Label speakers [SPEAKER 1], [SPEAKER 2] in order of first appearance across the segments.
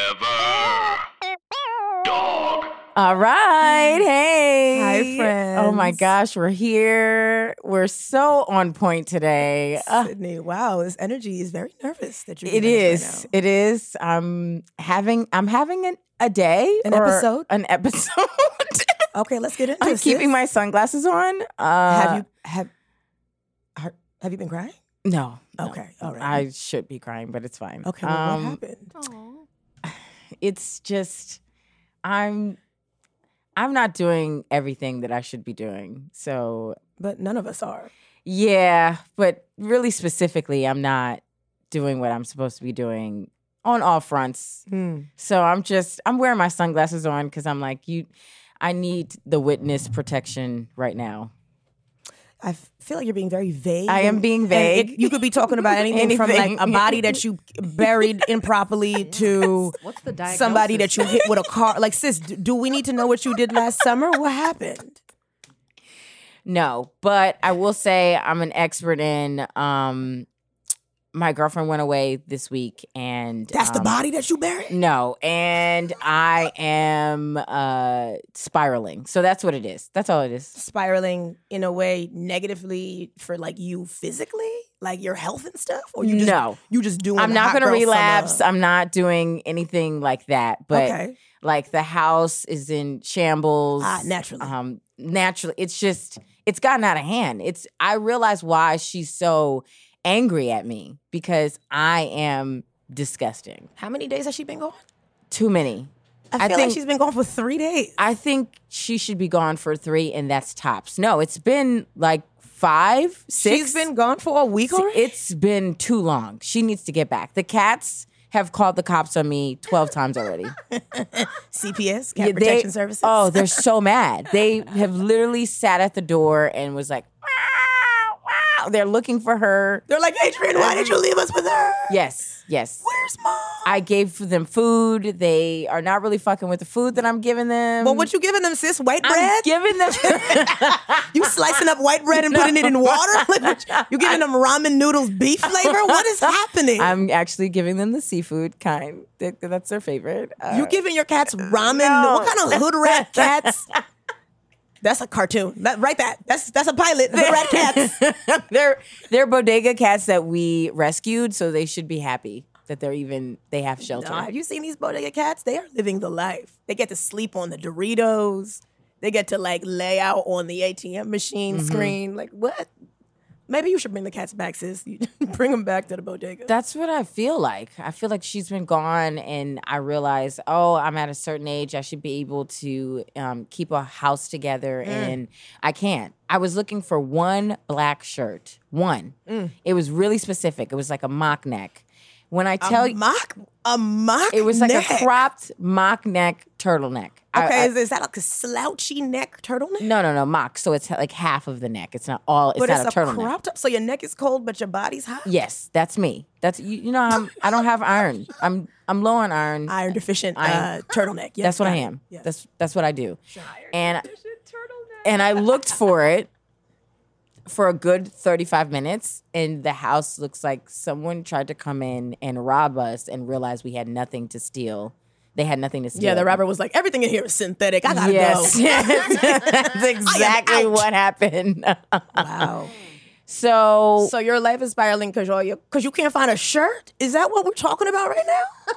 [SPEAKER 1] Forever. Dog.
[SPEAKER 2] All right. Hey.
[SPEAKER 3] Mm. Hi, friends.
[SPEAKER 2] Oh my gosh, we're here. We're so on point today. Uh,
[SPEAKER 3] Sydney, wow, this energy is very nervous that you're.
[SPEAKER 2] it
[SPEAKER 3] giving us
[SPEAKER 2] is. it
[SPEAKER 3] Right
[SPEAKER 2] is. I'm having I'm having an, a day.
[SPEAKER 3] An
[SPEAKER 2] or
[SPEAKER 3] episode? Oh,
[SPEAKER 2] An episode.
[SPEAKER 3] now. okay, let's get into
[SPEAKER 2] I'm
[SPEAKER 3] it.
[SPEAKER 2] keeping
[SPEAKER 3] sis.
[SPEAKER 2] my sunglasses on. Uh,
[SPEAKER 3] have you have are- have you been crying?
[SPEAKER 2] No. no.
[SPEAKER 3] Okay, all right.
[SPEAKER 2] I should be crying, but it's fine.
[SPEAKER 3] Okay, well,
[SPEAKER 2] Um,
[SPEAKER 3] what happened?
[SPEAKER 2] It's just I'm I'm not doing everything that I should be doing. So
[SPEAKER 3] But none of us are.
[SPEAKER 2] Yeah, but really specifically, I'm not doing what I'm supposed to be doing on all fronts. So I'm just I'm wearing my sunglasses on because I'm like you. I need the witness protection right now.
[SPEAKER 3] I f- feel like you're being very vague.
[SPEAKER 2] I am
[SPEAKER 3] and-
[SPEAKER 2] being
[SPEAKER 3] and it-
[SPEAKER 2] vague.
[SPEAKER 3] you could be talking about anything, from like a
[SPEAKER 2] Anything.
[SPEAKER 3] body that you buried improperly to
[SPEAKER 4] What's the diagnosis?
[SPEAKER 3] somebody that you hit with a car. Like, sis, d- do we need to know what you did last summer? What happened?
[SPEAKER 2] No, but I will say I'm an expert in. um My girlfriend went away this week, and
[SPEAKER 3] That's the
[SPEAKER 2] um,
[SPEAKER 3] body that you buried.
[SPEAKER 2] No, and I am uh spiraling. So that's what it is. That's all it is.
[SPEAKER 3] Spiraling in a way negatively for like you physically, like your health and stuff, or you just
[SPEAKER 2] no,
[SPEAKER 3] you just doing.
[SPEAKER 2] I'm not
[SPEAKER 3] hot
[SPEAKER 2] going to
[SPEAKER 3] girl summer?
[SPEAKER 2] relapse. I'm not doing anything like that. But
[SPEAKER 3] okay,
[SPEAKER 2] like the house is in shambles.
[SPEAKER 3] Ah, naturally.
[SPEAKER 2] Um, naturally, it's just it's gotten out of hand. It's I realize why she's so angry at me because I am disgusting.
[SPEAKER 3] how many days has she been gone?
[SPEAKER 2] Too many.
[SPEAKER 3] I,
[SPEAKER 2] I
[SPEAKER 3] feel
[SPEAKER 2] think-
[SPEAKER 3] like she's been gone for three days.
[SPEAKER 2] I think she should be gone for three, and that's tops. No, it's been like five, six.
[SPEAKER 3] She's been gone for a week already.
[SPEAKER 2] It's been too long. She needs to get back. The cats have called the cops on me twelve times already.
[SPEAKER 3] CPS,
[SPEAKER 2] Yeah,
[SPEAKER 3] Cat
[SPEAKER 2] they-
[SPEAKER 3] Protection Services.
[SPEAKER 2] Oh, they're so mad. They have literally sat at the door and was like, wow, wow. They're looking for her.
[SPEAKER 3] they're like Adrian. Why did you leave us with her?
[SPEAKER 2] Yes, yes.
[SPEAKER 3] Where's mom?
[SPEAKER 2] Um, I gave them food. They are not really fucking with the food that I'm giving them.
[SPEAKER 3] Well, what you giving them, sis? White
[SPEAKER 2] I'm
[SPEAKER 3] bread?
[SPEAKER 2] giving them.
[SPEAKER 3] you slicing up white bread and putting it in water? Like, what you- you giving them ramen noodles, beef flavor? What is happening?
[SPEAKER 2] I'm actually giving them the seafood kind. That- That's their favorite. Uh,
[SPEAKER 3] you giving your cats ramen?
[SPEAKER 2] No.
[SPEAKER 3] What kind of hood rat cats? That's a cartoon. That, write that. That's that's a pilot. Hood rat cats.
[SPEAKER 2] they're they're bodega cats that we rescued, so they should be happy that they're even they have shelter.
[SPEAKER 3] Nah, have you seen these bodega cats? They are living the life. They get to sleep on the Doritos. They get to like lay out on the ATM machine
[SPEAKER 2] Mm-hmm.
[SPEAKER 3] screen. Like what? Maybe you should bring the cats back, sis. You bring them back to the bodega.
[SPEAKER 2] That's what I feel like. I feel like she's been gone, and I realize, oh, I'm at a certain age. I should be able to um, keep a house together,
[SPEAKER 3] Mm.
[SPEAKER 2] and I can't. I was looking for one black shirt. One.
[SPEAKER 3] Mm.
[SPEAKER 2] It was really specific. It was like a mock neck. When I tell
[SPEAKER 3] a
[SPEAKER 2] you,
[SPEAKER 3] mock a mock
[SPEAKER 2] it was like
[SPEAKER 3] neck.
[SPEAKER 2] a cropped mock neck turtleneck. I-
[SPEAKER 3] okay
[SPEAKER 2] I-
[SPEAKER 3] is, is that like a slouchy neck turtleneck
[SPEAKER 2] no, no, no, mock. So it's like half of the neck. It's not all. It's
[SPEAKER 3] but
[SPEAKER 2] not
[SPEAKER 3] it's
[SPEAKER 2] a
[SPEAKER 3] a,
[SPEAKER 2] turtleneck.
[SPEAKER 3] crop top so your neck is cold but your body's hot
[SPEAKER 2] yes, that's me. That's you. You know, I'm. I don't have iron. I'm. I'm low on iron.
[SPEAKER 3] iron deficient
[SPEAKER 2] Iron.
[SPEAKER 3] uh, turtleneck yes,
[SPEAKER 2] That's what
[SPEAKER 3] got
[SPEAKER 2] I
[SPEAKER 3] it.
[SPEAKER 2] am.
[SPEAKER 3] Yes.
[SPEAKER 2] That's that's what I do. And and I looked for it for a good 35 minutes and the house looks like someone tried to come in and rob us and realized we had nothing to steal. They had nothing to steal.
[SPEAKER 3] yeah the robber was like everything in here is synthetic i gotta
[SPEAKER 2] Yes.
[SPEAKER 3] go
[SPEAKER 2] That's exactly
[SPEAKER 3] out.
[SPEAKER 2] what happened.
[SPEAKER 3] wow
[SPEAKER 2] so
[SPEAKER 3] so your life is spiraling because all your because you can't find a shirt is that what we're talking about right now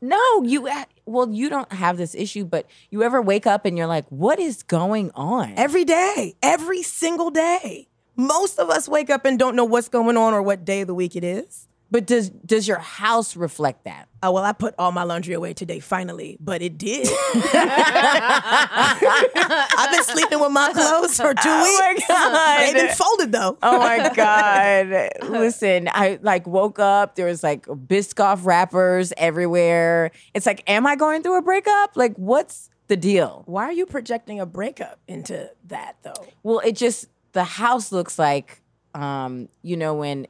[SPEAKER 2] No, you uh, well, you don't have this issue, but you ever wake up and you're like, what is going on?
[SPEAKER 3] every day every single day most of us wake up and don't know what's going on or what day of the week it is
[SPEAKER 2] but does does your house reflect that?
[SPEAKER 3] Oh well, I put all my laundry away today finally, but it did. I've been sleeping with my clothes for two weeks. They've been folded though.
[SPEAKER 2] Oh my god! Listen, I like woke up. There was like Biscoff wrappers everywhere. It's like, am I going through a breakup? Like, what's the deal?
[SPEAKER 3] Why are you projecting a breakup into that though?
[SPEAKER 2] Well, it just the house looks like, um, you know, when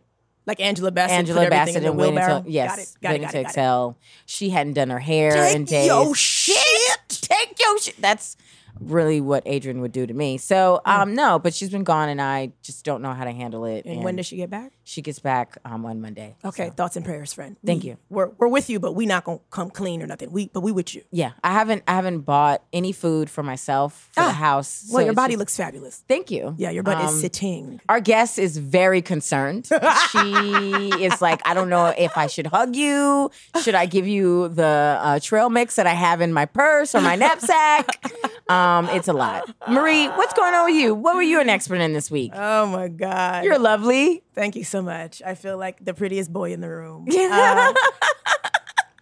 [SPEAKER 3] Like Angela Bassett.
[SPEAKER 2] Angela
[SPEAKER 3] put everything
[SPEAKER 2] Bassett
[SPEAKER 3] in
[SPEAKER 2] and
[SPEAKER 3] the
[SPEAKER 2] Waiting
[SPEAKER 3] wheelbarrow.
[SPEAKER 2] to yes,
[SPEAKER 3] got it,
[SPEAKER 2] Waiting
[SPEAKER 3] got
[SPEAKER 2] to
[SPEAKER 3] it, got it, got
[SPEAKER 2] Excel. She hadn't done her hair
[SPEAKER 3] it.
[SPEAKER 2] in
[SPEAKER 3] Take
[SPEAKER 2] days.
[SPEAKER 3] your shit.
[SPEAKER 2] Take your shit. That's really what Adrian would do to me. So
[SPEAKER 3] Hmm.
[SPEAKER 2] um, no, but she's been gone, and I just don't know how to handle it.
[SPEAKER 3] And when does she get back?
[SPEAKER 2] she gets back um, on Monday?
[SPEAKER 3] Okay, thoughts and prayers, friend.
[SPEAKER 2] Thank
[SPEAKER 3] We-
[SPEAKER 2] you.
[SPEAKER 3] We're we're with you, but we not gonna come clean or nothing. We but we with you.
[SPEAKER 2] Yeah, I haven't I haven't bought any food for myself for the house.
[SPEAKER 3] Ah,
[SPEAKER 2] so
[SPEAKER 3] Well, your
[SPEAKER 2] it's
[SPEAKER 3] body
[SPEAKER 2] just-
[SPEAKER 3] looks fabulous.
[SPEAKER 2] Thank you.
[SPEAKER 3] Yeah, your butt
[SPEAKER 2] Um,
[SPEAKER 3] is sitting.
[SPEAKER 2] Our guest is very concerned. she is like, I don't know if I should hug you. Should I give you the uh, trail mix that I have in my purse or my knapsack? um, it's a lot. Marie, what's going on with you? What were you an expert in this week?
[SPEAKER 3] Oh my God.
[SPEAKER 2] You're lovely.
[SPEAKER 3] Thank you so much. I feel like the prettiest boy in the room.
[SPEAKER 2] Yeah.
[SPEAKER 3] Uh,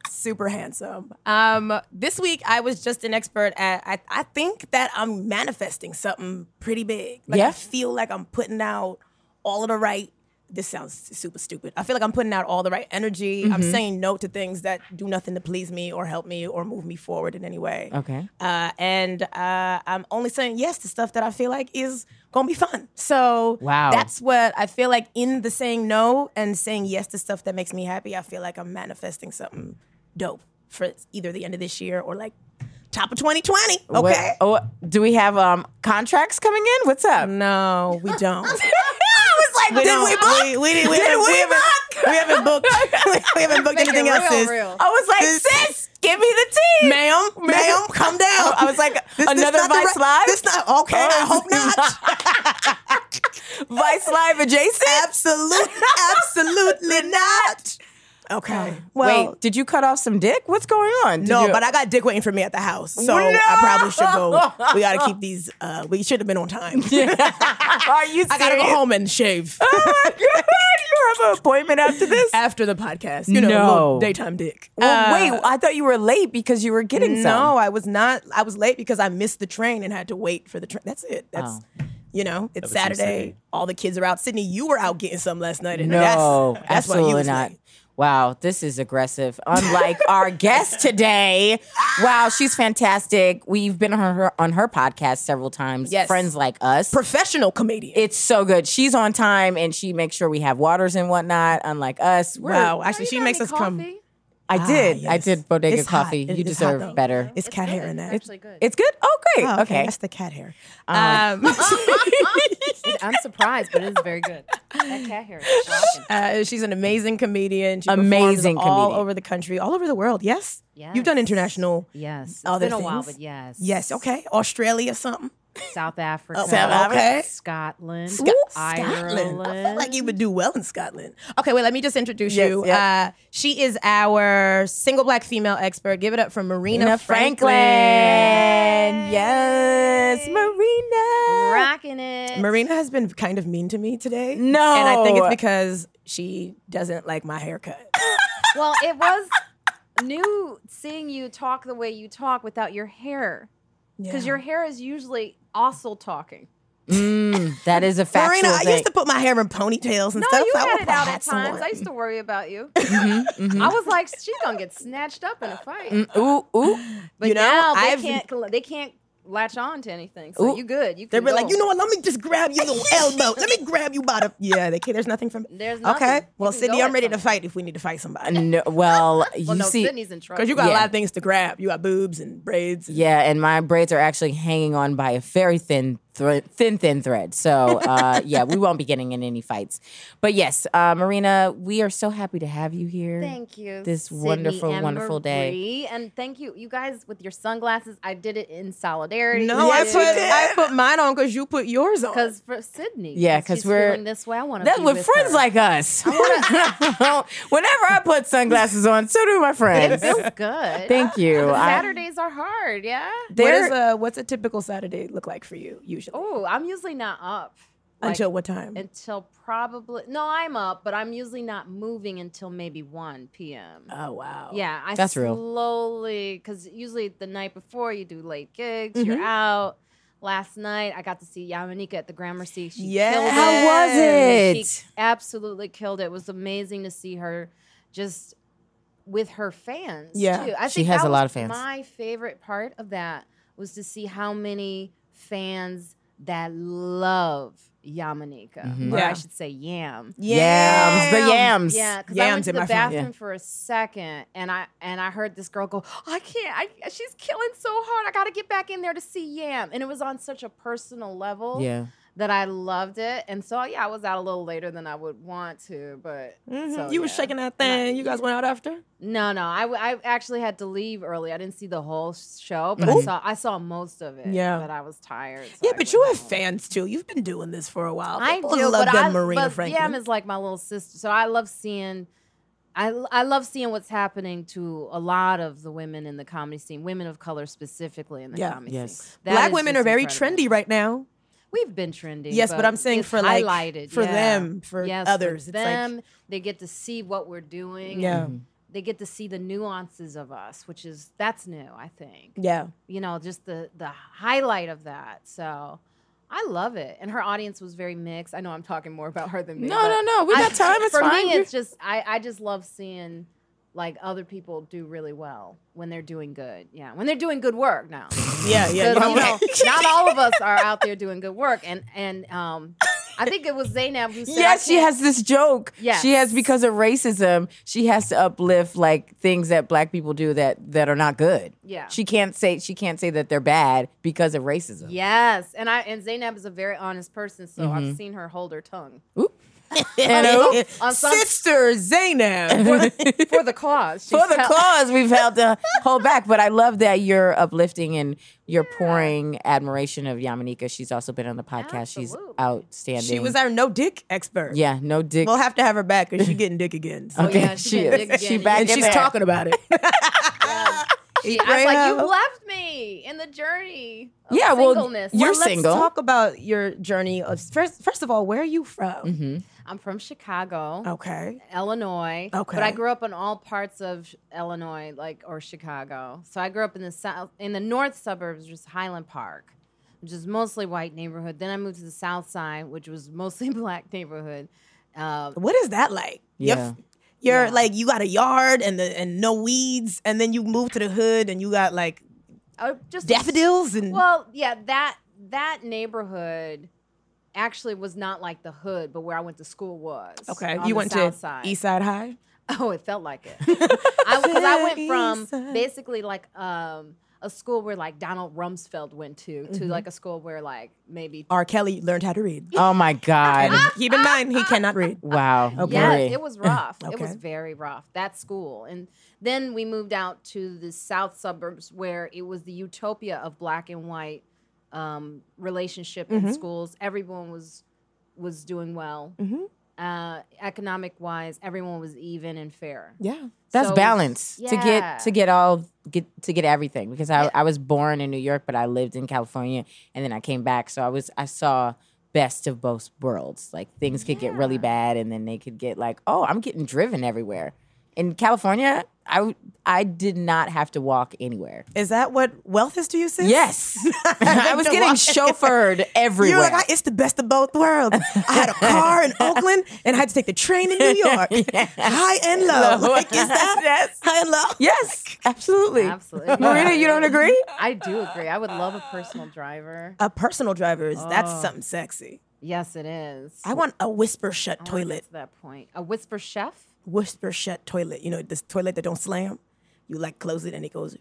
[SPEAKER 3] super handsome. Um, this week I was just an expert at. I, I think that I'm manifesting something pretty big. Like
[SPEAKER 2] Yeah.
[SPEAKER 3] I feel like I'm putting out all of the right. This sounds super stupid. I feel like I'm putting out all the right energy. I'm
[SPEAKER 2] Mm-hmm.
[SPEAKER 3] saying no to things that do nothing to please me or help me or move me forward in any way.
[SPEAKER 2] Okay.
[SPEAKER 3] Uh, and uh, I'm only saying yes to stuff that I feel like is gonna be fun. So
[SPEAKER 2] Wow.
[SPEAKER 3] that's what I feel like in the saying no and saying yes to stuff that makes me happy. I feel like I'm manifesting something dope for either the end of this year or like top of 2020. Okay.
[SPEAKER 2] What- oh, do we have um, contracts coming in? What's up?
[SPEAKER 3] No, we don't.
[SPEAKER 2] I was like, did
[SPEAKER 3] don't-
[SPEAKER 2] we book?
[SPEAKER 3] We, we, didn't- we
[SPEAKER 2] Did
[SPEAKER 3] haven't,
[SPEAKER 2] we
[SPEAKER 3] haven't-
[SPEAKER 2] book?
[SPEAKER 3] we haven't booked. we haven't booked
[SPEAKER 4] Make it
[SPEAKER 3] anything else.
[SPEAKER 4] real,
[SPEAKER 3] sis.
[SPEAKER 4] real.
[SPEAKER 2] I was like, sis, give me the tea.
[SPEAKER 3] Ma'am, ma'am, come down.
[SPEAKER 2] I was like, another
[SPEAKER 3] not the
[SPEAKER 2] Vice Live?
[SPEAKER 3] This not okay. I hope not.
[SPEAKER 2] Vice Live adjacent.
[SPEAKER 3] Absolute, absolutely not. Okay. Well,
[SPEAKER 2] Wait, did you cut off some dick? What's going on? Did
[SPEAKER 3] no,
[SPEAKER 2] you-
[SPEAKER 3] but I got dick waiting for me at the house, so
[SPEAKER 2] No!
[SPEAKER 3] I probably should go. We got to keep these. Uh, we should have been on time.
[SPEAKER 2] are you? Serious?
[SPEAKER 3] I gotta go home and shave
[SPEAKER 2] Oh my god! You have an appointment after this?
[SPEAKER 3] after the podcast. You know,
[SPEAKER 2] No.
[SPEAKER 3] little daytime dick.
[SPEAKER 2] Well,
[SPEAKER 3] Uh,
[SPEAKER 2] wait, I thought you were late because you were getting some.
[SPEAKER 3] No, I was not. I was late because I missed the train and had to wait for the train. That's it. That's Oh. you know, it's
[SPEAKER 4] what she
[SPEAKER 3] Saturday.
[SPEAKER 4] said.
[SPEAKER 3] All the kids are out. Sydney, you were out getting some last night. And
[SPEAKER 2] No,
[SPEAKER 3] that's, that's why
[SPEAKER 2] absolutely
[SPEAKER 3] you was
[SPEAKER 2] not.
[SPEAKER 3] late.
[SPEAKER 2] Wow, this is aggressive. Unlike our guest today, wow, she's fantastic. We've been on her on her podcast several times.
[SPEAKER 3] Yes.
[SPEAKER 2] Friends like us.
[SPEAKER 3] Professional comedian.
[SPEAKER 2] It's so good. She's on time and she makes sure we have waters and whatnot. Unlike us, We're-
[SPEAKER 3] wow,
[SPEAKER 4] Are
[SPEAKER 3] actually,
[SPEAKER 4] you
[SPEAKER 3] she
[SPEAKER 4] got
[SPEAKER 3] makes
[SPEAKER 4] any
[SPEAKER 3] us come.
[SPEAKER 4] coffee?
[SPEAKER 2] I did.
[SPEAKER 3] Ah,
[SPEAKER 2] I
[SPEAKER 3] yes.
[SPEAKER 2] did bodega
[SPEAKER 3] It's hot.
[SPEAKER 2] coffee.
[SPEAKER 3] It-
[SPEAKER 2] you
[SPEAKER 3] it's hot,
[SPEAKER 2] deserve
[SPEAKER 3] though.
[SPEAKER 2] better.
[SPEAKER 3] It's cat hair in that.
[SPEAKER 4] It's actually good.
[SPEAKER 2] It's good. Oh, great.
[SPEAKER 3] Oh,
[SPEAKER 2] okay.
[SPEAKER 3] That's the cat hair.
[SPEAKER 2] Um,
[SPEAKER 3] Um,
[SPEAKER 4] I'm surprised, but it is very good. That cat hair is shocking.
[SPEAKER 3] uh, she's an amazing comedian. She
[SPEAKER 2] Amazing
[SPEAKER 3] amazing all
[SPEAKER 2] comedian.
[SPEAKER 3] over the country, all over the world. Yes. You've done
[SPEAKER 4] Yes.
[SPEAKER 3] international.
[SPEAKER 4] Yes, it's
[SPEAKER 3] Other
[SPEAKER 4] been a while,
[SPEAKER 3] things?
[SPEAKER 4] but yes,
[SPEAKER 3] Yes. Okay. Australia, something.
[SPEAKER 4] South Africa,
[SPEAKER 3] South Africa.
[SPEAKER 4] Scotland,
[SPEAKER 3] Ooh,
[SPEAKER 4] Ireland.
[SPEAKER 3] I feel like you would do well in Scotland. Okay, wait. Let me just introduce
[SPEAKER 2] Yes,
[SPEAKER 3] you.
[SPEAKER 2] yep.
[SPEAKER 3] Uh, she is our single black female expert. Give it up for Marina,
[SPEAKER 2] Marina Franklin.
[SPEAKER 3] Franklin.
[SPEAKER 2] Yes, Marina.
[SPEAKER 4] rocking it.
[SPEAKER 3] Marina has been kind of mean to me today.
[SPEAKER 2] No.
[SPEAKER 3] and I think it's because she doesn't like my haircut.
[SPEAKER 4] Well, it was new seeing you talk the way you talk without your hair, because your hair is usually also talking.
[SPEAKER 2] Mm, that is a factual
[SPEAKER 3] Marina, I
[SPEAKER 2] thing.
[SPEAKER 3] used to put my hair in ponytails and
[SPEAKER 4] No,
[SPEAKER 3] stuff.
[SPEAKER 4] you
[SPEAKER 3] so I
[SPEAKER 4] had
[SPEAKER 3] would
[SPEAKER 4] it out at
[SPEAKER 3] perhaps
[SPEAKER 4] times.
[SPEAKER 3] want-
[SPEAKER 4] I used to worry about you.
[SPEAKER 3] Mm-hmm,
[SPEAKER 2] Mhm, mhm.
[SPEAKER 4] I was like, she's gonna get snatched up in a fight.
[SPEAKER 2] Mm, ooh, ooh.
[SPEAKER 4] But
[SPEAKER 3] You know,
[SPEAKER 4] now they
[SPEAKER 3] I've-
[SPEAKER 4] can't they can't latch on to anything. So
[SPEAKER 2] Ooh.
[SPEAKER 4] you good. You
[SPEAKER 3] They'd
[SPEAKER 4] can
[SPEAKER 3] be like,
[SPEAKER 4] go.
[SPEAKER 3] you know what? Let me just grab your little elbow. Let me grab you by the. Yeah, they can't. There's nothing from.
[SPEAKER 4] There's nothing.
[SPEAKER 3] Okay.
[SPEAKER 4] You
[SPEAKER 3] Well,
[SPEAKER 4] can
[SPEAKER 3] Sydney,
[SPEAKER 4] go
[SPEAKER 3] I'm
[SPEAKER 4] at
[SPEAKER 3] ready to
[SPEAKER 4] something.
[SPEAKER 3] fight if we need to fight somebody.
[SPEAKER 2] No, well, you
[SPEAKER 4] Well, no,
[SPEAKER 2] see,
[SPEAKER 4] Sydney's in trouble.
[SPEAKER 3] Because you got a
[SPEAKER 2] Yeah.
[SPEAKER 3] lot of things to grab. You got boobs and braids. And
[SPEAKER 2] yeah, and my braids are actually hanging on by a very thin, thre- thin, thin thread. So, uh, yeah, we won't be getting in any fights. But yes, uh, Marina, we are so happy to have you here.
[SPEAKER 4] Thank you.
[SPEAKER 2] This
[SPEAKER 4] Sydney
[SPEAKER 2] wonderful,
[SPEAKER 4] and
[SPEAKER 2] wonderful day.
[SPEAKER 4] Marie. And thank you, you guys, with your sunglasses. I did it in solidarity.
[SPEAKER 3] No,
[SPEAKER 2] Yes,
[SPEAKER 3] I
[SPEAKER 2] you
[SPEAKER 3] put
[SPEAKER 2] did.
[SPEAKER 3] I put mine on because you put yours on.
[SPEAKER 4] because for Sydney.
[SPEAKER 2] Yeah, 'cause
[SPEAKER 4] she's
[SPEAKER 2] we're-
[SPEAKER 4] feeling this way. I want to.
[SPEAKER 2] That's
[SPEAKER 4] be
[SPEAKER 2] with
[SPEAKER 4] with
[SPEAKER 2] friends
[SPEAKER 4] her.
[SPEAKER 2] like us. Whenever I put sunglasses on, so do my friends.
[SPEAKER 4] Feels good.
[SPEAKER 2] Thank you. I,
[SPEAKER 4] Saturdays are hard. Yeah.
[SPEAKER 3] what is
[SPEAKER 4] uh,
[SPEAKER 2] there-
[SPEAKER 3] a what's a typical Saturday look like for you usually?
[SPEAKER 4] Oh, I'm usually not up like,
[SPEAKER 3] Until what time?
[SPEAKER 4] until probably no, I'm up, but I'm usually not moving until maybe one p.m.
[SPEAKER 3] oh wow.
[SPEAKER 4] Yeah, I
[SPEAKER 2] That's real.
[SPEAKER 4] slowly because usually the night before you do late gigs,
[SPEAKER 2] Mm-hmm.
[SPEAKER 4] you're out. Last night I got to see Yamanika at the Gramercy. She killed it.
[SPEAKER 2] How was
[SPEAKER 4] She
[SPEAKER 2] it?
[SPEAKER 4] absolutely killed it. It was amazing to see her just with her fans.
[SPEAKER 3] Yeah.
[SPEAKER 4] too. I
[SPEAKER 2] She
[SPEAKER 4] think
[SPEAKER 2] has
[SPEAKER 4] that
[SPEAKER 2] a lot
[SPEAKER 4] was
[SPEAKER 2] of fans.
[SPEAKER 4] My favorite part of that was to see how many fans that love Yamanika,
[SPEAKER 2] Mhm.
[SPEAKER 4] or
[SPEAKER 3] Yeah.
[SPEAKER 4] I should say Yam.
[SPEAKER 2] Yams, the yams.
[SPEAKER 4] Yeah, because I
[SPEAKER 3] Yams
[SPEAKER 4] went to
[SPEAKER 3] in
[SPEAKER 4] the
[SPEAKER 3] my phone, yeah.
[SPEAKER 4] bathroom for a second, and I and I heard this girl go, "I can't. I, she's killing so hard. I got to get back in there to see Yam." And it was on such a personal level
[SPEAKER 2] Yeah.
[SPEAKER 4] that I loved it. And so yeah, I was out a little later than I would want to, but
[SPEAKER 3] Mhm.
[SPEAKER 4] so,
[SPEAKER 3] you were
[SPEAKER 4] yeah.
[SPEAKER 3] shaking that thing. You guys went out after?
[SPEAKER 4] No, no, I, w- I actually had to leave early. I didn't see the whole show, but I
[SPEAKER 2] Ooh.
[SPEAKER 4] saw I saw most of it.
[SPEAKER 3] Mm-hmm. Yeah.
[SPEAKER 4] but I was tired. so
[SPEAKER 3] Yeah,
[SPEAKER 4] I
[SPEAKER 3] but you
[SPEAKER 4] went
[SPEAKER 3] have
[SPEAKER 4] home.
[SPEAKER 3] fans too. You've been doing this for a while.
[SPEAKER 4] I
[SPEAKER 3] People
[SPEAKER 4] do,
[SPEAKER 3] love
[SPEAKER 4] but
[SPEAKER 3] that
[SPEAKER 4] I,
[SPEAKER 3] Marina
[SPEAKER 4] but
[SPEAKER 3] Franklin.
[SPEAKER 4] Yam is like my little sister, so I love seeing. I, I love seeing what's happening to a lot of the women in the comedy scene, women of color specifically in the
[SPEAKER 3] Yeah.
[SPEAKER 4] comedy scene.
[SPEAKER 2] Yes.
[SPEAKER 4] That
[SPEAKER 3] Black
[SPEAKER 4] is
[SPEAKER 3] women
[SPEAKER 4] just
[SPEAKER 3] are very
[SPEAKER 4] incredible.
[SPEAKER 3] trendy right now.
[SPEAKER 4] We've been trendy.
[SPEAKER 3] Yes, but, I'm saying
[SPEAKER 4] it's
[SPEAKER 3] for like
[SPEAKER 4] highlighted
[SPEAKER 3] for
[SPEAKER 4] yeah.
[SPEAKER 3] them, for
[SPEAKER 4] Yes,
[SPEAKER 3] others.
[SPEAKER 4] For
[SPEAKER 3] it's
[SPEAKER 4] them,
[SPEAKER 3] like
[SPEAKER 4] they get to see what we're doing.
[SPEAKER 3] Yeah.
[SPEAKER 2] Mhm.
[SPEAKER 4] they get to see the nuances of us, which is that's new, I think.
[SPEAKER 3] yeah,
[SPEAKER 4] You know, just the the highlight of that. So I love it. And her audience was very mixed. I know I'm talking more about her than me.
[SPEAKER 2] No,
[SPEAKER 4] but
[SPEAKER 2] no, no. We
[SPEAKER 4] I-
[SPEAKER 2] got time. It's
[SPEAKER 4] for
[SPEAKER 2] fine.
[SPEAKER 4] me,
[SPEAKER 2] You're-
[SPEAKER 4] it's just I, I just love seeing like other people do really well when they're doing good. Yeah. When they're doing good work now.
[SPEAKER 3] yeah, yeah.
[SPEAKER 4] Because, you
[SPEAKER 3] yeah.
[SPEAKER 4] know, not all of us are out there doing good work. And and um I think it was Zaynab who said I
[SPEAKER 2] Yes, she
[SPEAKER 4] can't-
[SPEAKER 2] has this joke.
[SPEAKER 4] Yes.
[SPEAKER 2] She has because of racism, she has to uplift like things that black people do that that are not good.
[SPEAKER 4] Yeah.
[SPEAKER 2] She can't say she can't say that they're bad because of racism.
[SPEAKER 4] Yes, and I and Zaynab is a very honest person, so
[SPEAKER 2] Mm-hmm.
[SPEAKER 4] I've seen her hold her tongue
[SPEAKER 2] And, uh,
[SPEAKER 4] on some-
[SPEAKER 3] Sister Zaynab.
[SPEAKER 4] for the cause.
[SPEAKER 2] for
[SPEAKER 4] she's
[SPEAKER 2] the
[SPEAKER 4] held-
[SPEAKER 2] cause we've had to hold back. But I love that you're uplifting and you're pouring admiration of Yamanika. She's also been on the podcast.
[SPEAKER 4] Absolutely.
[SPEAKER 2] She's outstanding.
[SPEAKER 3] she was our no dick expert.
[SPEAKER 2] yeah, no dick.
[SPEAKER 3] We'll have to have her back because she's getting dick again. So.
[SPEAKER 4] Oh,
[SPEAKER 2] okay,
[SPEAKER 4] yeah, she
[SPEAKER 2] she
[SPEAKER 4] can dig
[SPEAKER 2] is. She
[SPEAKER 4] again.
[SPEAKER 2] back
[SPEAKER 3] And
[SPEAKER 2] in
[SPEAKER 3] she's
[SPEAKER 2] there.
[SPEAKER 3] talking about it.
[SPEAKER 4] She, I was like,
[SPEAKER 3] Rahel.
[SPEAKER 4] you left me in the journey. Of
[SPEAKER 2] Yeah, well,
[SPEAKER 4] singleness.
[SPEAKER 2] you're
[SPEAKER 3] let's
[SPEAKER 2] single.
[SPEAKER 3] talk about your journey of first. First of all, where are you
[SPEAKER 4] Mm-hmm.
[SPEAKER 3] from?
[SPEAKER 2] hmm
[SPEAKER 4] I'm from Chicago,
[SPEAKER 3] Okay.
[SPEAKER 4] Illinois.
[SPEAKER 3] Oh. Okay.
[SPEAKER 4] but I grew up in all parts of Illinois, like or Chicago. So I grew up in the south, in the north suburbs, just Highland Park, which is mostly white neighborhood. Then I moved to the south side, which was mostly black neighborhood. Uh,
[SPEAKER 3] What is that like? Your
[SPEAKER 2] Yeah.
[SPEAKER 3] f- You're
[SPEAKER 4] Yeah.
[SPEAKER 3] like you got a yard and the, and no weeds, and then you move to the hood and you got like
[SPEAKER 4] uh, just
[SPEAKER 3] daffodils and
[SPEAKER 4] Well, yeah, that that neighborhood actually was not like the hood, but where I went to school was.
[SPEAKER 3] okay.
[SPEAKER 4] on
[SPEAKER 3] You
[SPEAKER 4] the
[SPEAKER 3] went to
[SPEAKER 4] south side.
[SPEAKER 3] East Side High.
[SPEAKER 4] Oh, it felt like it. I, 'cause I went
[SPEAKER 3] East
[SPEAKER 4] from
[SPEAKER 3] Side.
[SPEAKER 4] basically like um, a school where like Donald Rumsfeld went to to
[SPEAKER 2] Mm-hmm.
[SPEAKER 4] like a school where like maybe.
[SPEAKER 3] R. Kelly learned how to read.
[SPEAKER 2] Oh my God.
[SPEAKER 3] Keep in mind, he cannot read.
[SPEAKER 2] wow.
[SPEAKER 3] Okay.
[SPEAKER 4] Yes,
[SPEAKER 2] Great.
[SPEAKER 4] it was rough. It was
[SPEAKER 3] Okay.
[SPEAKER 4] very rough. That school, and then we moved out to the south suburbs where it was the utopia of black and white um, relationship in
[SPEAKER 2] Mm-hmm.
[SPEAKER 3] Mhm.
[SPEAKER 4] schools. Everyone was was doing well,
[SPEAKER 2] Mm-hmm.
[SPEAKER 3] Mhm.
[SPEAKER 4] uh, economic wise. Everyone was even and fair.
[SPEAKER 3] Yeah.
[SPEAKER 2] That's
[SPEAKER 4] So it was-
[SPEAKER 2] balance to
[SPEAKER 4] Yeah.
[SPEAKER 2] get to get all get to get everything because I,
[SPEAKER 4] Yeah.
[SPEAKER 2] I was born in New York but I lived in California and then I came back so I was I saw best of both worlds like things could get really
[SPEAKER 4] Yeah.
[SPEAKER 2] bad and then they could get like oh I'm getting driven everywhere in California I w- I did not have to walk anywhere
[SPEAKER 3] Is that what wealth is to you, sis?
[SPEAKER 2] yes I was
[SPEAKER 3] To
[SPEAKER 2] getting
[SPEAKER 3] walk-
[SPEAKER 2] chauffeured
[SPEAKER 3] You're
[SPEAKER 2] everywhere
[SPEAKER 3] like, I, it's the best of both worlds. I had a car in Oakland and I had to take the train in New York.
[SPEAKER 2] Yes.
[SPEAKER 3] High and low.
[SPEAKER 2] Low.
[SPEAKER 3] Like, is that
[SPEAKER 2] Yes.
[SPEAKER 3] high and low?
[SPEAKER 2] yes absolutely
[SPEAKER 4] Absolutely.
[SPEAKER 2] Marina you don't agree
[SPEAKER 4] I do agree. I would love a personal driver.
[SPEAKER 3] A personal driver is that's
[SPEAKER 4] Oh.
[SPEAKER 3] something sexy.
[SPEAKER 4] Yes, it is.
[SPEAKER 3] I want a whisper shut
[SPEAKER 4] I wanna get
[SPEAKER 3] toilet.
[SPEAKER 4] to that point. A whisper chef.
[SPEAKER 3] Whisper shut toilet. You know, this toilet that don't slam. You like close it and it goes.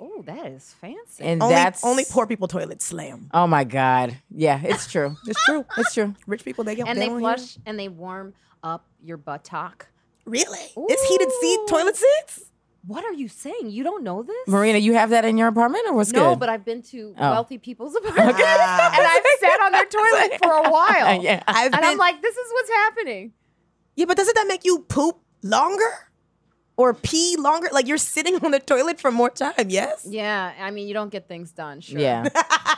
[SPEAKER 4] Oh, that is fancy.
[SPEAKER 2] and
[SPEAKER 3] Only,
[SPEAKER 2] that's
[SPEAKER 3] only poor people toilets slam.
[SPEAKER 2] Oh my God. Yeah, it's true. It's true. It's true.
[SPEAKER 3] Rich people they get
[SPEAKER 4] and they
[SPEAKER 3] don't hear.
[SPEAKER 4] flush and they warm up your buttock.
[SPEAKER 3] Really? It's heated seat toilet seats.
[SPEAKER 4] What are you saying? You don't know this?
[SPEAKER 2] Marina, you have that in your apartment or what's
[SPEAKER 4] no,
[SPEAKER 2] good?
[SPEAKER 4] but I've been to
[SPEAKER 2] Oh.
[SPEAKER 4] wealthy people's apartments and I've sat on their toilet for a while.
[SPEAKER 2] yeah.
[SPEAKER 3] I've
[SPEAKER 4] And
[SPEAKER 3] been,
[SPEAKER 4] I'm like, this is what's happening.
[SPEAKER 3] yeah, but doesn't that make you poop longer or pee longer? Like you're sitting on the toilet for more time. Yes.
[SPEAKER 4] Yeah, I mean, you don't get things done, sure.
[SPEAKER 2] Yeah.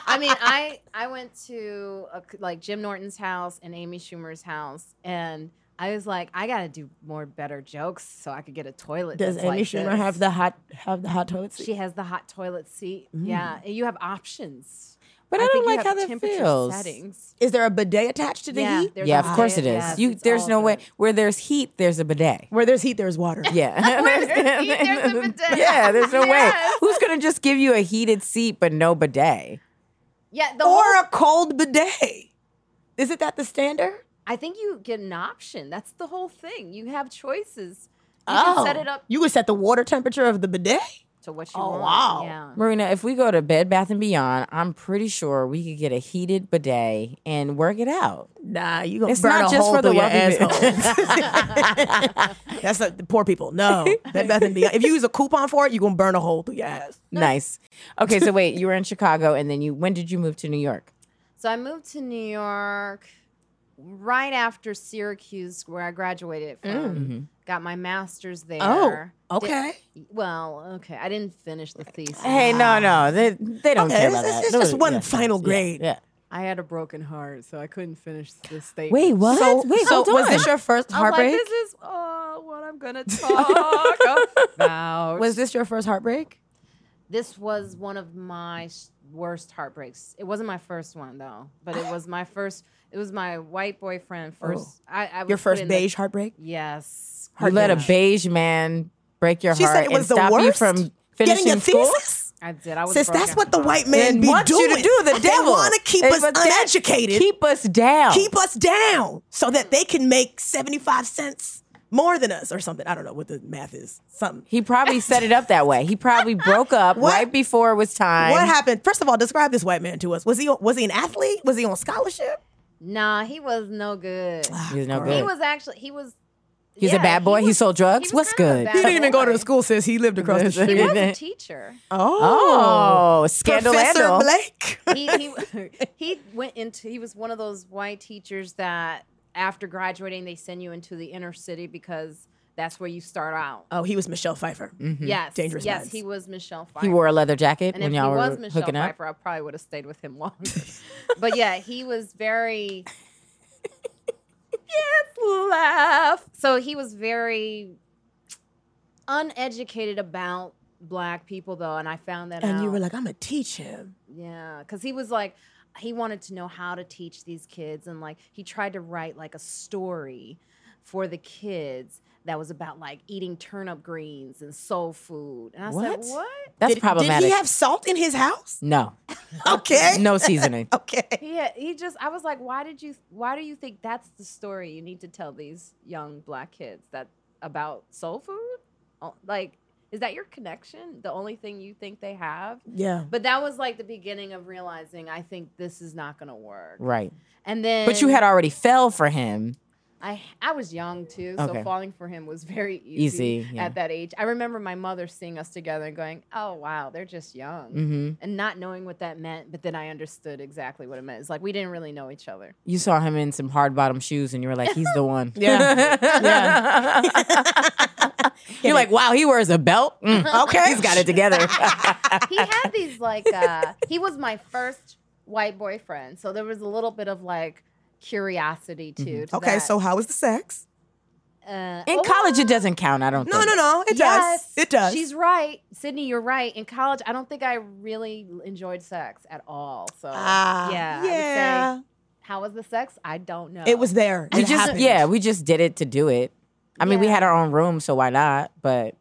[SPEAKER 4] I mean, I I went to a, like Jim Norton's house and Amy Schumer's house, and I was like, I gotta do more better jokes so I could get a toilet.
[SPEAKER 3] Does
[SPEAKER 4] that's
[SPEAKER 3] Amy
[SPEAKER 4] like
[SPEAKER 3] Schumer
[SPEAKER 4] this.
[SPEAKER 3] have the hot have the hot toilet seat? Mm.
[SPEAKER 4] She has the hot toilet seat. Yeah, and you have options.
[SPEAKER 2] But I, don't
[SPEAKER 4] think you
[SPEAKER 2] like
[SPEAKER 4] have
[SPEAKER 2] how that
[SPEAKER 4] temperature
[SPEAKER 2] feels.
[SPEAKER 4] Settings.
[SPEAKER 3] Is there a bidet attached to the
[SPEAKER 4] Yeah,
[SPEAKER 3] heat?
[SPEAKER 4] there's
[SPEAKER 2] Yeah,
[SPEAKER 4] a
[SPEAKER 2] of course it
[SPEAKER 4] bidet.
[SPEAKER 2] is.
[SPEAKER 4] Yes,
[SPEAKER 2] you,
[SPEAKER 4] it's
[SPEAKER 2] there's
[SPEAKER 4] all
[SPEAKER 2] no way.
[SPEAKER 4] good.
[SPEAKER 2] Where there's heat, there's a bidet.
[SPEAKER 3] Where there's heat, there's water.
[SPEAKER 2] Yeah. There's-
[SPEAKER 4] there's heat, there's a bidet.
[SPEAKER 2] Yeah, there's no
[SPEAKER 4] Yes.
[SPEAKER 2] way. Who's going to just give you a heated seat but no bidet?
[SPEAKER 4] Yeah, the
[SPEAKER 3] or
[SPEAKER 4] whole-
[SPEAKER 3] a cold bidet. Isn't that the standard?
[SPEAKER 4] I think you get an option. That's the whole thing. You have choices. You can set it up
[SPEAKER 3] You would set the water temperature of the bidet.
[SPEAKER 4] to what you
[SPEAKER 3] Oh,
[SPEAKER 4] want.
[SPEAKER 3] wow.
[SPEAKER 4] Yeah.
[SPEAKER 2] Marina, if we go to Bed Bath and Beyond, I'm pretty sure we could get a heated bidet and work it out.
[SPEAKER 3] Nah, you gonna
[SPEAKER 2] It's
[SPEAKER 3] burn
[SPEAKER 2] not
[SPEAKER 3] a
[SPEAKER 2] just
[SPEAKER 3] hole
[SPEAKER 2] for the
[SPEAKER 3] through your
[SPEAKER 2] wealthy people.
[SPEAKER 3] asshole. That's not- the poor people. No, Bed Bath and Beyond. If you use a coupon for it, you are gonna burn a hole through your ass.
[SPEAKER 2] Nice. Okay, so wait, you were in Chicago, and then you when did you move to New York?
[SPEAKER 4] So I moved to New York right after Syracuse, where I graduated from.
[SPEAKER 2] Mm-hmm.
[SPEAKER 4] Got my master's there.
[SPEAKER 3] Oh, okay.
[SPEAKER 4] Did- well, okay. I didn't finish the thesis.
[SPEAKER 2] Hey, no, no, they they don't
[SPEAKER 3] Okay,
[SPEAKER 2] care
[SPEAKER 3] it's-
[SPEAKER 2] about
[SPEAKER 3] it's-
[SPEAKER 2] that.
[SPEAKER 3] it's just
[SPEAKER 2] No,
[SPEAKER 3] one final grade.
[SPEAKER 2] Yeah.
[SPEAKER 4] I had a broken heart, so I couldn't finish the statement.
[SPEAKER 2] Wait, what?
[SPEAKER 3] So,
[SPEAKER 2] wait,
[SPEAKER 3] so
[SPEAKER 2] hold on.
[SPEAKER 3] was this your first
[SPEAKER 4] I was like,
[SPEAKER 3] heartbreak?
[SPEAKER 4] this is uh, what I'm gonna talk about.
[SPEAKER 3] was this your first heartbreak?
[SPEAKER 4] this was one of my s- worst heartbreaks. It wasn't my first one though, but it was my first. It was my white boyfriend
[SPEAKER 2] Oh.
[SPEAKER 4] first. I, I was
[SPEAKER 3] Your
[SPEAKER 4] put
[SPEAKER 3] first
[SPEAKER 4] in the-
[SPEAKER 3] beige heartbreak?
[SPEAKER 4] yes.
[SPEAKER 2] you let a
[SPEAKER 3] heartbreak.
[SPEAKER 2] beige man break your
[SPEAKER 3] She
[SPEAKER 2] heart
[SPEAKER 3] said it was the
[SPEAKER 2] and stop you
[SPEAKER 3] worst?
[SPEAKER 2] from
[SPEAKER 3] Getting
[SPEAKER 2] finishing
[SPEAKER 3] your
[SPEAKER 2] school? Oh,
[SPEAKER 3] thesis?
[SPEAKER 4] I did. I was.
[SPEAKER 3] Since that's
[SPEAKER 4] broken.
[SPEAKER 3] what the white man
[SPEAKER 2] They
[SPEAKER 3] be
[SPEAKER 2] want
[SPEAKER 3] doing.
[SPEAKER 2] you to do the devil.
[SPEAKER 3] They want to keep
[SPEAKER 2] They-
[SPEAKER 3] us
[SPEAKER 2] but that-
[SPEAKER 3] uneducated.
[SPEAKER 2] Keep us down.
[SPEAKER 3] keep us down so
[SPEAKER 2] Hmm.
[SPEAKER 3] that they can make 75 cents more than us or something. I don't know what the math is. Something.
[SPEAKER 2] He probably set it up that way. He probably broke up
[SPEAKER 3] What?
[SPEAKER 2] right before it was time.
[SPEAKER 3] What happened? First of all, describe this white man to us. Was he was he an athlete? Was he on scholarship?
[SPEAKER 4] Nah, he was no good.
[SPEAKER 2] Ah, He was no
[SPEAKER 3] Girl.
[SPEAKER 2] good.
[SPEAKER 4] he was actually. He was.
[SPEAKER 2] He's a
[SPEAKER 4] yeah,
[SPEAKER 2] bad boy. He,
[SPEAKER 4] was-
[SPEAKER 2] sold drugs.
[SPEAKER 4] was
[SPEAKER 2] What's
[SPEAKER 4] kind of a
[SPEAKER 2] good?
[SPEAKER 4] bad boy.
[SPEAKER 3] Says he lived across
[SPEAKER 2] the
[SPEAKER 4] He
[SPEAKER 2] street.
[SPEAKER 4] was a
[SPEAKER 2] didn't.
[SPEAKER 4] teacher.
[SPEAKER 2] Oh,
[SPEAKER 3] Professor
[SPEAKER 2] scandalando.
[SPEAKER 3] Blake.
[SPEAKER 4] he, he he went into he was one of those white teachers that after graduating they send you into the inner city because that's where you start out.
[SPEAKER 3] Oh, he was Michelle Pfeiffer.
[SPEAKER 4] Yes,
[SPEAKER 3] Dangerous
[SPEAKER 4] Yes,
[SPEAKER 3] Minds.
[SPEAKER 4] he was Michelle Pfeiffer.
[SPEAKER 2] Mm-hmm. He wore a leather jacket
[SPEAKER 4] and
[SPEAKER 2] when
[SPEAKER 4] if
[SPEAKER 2] y'all
[SPEAKER 4] he
[SPEAKER 2] were
[SPEAKER 4] was Michelle
[SPEAKER 2] hooking up.
[SPEAKER 4] Pfeiffer, I probably would have stayed with him longer. but yeah, he was very. yes, laugh. So he was very uneducated about black people, though, and I found that
[SPEAKER 3] And you
[SPEAKER 4] out.
[SPEAKER 3] were like, I'm gonna teach him.
[SPEAKER 4] Yeah, because he was like, he wanted to know how to teach these kids, and like he tried to write like a story for the kids that was about like eating turnip greens and soul food. And I
[SPEAKER 2] What?
[SPEAKER 4] said, what?
[SPEAKER 2] That's
[SPEAKER 3] did,
[SPEAKER 2] problematic.
[SPEAKER 3] Did he have salt in his house?
[SPEAKER 2] no,
[SPEAKER 3] Okay.
[SPEAKER 2] no seasoning.
[SPEAKER 3] Okay.
[SPEAKER 4] Yeah, he just. I was like, why did you? Why do you think that's the story you need to tell these young black kids that about soul food? Oh, Like, is that your connection? The only thing you think they have?
[SPEAKER 3] Yeah.
[SPEAKER 4] But that was like the beginning of realizing I think this is not gonna work.
[SPEAKER 2] Right.
[SPEAKER 4] And then,
[SPEAKER 2] But you had already fell for him.
[SPEAKER 4] I I was young too, so
[SPEAKER 2] Okay.
[SPEAKER 4] falling for him was very easy,
[SPEAKER 2] Easy, yeah.
[SPEAKER 4] at that age. I remember my mother seeing us together and going, "Oh wow, they're just young,"
[SPEAKER 2] hmm
[SPEAKER 4] and not knowing what that meant. But then I understood exactly what it meant. It's like we didn't really know each other.
[SPEAKER 2] You saw him in some hard bottom shoes, and you were like, "He's the one."
[SPEAKER 3] Yeah.
[SPEAKER 2] You're like, "Wow, he wears a belt. Mm,
[SPEAKER 3] Okay.
[SPEAKER 2] he's got it together."
[SPEAKER 4] He had these like uh, he was my first white boyfriend, so there was a little bit of like curiosity too. to
[SPEAKER 3] Mm-hmm. Okay,
[SPEAKER 4] that.
[SPEAKER 3] so how was the sex?
[SPEAKER 4] uh,
[SPEAKER 2] in
[SPEAKER 4] oh,
[SPEAKER 2] college, it doesn't count. I don't.
[SPEAKER 3] No,
[SPEAKER 2] think.
[SPEAKER 3] no, no. It
[SPEAKER 4] yes,
[SPEAKER 3] does. It does.
[SPEAKER 4] She's right, Sydney. You're right. In college, I don't think I really enjoyed sex at all. So
[SPEAKER 3] Ah,
[SPEAKER 4] yeah, I would say
[SPEAKER 3] yeah.
[SPEAKER 4] How was the sex? I don't know.
[SPEAKER 3] It was there.
[SPEAKER 2] We
[SPEAKER 3] It
[SPEAKER 2] just
[SPEAKER 3] happened.
[SPEAKER 2] yeah, we just did it to do it. I mean, we
[SPEAKER 4] Yeah.
[SPEAKER 2] had our own room, so why not? But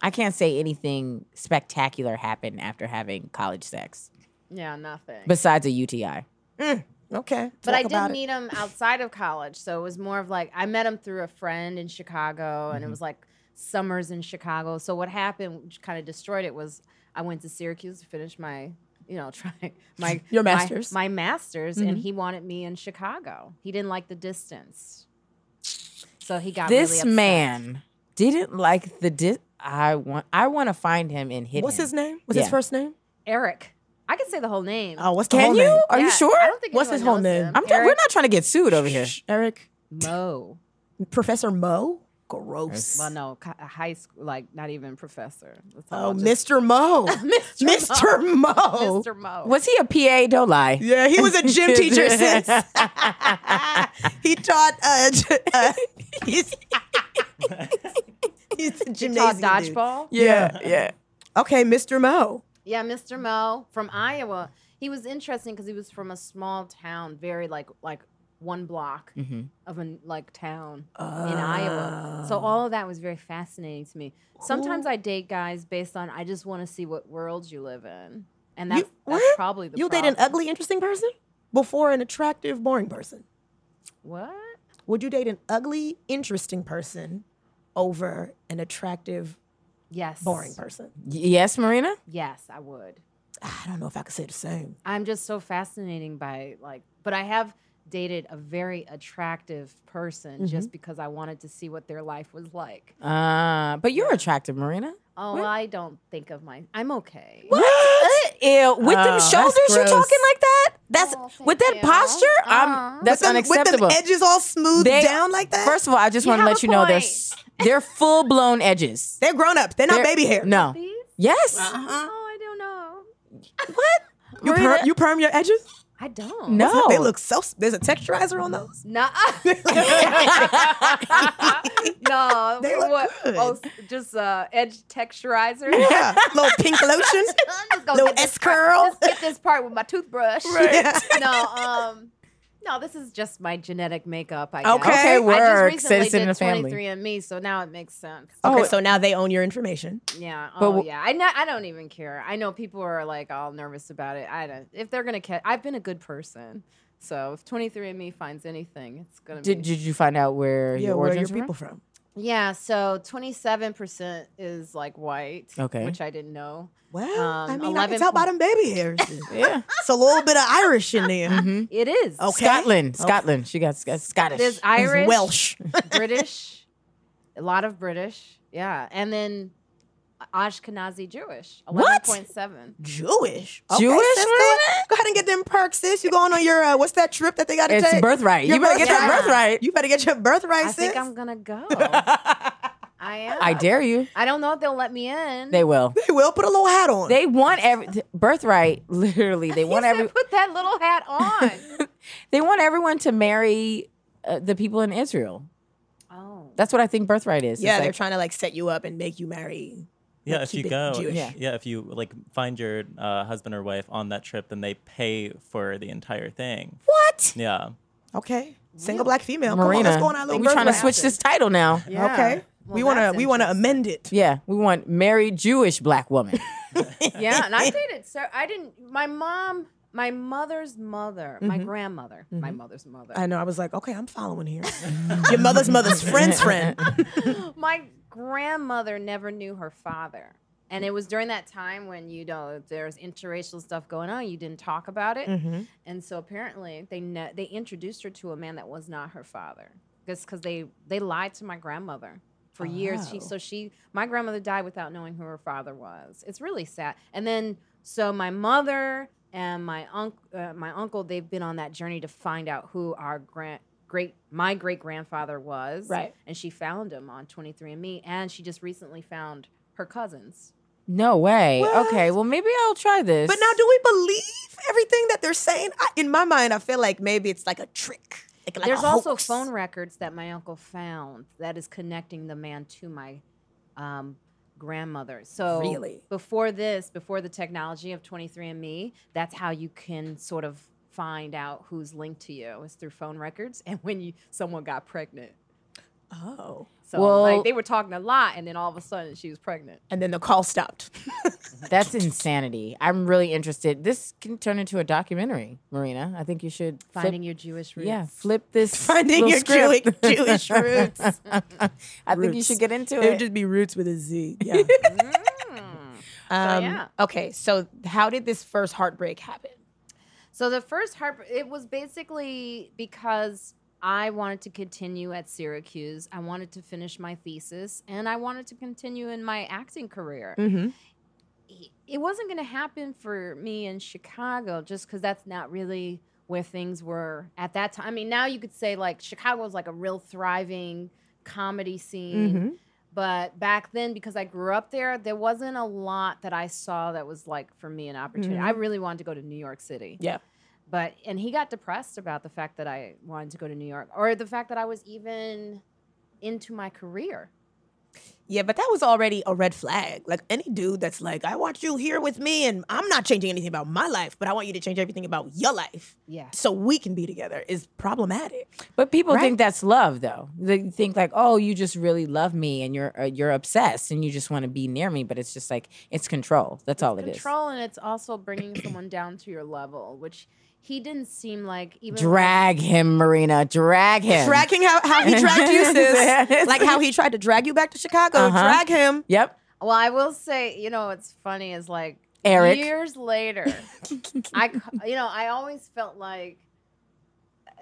[SPEAKER 2] I can't say anything spectacular happened after having college sex,
[SPEAKER 4] yeah, nothing. But,
[SPEAKER 2] besides a UTI.
[SPEAKER 3] Okay.
[SPEAKER 4] I
[SPEAKER 3] Talk
[SPEAKER 4] did
[SPEAKER 3] about it.
[SPEAKER 4] meet him outside of college, so it was more of like I met him through a friend in Chicago, and it
[SPEAKER 3] Mm-hmm.
[SPEAKER 4] was like summers in Chicago. So what happened, which kind of destroyed it, was I went to Syracuse to finish my. You know, try my
[SPEAKER 3] Your
[SPEAKER 4] my-
[SPEAKER 3] masters. Mm-hmm.
[SPEAKER 4] my, masters, and he wanted me in Chicago. He didn't like the distance, so he got really
[SPEAKER 2] This
[SPEAKER 4] upset.
[SPEAKER 2] man didn't like the di- I want I want to find him and hit
[SPEAKER 3] What's
[SPEAKER 2] him.
[SPEAKER 3] his name? What's
[SPEAKER 2] Yeah.
[SPEAKER 3] his first name?
[SPEAKER 4] Eric. I can say the whole name.
[SPEAKER 3] Oh, what's the
[SPEAKER 2] Can
[SPEAKER 3] whole
[SPEAKER 2] you?
[SPEAKER 3] name?
[SPEAKER 2] Are you
[SPEAKER 4] Yeah,
[SPEAKER 2] sure?
[SPEAKER 4] I don't think
[SPEAKER 3] What's his
[SPEAKER 4] anyone
[SPEAKER 3] whole
[SPEAKER 4] knows
[SPEAKER 3] name?
[SPEAKER 4] him.
[SPEAKER 2] I'm not, we're
[SPEAKER 4] Eric
[SPEAKER 2] not trying to get sued over here.
[SPEAKER 3] Eric
[SPEAKER 4] Mo.
[SPEAKER 3] Professor Mo. Gross.
[SPEAKER 4] Well, no, co- a high school, like not even professor. That's all
[SPEAKER 3] Oh,
[SPEAKER 4] I'll just-
[SPEAKER 3] Mr. Mo. Mr. Mo.
[SPEAKER 4] Mr. Mo.
[SPEAKER 2] Was he a PA? Don't lie.
[SPEAKER 3] Yeah, he was a gym teacher since. he taught uh, j- uh he's, he's a
[SPEAKER 4] He taught
[SPEAKER 3] gymnasium dude.
[SPEAKER 4] dodgeball?
[SPEAKER 2] yeah, yeah.
[SPEAKER 3] Okay, Mr. Mo.
[SPEAKER 4] Yeah, Mr. Mo from Iowa. He was interesting because he was from a small town, very like like one block
[SPEAKER 3] Mm-hmm.
[SPEAKER 4] of a like town in Iowa.
[SPEAKER 3] Oh.
[SPEAKER 4] So all of that was very fascinating to me. Sometimes I date guys based on I just want to see what world you live in. and that's,
[SPEAKER 3] You-
[SPEAKER 4] that's
[SPEAKER 3] what?
[SPEAKER 4] probably the
[SPEAKER 3] you date an
[SPEAKER 4] problem.
[SPEAKER 3] ugly, interesting person before an attractive, boring person.
[SPEAKER 4] what?
[SPEAKER 3] Would you date an ugly, interesting person over an attractive,
[SPEAKER 4] Yes,
[SPEAKER 3] boring person?
[SPEAKER 2] yes, Marina.
[SPEAKER 4] Yes, I would.
[SPEAKER 3] I don't know if I could say the same.
[SPEAKER 4] I'm just so fascinating by like, but I have dated a very attractive person
[SPEAKER 3] Mm-hmm.
[SPEAKER 4] just because I wanted to see what their life was like.
[SPEAKER 2] Uh, but you're attractive, Marina.
[SPEAKER 4] Oh, I don't think of my. I'm okay.
[SPEAKER 2] What? Uh, Ew, with them
[SPEAKER 3] Oh, that's
[SPEAKER 2] shoulders, you're
[SPEAKER 3] gross.
[SPEAKER 2] talking like that? That's
[SPEAKER 4] Oh, thank
[SPEAKER 2] with that
[SPEAKER 4] you. Uh-huh.
[SPEAKER 2] posture.
[SPEAKER 4] Aw.
[SPEAKER 2] I'm, that's
[SPEAKER 3] with them,
[SPEAKER 2] unacceptable.
[SPEAKER 3] With them edges all smoothed
[SPEAKER 2] They-
[SPEAKER 3] down like that.
[SPEAKER 2] First of all, I just
[SPEAKER 4] You
[SPEAKER 2] want to
[SPEAKER 4] have
[SPEAKER 2] let
[SPEAKER 4] a
[SPEAKER 2] you know they're
[SPEAKER 4] point.
[SPEAKER 2] s- they're full blown edges.
[SPEAKER 3] they're grown ups. They're not
[SPEAKER 2] They're-
[SPEAKER 3] baby hair. Uh-huh.
[SPEAKER 2] No.
[SPEAKER 4] These?
[SPEAKER 2] Yes.
[SPEAKER 3] Uh-uh.
[SPEAKER 4] Oh, I don't know.
[SPEAKER 2] What?
[SPEAKER 3] You perm,
[SPEAKER 2] Marina-
[SPEAKER 3] you perm your edges?
[SPEAKER 4] I don't.
[SPEAKER 2] no.
[SPEAKER 3] They look so. There's a texturizer on those.
[SPEAKER 4] No. no.
[SPEAKER 3] They look
[SPEAKER 4] what?
[SPEAKER 3] good.
[SPEAKER 4] Oh, s- just uh, edge texturizer.
[SPEAKER 3] Yeah, little pink lotion.
[SPEAKER 4] I'm just gonna
[SPEAKER 3] Little
[SPEAKER 4] get this
[SPEAKER 3] S
[SPEAKER 4] part-
[SPEAKER 3] curl.
[SPEAKER 4] Just get this part with my toothbrush.
[SPEAKER 3] Yeah.
[SPEAKER 4] No, um, no, this is just my genetic makeup. I
[SPEAKER 3] Okay. I
[SPEAKER 4] guess.
[SPEAKER 2] okay,
[SPEAKER 3] just
[SPEAKER 2] work.
[SPEAKER 4] I just
[SPEAKER 2] Says
[SPEAKER 4] recently
[SPEAKER 2] it in
[SPEAKER 4] did
[SPEAKER 2] the family.
[SPEAKER 4] 23 and me, so now it makes sense.
[SPEAKER 3] Okay,
[SPEAKER 2] Oh.
[SPEAKER 3] so now they own your information.
[SPEAKER 4] Yeah.
[SPEAKER 2] But
[SPEAKER 4] oh,
[SPEAKER 2] w-
[SPEAKER 4] yeah. I know. I don't even care. I know people are like all nervous about it. I don't. If they're gonna catch, I've been a good person. So if 23andMe finds anything, it's gonna
[SPEAKER 2] Did,
[SPEAKER 4] be.
[SPEAKER 2] did you find out where
[SPEAKER 3] Yeah,
[SPEAKER 2] your
[SPEAKER 3] where are your
[SPEAKER 2] origins were?
[SPEAKER 3] people from?
[SPEAKER 4] yeah. So 27% is like white.
[SPEAKER 2] Okay.
[SPEAKER 4] Which I didn't know.
[SPEAKER 3] Well,
[SPEAKER 4] Um,
[SPEAKER 3] I mean, I
[SPEAKER 4] 11
[SPEAKER 3] can tell by them baby hairs.
[SPEAKER 2] Yeah.
[SPEAKER 3] it's a little bit of Irish in there.
[SPEAKER 2] hmm
[SPEAKER 4] It is.
[SPEAKER 3] Okay.
[SPEAKER 2] Scotland. Scotland. She got sc- Scottish.
[SPEAKER 4] There's Irish,
[SPEAKER 3] It's Welsh.
[SPEAKER 4] British, a lot of British. Yeah. And then uh, Ashkenazi Jewish.
[SPEAKER 2] What?
[SPEAKER 4] 11.7.
[SPEAKER 3] Jewish.
[SPEAKER 2] Jewish,
[SPEAKER 3] sis, go,
[SPEAKER 2] Marina?
[SPEAKER 3] go ahead and get them perks, sis. You going on your uh, what's that trip that they got to
[SPEAKER 2] it's
[SPEAKER 3] take?
[SPEAKER 2] birthright.
[SPEAKER 3] Your
[SPEAKER 2] You better get your
[SPEAKER 4] birthright.
[SPEAKER 2] birthright.
[SPEAKER 3] You better get your birthright,
[SPEAKER 4] I
[SPEAKER 3] sis.
[SPEAKER 4] think I'm going to go. I am.
[SPEAKER 2] I dare you.
[SPEAKER 4] I don't know if they'll let me in.
[SPEAKER 2] They will.
[SPEAKER 3] they will put a little hat on.
[SPEAKER 2] They want every birthright. Literally, they
[SPEAKER 4] He
[SPEAKER 2] want
[SPEAKER 4] said,
[SPEAKER 2] every.
[SPEAKER 4] put that little hat on.
[SPEAKER 2] They want everyone to marry uh, the people in Israel.
[SPEAKER 4] oh.
[SPEAKER 2] That's what I think birthright is. It's
[SPEAKER 3] yeah, they're
[SPEAKER 2] like-
[SPEAKER 3] trying to like set you up and make you marry.
[SPEAKER 5] Yeah,
[SPEAKER 3] Like,
[SPEAKER 5] if
[SPEAKER 3] keep
[SPEAKER 5] you
[SPEAKER 3] it
[SPEAKER 5] go,
[SPEAKER 3] Jewish.
[SPEAKER 5] yeah. if you like find your uh, husband or wife on that trip, then they pay for the entire thing.
[SPEAKER 3] What?
[SPEAKER 5] Yeah,
[SPEAKER 3] Okay. Single black female. Come on,
[SPEAKER 2] Marina.
[SPEAKER 3] let's go on our little
[SPEAKER 2] we trying to
[SPEAKER 3] birthright.
[SPEAKER 2] switch this title now.
[SPEAKER 4] Yeah.
[SPEAKER 3] Okay.
[SPEAKER 4] Well,
[SPEAKER 3] we want to
[SPEAKER 4] that's
[SPEAKER 3] we want to amend it.
[SPEAKER 2] Yeah, we want married Jewish black woman.
[SPEAKER 4] yeah, and I dated. So I didn't. My mom, my mother's mother, my
[SPEAKER 2] Mm-hmm.
[SPEAKER 4] grandmother, my mother's mother,
[SPEAKER 3] I know. I was like, okay, I'm following here. your mother's mother's friend's friend.
[SPEAKER 4] my grandmother never knew her father. And it was during that time when, you know, there's interracial stuff going on. You didn't talk about
[SPEAKER 2] Mm-hmm.
[SPEAKER 4] it. And so apparently they ne- they introduced her to a man that was not her father. Just because they, they lied to my grandmother for years. She,
[SPEAKER 3] Oh.
[SPEAKER 4] so she, my grandmother died without knowing who her father was. It's really sad. And then, so my mother and my, unc uh, my uncle, they've been on that journey to find out who our grand, great, my great grandfather was
[SPEAKER 3] Right.
[SPEAKER 4] and she found him on 23andMe, and she just recently found her cousins.
[SPEAKER 2] No way.
[SPEAKER 3] What?
[SPEAKER 2] Okay, well maybe I'll try this.
[SPEAKER 3] But now, do we believe everything that they're saying? I, in my mind, I feel like maybe it's like a trick. Like, like
[SPEAKER 4] There's
[SPEAKER 3] a
[SPEAKER 4] also
[SPEAKER 3] hoax.
[SPEAKER 4] phone records that my uncle found that is connecting the man to my um, grandmother. So
[SPEAKER 3] Really?
[SPEAKER 4] before this, before the technology of 23andMe, that's how you can sort of find out who's linked to you is through phone records and when you someone got pregnant.
[SPEAKER 3] Oh,
[SPEAKER 4] So
[SPEAKER 2] Well-
[SPEAKER 4] like they were talking a lot and then all of a sudden she was pregnant.
[SPEAKER 3] and then the call stopped.
[SPEAKER 2] That's insanity. I'm really interested. This can turn into a documentary, Marina. I think you should flip-
[SPEAKER 4] Finding your Jewish roots.
[SPEAKER 2] Yeah, flip this.
[SPEAKER 3] Finding
[SPEAKER 2] little
[SPEAKER 3] your Jewish,
[SPEAKER 2] script.
[SPEAKER 3] Jewish roots.
[SPEAKER 2] I think you
[SPEAKER 3] Roots.
[SPEAKER 2] should get into
[SPEAKER 3] It would
[SPEAKER 2] it.
[SPEAKER 3] just be roots with a Z. Yeah. Mm. um,
[SPEAKER 4] yeah.
[SPEAKER 3] Okay, so how did this first heartbreak happen?
[SPEAKER 4] So the first heart, it was basically because I wanted to continue at Syracuse. I wanted to finish my thesis, and I wanted to continue in my acting career.
[SPEAKER 3] Mm-hmm.
[SPEAKER 4] It wasn't going to happen for me in Chicago, just because that's not really where things were at that time. I mean, now you could say like Chicago was like a real thriving comedy scene.
[SPEAKER 3] mm-hmm.
[SPEAKER 4] But back then, because I grew up there, there wasn't a lot that I saw that was like for me an opportunity. I
[SPEAKER 2] Mm-hmm.
[SPEAKER 4] really wanted to go to New York City
[SPEAKER 3] Yeah.
[SPEAKER 4] but and he got depressed about the fact that I wanted to go to New York or the fact that I was even into my career.
[SPEAKER 3] Yeah, but that was already a red flag. Like any dude that's like, I want you here with me and I'm not changing anything about my life, but I want you to change everything about your life.
[SPEAKER 4] Yeah.
[SPEAKER 3] So we can be together is problematic.
[SPEAKER 2] But people
[SPEAKER 3] Right.
[SPEAKER 2] think that's love, though. They think like, "Oh, you just really love me, and you're uh, you're obsessed, and you just want to be near me." But it's just like it's control. That's all it is.
[SPEAKER 4] Control, and it's also bringing someone down to your level, which he didn't seem like even when-
[SPEAKER 2] Drag him, Marina. Drag him.
[SPEAKER 3] Dragging how, how he dragged you,
[SPEAKER 2] Yes.
[SPEAKER 3] sis. like how he tried to drag you back to Chicago.
[SPEAKER 2] Uh-huh.
[SPEAKER 3] Drag him.
[SPEAKER 2] Yep.
[SPEAKER 4] Well, I will say, you know, what's funny is like
[SPEAKER 2] Eric.
[SPEAKER 4] years later, I, c- you know, I always felt like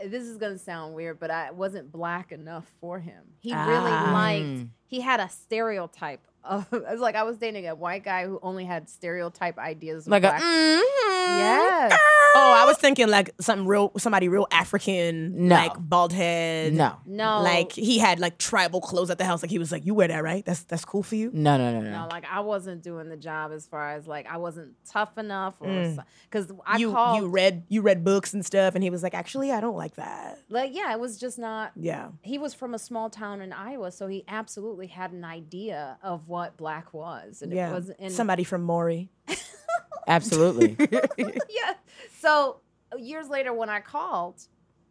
[SPEAKER 4] this is gonna sound weird, but I wasn't black enough for him. He really
[SPEAKER 3] Ah.
[SPEAKER 4] liked. He had a stereotype. Of, I was like, I was dating a white guy who only had stereotype ideas. of
[SPEAKER 2] Like a.
[SPEAKER 4] black-
[SPEAKER 2] mm,
[SPEAKER 4] yes,
[SPEAKER 3] Oh, I was thinking like something real, somebody real African,
[SPEAKER 2] No.
[SPEAKER 3] like bald head.
[SPEAKER 2] no.
[SPEAKER 4] no,
[SPEAKER 3] Like he had like tribal clothes at the house. Like he was like, you wear that, right? That's that's cool for you.
[SPEAKER 2] No. No. No. No.
[SPEAKER 4] No, like I wasn't doing the job as far as like I wasn't tough enough, or
[SPEAKER 3] Mm.
[SPEAKER 4] because I
[SPEAKER 3] you
[SPEAKER 4] called.
[SPEAKER 3] you read you read books and stuff, and he was like, actually, I don't like that.
[SPEAKER 4] like yeah, it was just not.
[SPEAKER 3] Yeah.
[SPEAKER 4] He was from a small town in Iowa, so he absolutely had an idea of what black was, and
[SPEAKER 3] yeah.
[SPEAKER 4] it was and
[SPEAKER 3] Somebody from Maury.
[SPEAKER 2] Absolutely.
[SPEAKER 4] yeah. So years later, when I called,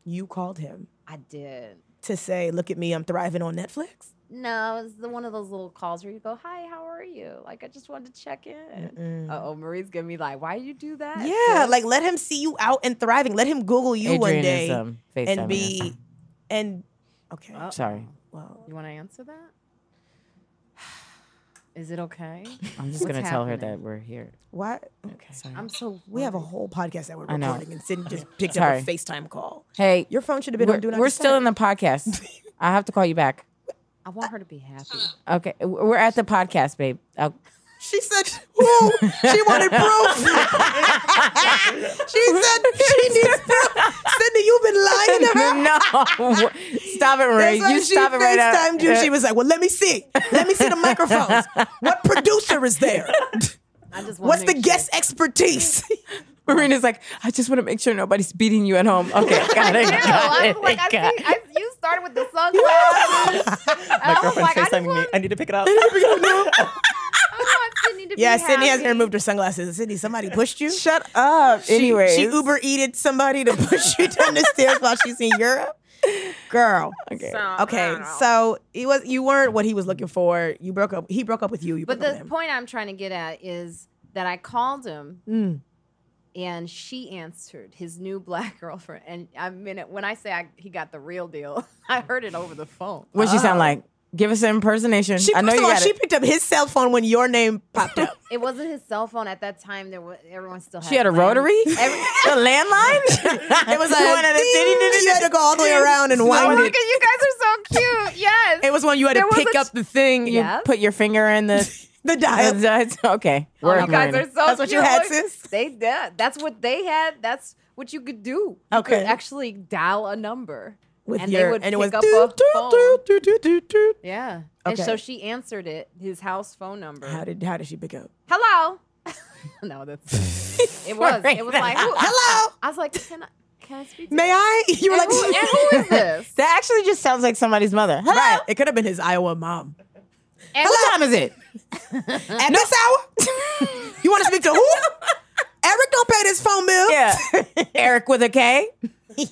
[SPEAKER 3] You called him
[SPEAKER 4] I did.
[SPEAKER 3] to say, look at me, I'm thriving on Netflix.
[SPEAKER 4] No, it's the one of those little calls where you go, "Hi, how are you?" Like I just wanted to check in.
[SPEAKER 3] Mm.
[SPEAKER 4] Uh oh, Marie's gonna be like, "Why do you do that?"
[SPEAKER 3] Yeah,
[SPEAKER 4] sis?"
[SPEAKER 3] like let him see you out and thriving. Let him Google you one
[SPEAKER 2] Adrian
[SPEAKER 3] day
[SPEAKER 2] is, um, FaceTiming
[SPEAKER 3] and
[SPEAKER 2] us.
[SPEAKER 3] be and okay.
[SPEAKER 4] Uh-oh.
[SPEAKER 2] Sorry.
[SPEAKER 3] Well,
[SPEAKER 4] You want to answer that? Is it okay?
[SPEAKER 2] I'm just
[SPEAKER 4] What's
[SPEAKER 2] gonna tell her
[SPEAKER 4] happening?
[SPEAKER 2] that we're here.
[SPEAKER 3] why?
[SPEAKER 2] Okay. Sorry.
[SPEAKER 4] I'm so.
[SPEAKER 3] We have a
[SPEAKER 4] worried.
[SPEAKER 3] whole podcast that we're
[SPEAKER 2] I know.
[SPEAKER 3] recording, and Sydney just picked
[SPEAKER 2] Sorry.
[SPEAKER 3] up a FaceTime call.
[SPEAKER 2] Hey,
[SPEAKER 3] Your phone should have been
[SPEAKER 2] we're,
[SPEAKER 3] on do not
[SPEAKER 2] we're still in the
[SPEAKER 3] disturb.
[SPEAKER 2] podcast. I have to call you back.
[SPEAKER 4] I want her to be happy.
[SPEAKER 2] Okay, w- we're at the podcast, babe. Oh, I'll-
[SPEAKER 3] She said, "Who? She wanted proof." she said, "She needs proof." Sydney, you've been lying to her.
[SPEAKER 2] no, stop it, Marie.
[SPEAKER 3] That's why
[SPEAKER 2] You
[SPEAKER 3] she
[SPEAKER 2] stop it right now. Uh,
[SPEAKER 3] FaceTimed you. She was like, "Well, let me see. Let me see the microphones. What producer is there?
[SPEAKER 4] I just. wanna
[SPEAKER 3] What's the
[SPEAKER 4] make sure-
[SPEAKER 3] guest expertise?"
[SPEAKER 2] Marina's like, I just want to make sure nobody's beating you at home. Okay, got it.
[SPEAKER 4] Ew,
[SPEAKER 2] got
[SPEAKER 4] I'm
[SPEAKER 2] it,
[SPEAKER 4] like, I
[SPEAKER 2] got
[SPEAKER 4] see,
[SPEAKER 2] it.
[SPEAKER 4] I, you started with the sunglasses. And
[SPEAKER 5] My
[SPEAKER 3] Oh
[SPEAKER 4] I was
[SPEAKER 5] girlfriend's
[SPEAKER 4] like, I just
[SPEAKER 5] FaceTiming me.
[SPEAKER 4] want-
[SPEAKER 5] I need to pick it up.
[SPEAKER 4] I want Sydney to be
[SPEAKER 3] Yeah, Sydney
[SPEAKER 4] happy.
[SPEAKER 3] hasn't removed her sunglasses. Sydney, somebody pushed you.
[SPEAKER 2] Shut up. Anyway,
[SPEAKER 3] she Uber eated somebody to push you down the stairs while she's in Europe. Girl. Okay. Okay. So it was you weren't what he was looking for. You broke up. He broke up with you. You
[SPEAKER 4] But
[SPEAKER 3] broke up
[SPEAKER 4] the
[SPEAKER 3] with him.
[SPEAKER 4] point I'm trying to get at is that I called him
[SPEAKER 3] Mm.
[SPEAKER 4] and she answered his new black girlfriend. And I mean, it- when I say I, he got the real deal, I heard it over the phone.
[SPEAKER 2] what she sound like? Give us an impersonation.
[SPEAKER 3] um, She,
[SPEAKER 2] I know
[SPEAKER 3] first
[SPEAKER 2] you
[SPEAKER 3] of all,
[SPEAKER 2] got
[SPEAKER 3] she
[SPEAKER 2] it.
[SPEAKER 3] picked up his cell phone when your name popped up.
[SPEAKER 4] It wasn't his cell phone at that time. There was everyone still.
[SPEAKER 2] She had a
[SPEAKER 4] land-
[SPEAKER 2] rotary,
[SPEAKER 4] Every-
[SPEAKER 2] a landline.
[SPEAKER 3] It was like
[SPEAKER 2] You wanted a
[SPEAKER 3] ding. you had to go all the way around and
[SPEAKER 4] Oh,
[SPEAKER 3] wind
[SPEAKER 4] look
[SPEAKER 3] it.
[SPEAKER 4] at you guys are so cute. Yes.
[SPEAKER 3] It was when you had
[SPEAKER 4] There
[SPEAKER 3] to
[SPEAKER 4] was
[SPEAKER 3] pick
[SPEAKER 4] a
[SPEAKER 3] up the thing.
[SPEAKER 2] You
[SPEAKER 3] You,
[SPEAKER 4] Yeah.
[SPEAKER 2] put your finger in the.
[SPEAKER 3] the dial.
[SPEAKER 2] okay,
[SPEAKER 4] Oh,
[SPEAKER 2] Word,
[SPEAKER 4] you guys
[SPEAKER 2] Marina.
[SPEAKER 4] are so
[SPEAKER 3] That's what you
[SPEAKER 4] cute.
[SPEAKER 3] had, sis?
[SPEAKER 4] They did. That's what they had. That's what you could do. You
[SPEAKER 3] Okay.
[SPEAKER 4] could actually dial a number.
[SPEAKER 3] With
[SPEAKER 4] and
[SPEAKER 3] your
[SPEAKER 4] they would
[SPEAKER 3] and
[SPEAKER 4] pick
[SPEAKER 3] it was
[SPEAKER 4] up
[SPEAKER 3] doo,
[SPEAKER 4] a
[SPEAKER 3] doo,
[SPEAKER 4] phone.
[SPEAKER 3] doo, doo, doo, doo, doo.
[SPEAKER 4] Yeah. And
[SPEAKER 3] Okay.
[SPEAKER 4] so she answered it, his house phone number.
[SPEAKER 3] How did how did she pick up?
[SPEAKER 4] Hello. no, that's it was. It was like who-
[SPEAKER 3] Hello.
[SPEAKER 4] I was like, can I can I speak to
[SPEAKER 3] May
[SPEAKER 4] you?
[SPEAKER 3] I? You were
[SPEAKER 4] And
[SPEAKER 3] like,
[SPEAKER 4] who, and who is this?
[SPEAKER 2] That actually just sounds like somebody's mother. Hello.
[SPEAKER 3] Right. It could have been his Iowa mom.
[SPEAKER 4] And
[SPEAKER 2] What time is it?
[SPEAKER 3] At this hour? you want to speak to who? Eric don't pay this phone bill.
[SPEAKER 2] Yeah. Eric with a K.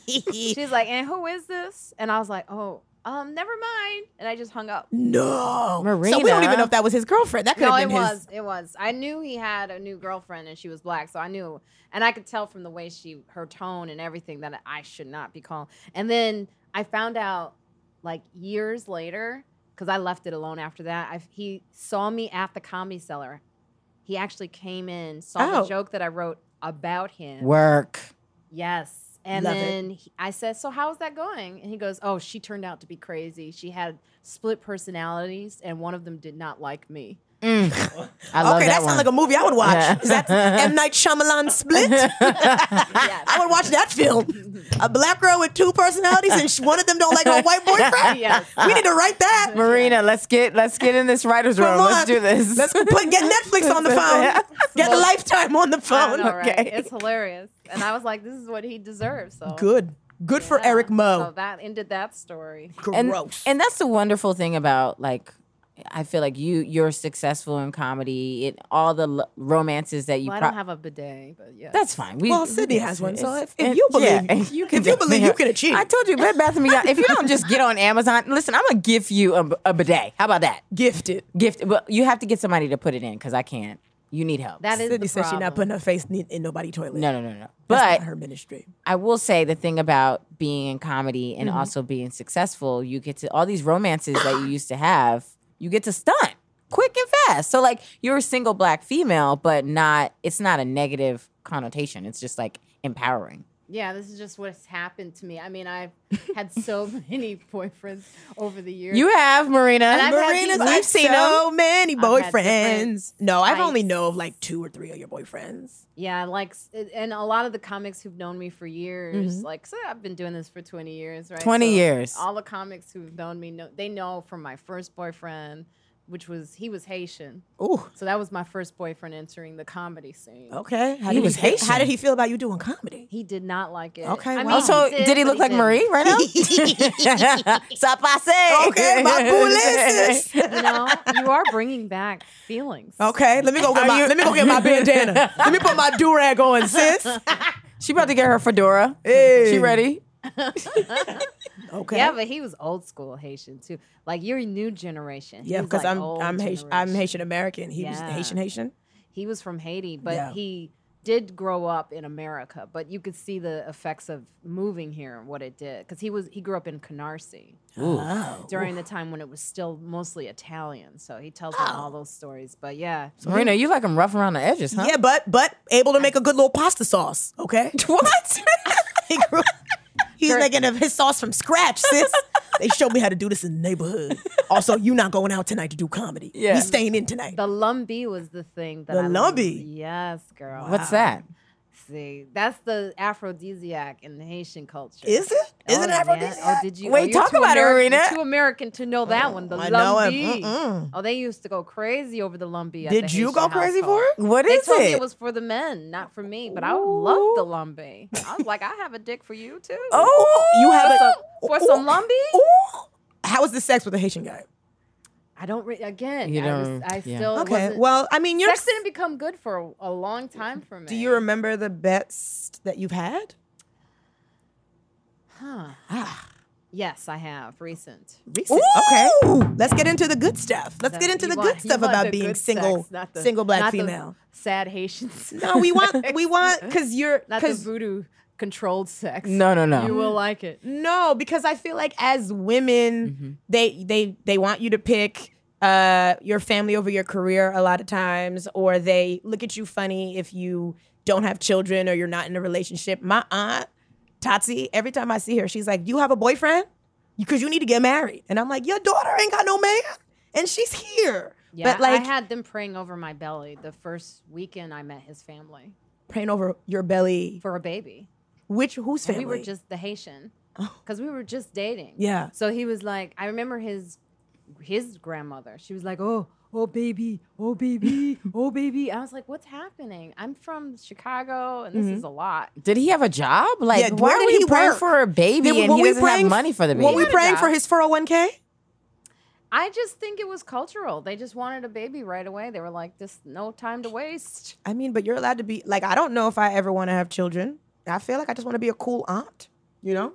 [SPEAKER 4] she's like, and who is this? And I was like, oh, um, never mind. And I just hung up.
[SPEAKER 3] No. So we
[SPEAKER 2] Marina.
[SPEAKER 3] don't even know if that was his girlfriend. That could
[SPEAKER 4] No,
[SPEAKER 3] have
[SPEAKER 4] it
[SPEAKER 3] been his.
[SPEAKER 4] was. It was. I knew he had a new girlfriend and she was black, so I knew, and I could tell from the way she, her tone and everything that I should not be calling. And then I found out, like years later, because I left it alone after that. I, he saw me at the comedy cellar. He actually came in, saw
[SPEAKER 3] Oh.
[SPEAKER 4] the joke that I wrote about him.
[SPEAKER 2] Work.
[SPEAKER 4] Yes. And
[SPEAKER 3] Love it.
[SPEAKER 4] then he- I said, So how's that going? And he goes, Oh, she turned out to be crazy. She had split personalities, and one of them did not like me.
[SPEAKER 2] I love
[SPEAKER 3] okay,
[SPEAKER 2] that,
[SPEAKER 3] that,
[SPEAKER 2] one.
[SPEAKER 3] sounds like a movie I would watch.
[SPEAKER 2] Yeah.
[SPEAKER 3] Is that M. Night Shyamalan Split? I would watch that film. A black girl with two personalities and sh- one of them don't like her white boyfriend?
[SPEAKER 4] Yes.
[SPEAKER 3] We need to write that.
[SPEAKER 2] Marina, let's get let's get in this writer's room.
[SPEAKER 3] Come on.
[SPEAKER 2] Let's do this.
[SPEAKER 3] Let's put, get Netflix on the phone. Get Lifetime on the
[SPEAKER 4] I
[SPEAKER 3] phone.
[SPEAKER 4] know, right?
[SPEAKER 2] okay.
[SPEAKER 4] It's hilarious. And I was like, This is what he deserves. So
[SPEAKER 3] Good. Good for
[SPEAKER 4] Yeah.
[SPEAKER 3] Eric
[SPEAKER 4] So
[SPEAKER 3] Moe.
[SPEAKER 4] that ended that story.
[SPEAKER 3] Gross.
[SPEAKER 2] and, and that's the wonderful thing about like I feel like you you're successful in comedy, in all the l- romances that you.
[SPEAKER 4] Well, I
[SPEAKER 2] pro-
[SPEAKER 4] don't have a bidet, but yeah.
[SPEAKER 2] That's fine. We,
[SPEAKER 3] Well,
[SPEAKER 2] we
[SPEAKER 3] Sydney
[SPEAKER 2] can-
[SPEAKER 3] has one, so
[SPEAKER 2] it's-
[SPEAKER 3] if- if
[SPEAKER 2] it-
[SPEAKER 3] you believe,
[SPEAKER 2] and you
[SPEAKER 3] if you believe, you can achieve.
[SPEAKER 2] I told you, Bed Bath and Beyond. if you don't just get on Amazon, listen, I'm gonna gift you a, a bidet. How about that?
[SPEAKER 3] Gifted.
[SPEAKER 2] Gift, but you have to get somebody to put it in because I can't. You need help.
[SPEAKER 4] that is
[SPEAKER 3] Sydney
[SPEAKER 4] the
[SPEAKER 3] says she's not
[SPEAKER 4] problem.
[SPEAKER 3] putting her face in, in nobody's toilet.
[SPEAKER 2] no, no, no, no.
[SPEAKER 3] That's
[SPEAKER 2] But
[SPEAKER 3] not her ministry.
[SPEAKER 2] I will say the thing about being in comedy and
[SPEAKER 4] Mm-hmm.
[SPEAKER 2] also being successful, you get to all these romances that you used to have, you get to stunt quick and fast. So like you're a single black female, but not it's not a negative connotation. It's just like empowering.
[SPEAKER 4] Yeah, this is just what's happened to me. I mean, I've had so many boyfriends over the years.
[SPEAKER 2] You have Marina.
[SPEAKER 4] I've had
[SPEAKER 3] Marina's
[SPEAKER 4] people-
[SPEAKER 3] I've
[SPEAKER 4] I've
[SPEAKER 3] seen
[SPEAKER 4] had
[SPEAKER 3] so many
[SPEAKER 4] different
[SPEAKER 3] boyfriends. No, I've
[SPEAKER 4] types.
[SPEAKER 3] only know of like two or three of your boyfriends.
[SPEAKER 4] yeah, like, s- and a lot of the comics who've known me for years,
[SPEAKER 3] Mm-hmm.
[SPEAKER 4] like, so I've been doing this for 20 years, right?
[SPEAKER 2] 20
[SPEAKER 4] So
[SPEAKER 2] years.
[SPEAKER 4] All the comics who've known me, know, they know from my first boyfriend, which was, he was Haitian.
[SPEAKER 3] Ooh,
[SPEAKER 4] So that was my first boyfriend entering the comedy scene.
[SPEAKER 3] okay. How
[SPEAKER 2] He
[SPEAKER 3] did
[SPEAKER 2] was
[SPEAKER 3] feel- How
[SPEAKER 2] Haitian.
[SPEAKER 3] did he feel about you doing comedy?
[SPEAKER 4] He did not like it.
[SPEAKER 3] Okay,
[SPEAKER 4] I
[SPEAKER 3] wow.
[SPEAKER 4] mean,
[SPEAKER 2] also, Oh, did, he
[SPEAKER 4] but
[SPEAKER 2] look like
[SPEAKER 4] didn't.
[SPEAKER 2] Marie right now? Ça passe.
[SPEAKER 3] Okay, my boo sis.
[SPEAKER 4] You know, you are bringing back feelings.
[SPEAKER 3] Okay, let me go get my let me go get my bandana. let me put my do rag on, sis.
[SPEAKER 2] She about to get her fedora.
[SPEAKER 3] Hey.
[SPEAKER 2] She ready?
[SPEAKER 3] Okay.
[SPEAKER 4] Yeah, but he was old school Haitian too. Like you're a new generation. He
[SPEAKER 3] Yeah,
[SPEAKER 4] was,
[SPEAKER 3] because
[SPEAKER 4] like,
[SPEAKER 3] I'm
[SPEAKER 4] old
[SPEAKER 3] I'm Haitian, I'm
[SPEAKER 4] generation.
[SPEAKER 3] Haitian American. He
[SPEAKER 4] Yeah.
[SPEAKER 3] was Haitian Haitian.
[SPEAKER 4] He was from Haiti, but
[SPEAKER 3] Yeah.
[SPEAKER 4] he did grow up in America. But you could see the effects of moving here and what it did. Because he was he grew up in Canarsie
[SPEAKER 3] Oh.
[SPEAKER 4] during the time when it was still mostly Italian. So he tells me all those stories. But yeah,
[SPEAKER 2] Marina, you like him rough around the edges, huh?
[SPEAKER 3] Mm-hmm. Yeah, but but able to make a good little pasta sauce. Okay. What? he grew, he's making a, his sauce from scratch, sis. they showed me how to do this in the neighborhood. Also, you not going out tonight to do comedy. Yeah.
[SPEAKER 2] Yeah.
[SPEAKER 3] We staying in tonight.
[SPEAKER 4] the lumbi was the thing that
[SPEAKER 3] The
[SPEAKER 4] I
[SPEAKER 3] lumbi?
[SPEAKER 4] loved. Yes, girl.
[SPEAKER 2] What's that?
[SPEAKER 4] See, that's the aphrodisiac in the Haitian culture.
[SPEAKER 3] Is it? Is
[SPEAKER 4] oh,
[SPEAKER 3] it an
[SPEAKER 4] man.
[SPEAKER 3] aphrodisiac?
[SPEAKER 4] Oh, did you?
[SPEAKER 2] Wait,
[SPEAKER 4] oh, you're
[SPEAKER 2] talk
[SPEAKER 4] too
[SPEAKER 2] about it,
[SPEAKER 4] Ameri-
[SPEAKER 2] Rena.
[SPEAKER 4] you're Too American to know that one. The
[SPEAKER 3] I know it.
[SPEAKER 4] lumbi.
[SPEAKER 3] Mm-mm.
[SPEAKER 4] Oh, they used to go crazy over the lumbi. at
[SPEAKER 3] Did
[SPEAKER 4] the
[SPEAKER 3] you
[SPEAKER 4] Haitian
[SPEAKER 3] go crazy for
[SPEAKER 4] household.
[SPEAKER 3] it?
[SPEAKER 2] What
[SPEAKER 4] They
[SPEAKER 2] is
[SPEAKER 4] told
[SPEAKER 2] it?
[SPEAKER 4] me it was for the men, not for me. But I love the lumbi. I was like, I have a dick for you too.
[SPEAKER 2] oh,
[SPEAKER 3] You have a
[SPEAKER 4] for some lumbi?
[SPEAKER 3] Ooh. How was the sex with a Haitian guy?
[SPEAKER 4] I don't. Re- again,
[SPEAKER 2] You
[SPEAKER 4] I, was,
[SPEAKER 2] don't-
[SPEAKER 4] I
[SPEAKER 2] yeah.
[SPEAKER 4] still.
[SPEAKER 3] Okay.
[SPEAKER 4] Oh, wasn't-
[SPEAKER 3] Well, I mean, you're.
[SPEAKER 4] sex didn't become good for a, a long time for me.
[SPEAKER 3] do you remember the best that you've had?
[SPEAKER 4] Huh. Yes, I have. Recent.
[SPEAKER 3] Ah, Recent. Okay. Let's get into the good stuff. Let's get into
[SPEAKER 4] You
[SPEAKER 3] the
[SPEAKER 4] want-
[SPEAKER 3] good
[SPEAKER 4] you
[SPEAKER 3] stuff
[SPEAKER 4] want
[SPEAKER 3] about
[SPEAKER 4] the
[SPEAKER 3] being
[SPEAKER 4] good
[SPEAKER 3] single,
[SPEAKER 4] sex, not the-
[SPEAKER 3] single black
[SPEAKER 4] not the
[SPEAKER 3] female.
[SPEAKER 4] sad Haitians.
[SPEAKER 3] No, we want, we want, because you're,
[SPEAKER 4] not the
[SPEAKER 3] because
[SPEAKER 4] voodoo controlled sex.
[SPEAKER 2] No, no, no.
[SPEAKER 4] You will like it.
[SPEAKER 3] no, because I feel like as women,
[SPEAKER 4] Mm-hmm.
[SPEAKER 3] they they they want you to pick uh your family over your career a lot of times, or they look at you funny if you don't have children or you're not in a relationship. My aunt Tati, every time I see her, she's like, "You have a boyfriend? Because you need to get married." And I'm like, "Your daughter ain't got no man, and she's here."
[SPEAKER 4] Yeah,
[SPEAKER 3] but like
[SPEAKER 4] I had them praying over my belly the first weekend I met his family
[SPEAKER 3] praying over your belly.
[SPEAKER 4] for a baby.
[SPEAKER 3] Which whose
[SPEAKER 4] And
[SPEAKER 3] family? Oh.
[SPEAKER 4] we were just the Haitian because we were just dating.
[SPEAKER 3] Yeah.
[SPEAKER 4] So he was like, I remember his his grandmother. She was like, oh. Oh baby, oh baby, oh baby. I was like, what's happening? I'm from Chicago and this is
[SPEAKER 3] Mm-hmm.
[SPEAKER 4] a lot.
[SPEAKER 2] Did he have a job? Like,
[SPEAKER 3] Yeah,
[SPEAKER 2] why
[SPEAKER 3] where
[SPEAKER 2] are
[SPEAKER 3] did
[SPEAKER 2] we
[SPEAKER 3] he
[SPEAKER 2] praying
[SPEAKER 3] work?
[SPEAKER 2] for a baby
[SPEAKER 3] Then
[SPEAKER 2] and
[SPEAKER 3] were
[SPEAKER 2] he
[SPEAKER 3] we
[SPEAKER 2] doesn't
[SPEAKER 3] praying-
[SPEAKER 2] have money for the baby?
[SPEAKER 3] Were we
[SPEAKER 4] had a
[SPEAKER 3] praying
[SPEAKER 4] job.
[SPEAKER 3] for his 401k?
[SPEAKER 4] I just think it was cultural. They just wanted a baby right away. They were like, this no time to waste.
[SPEAKER 3] I mean, but you're allowed to be like I don't know if I ever want to have children. I feel like I just want to be a cool aunt, you know?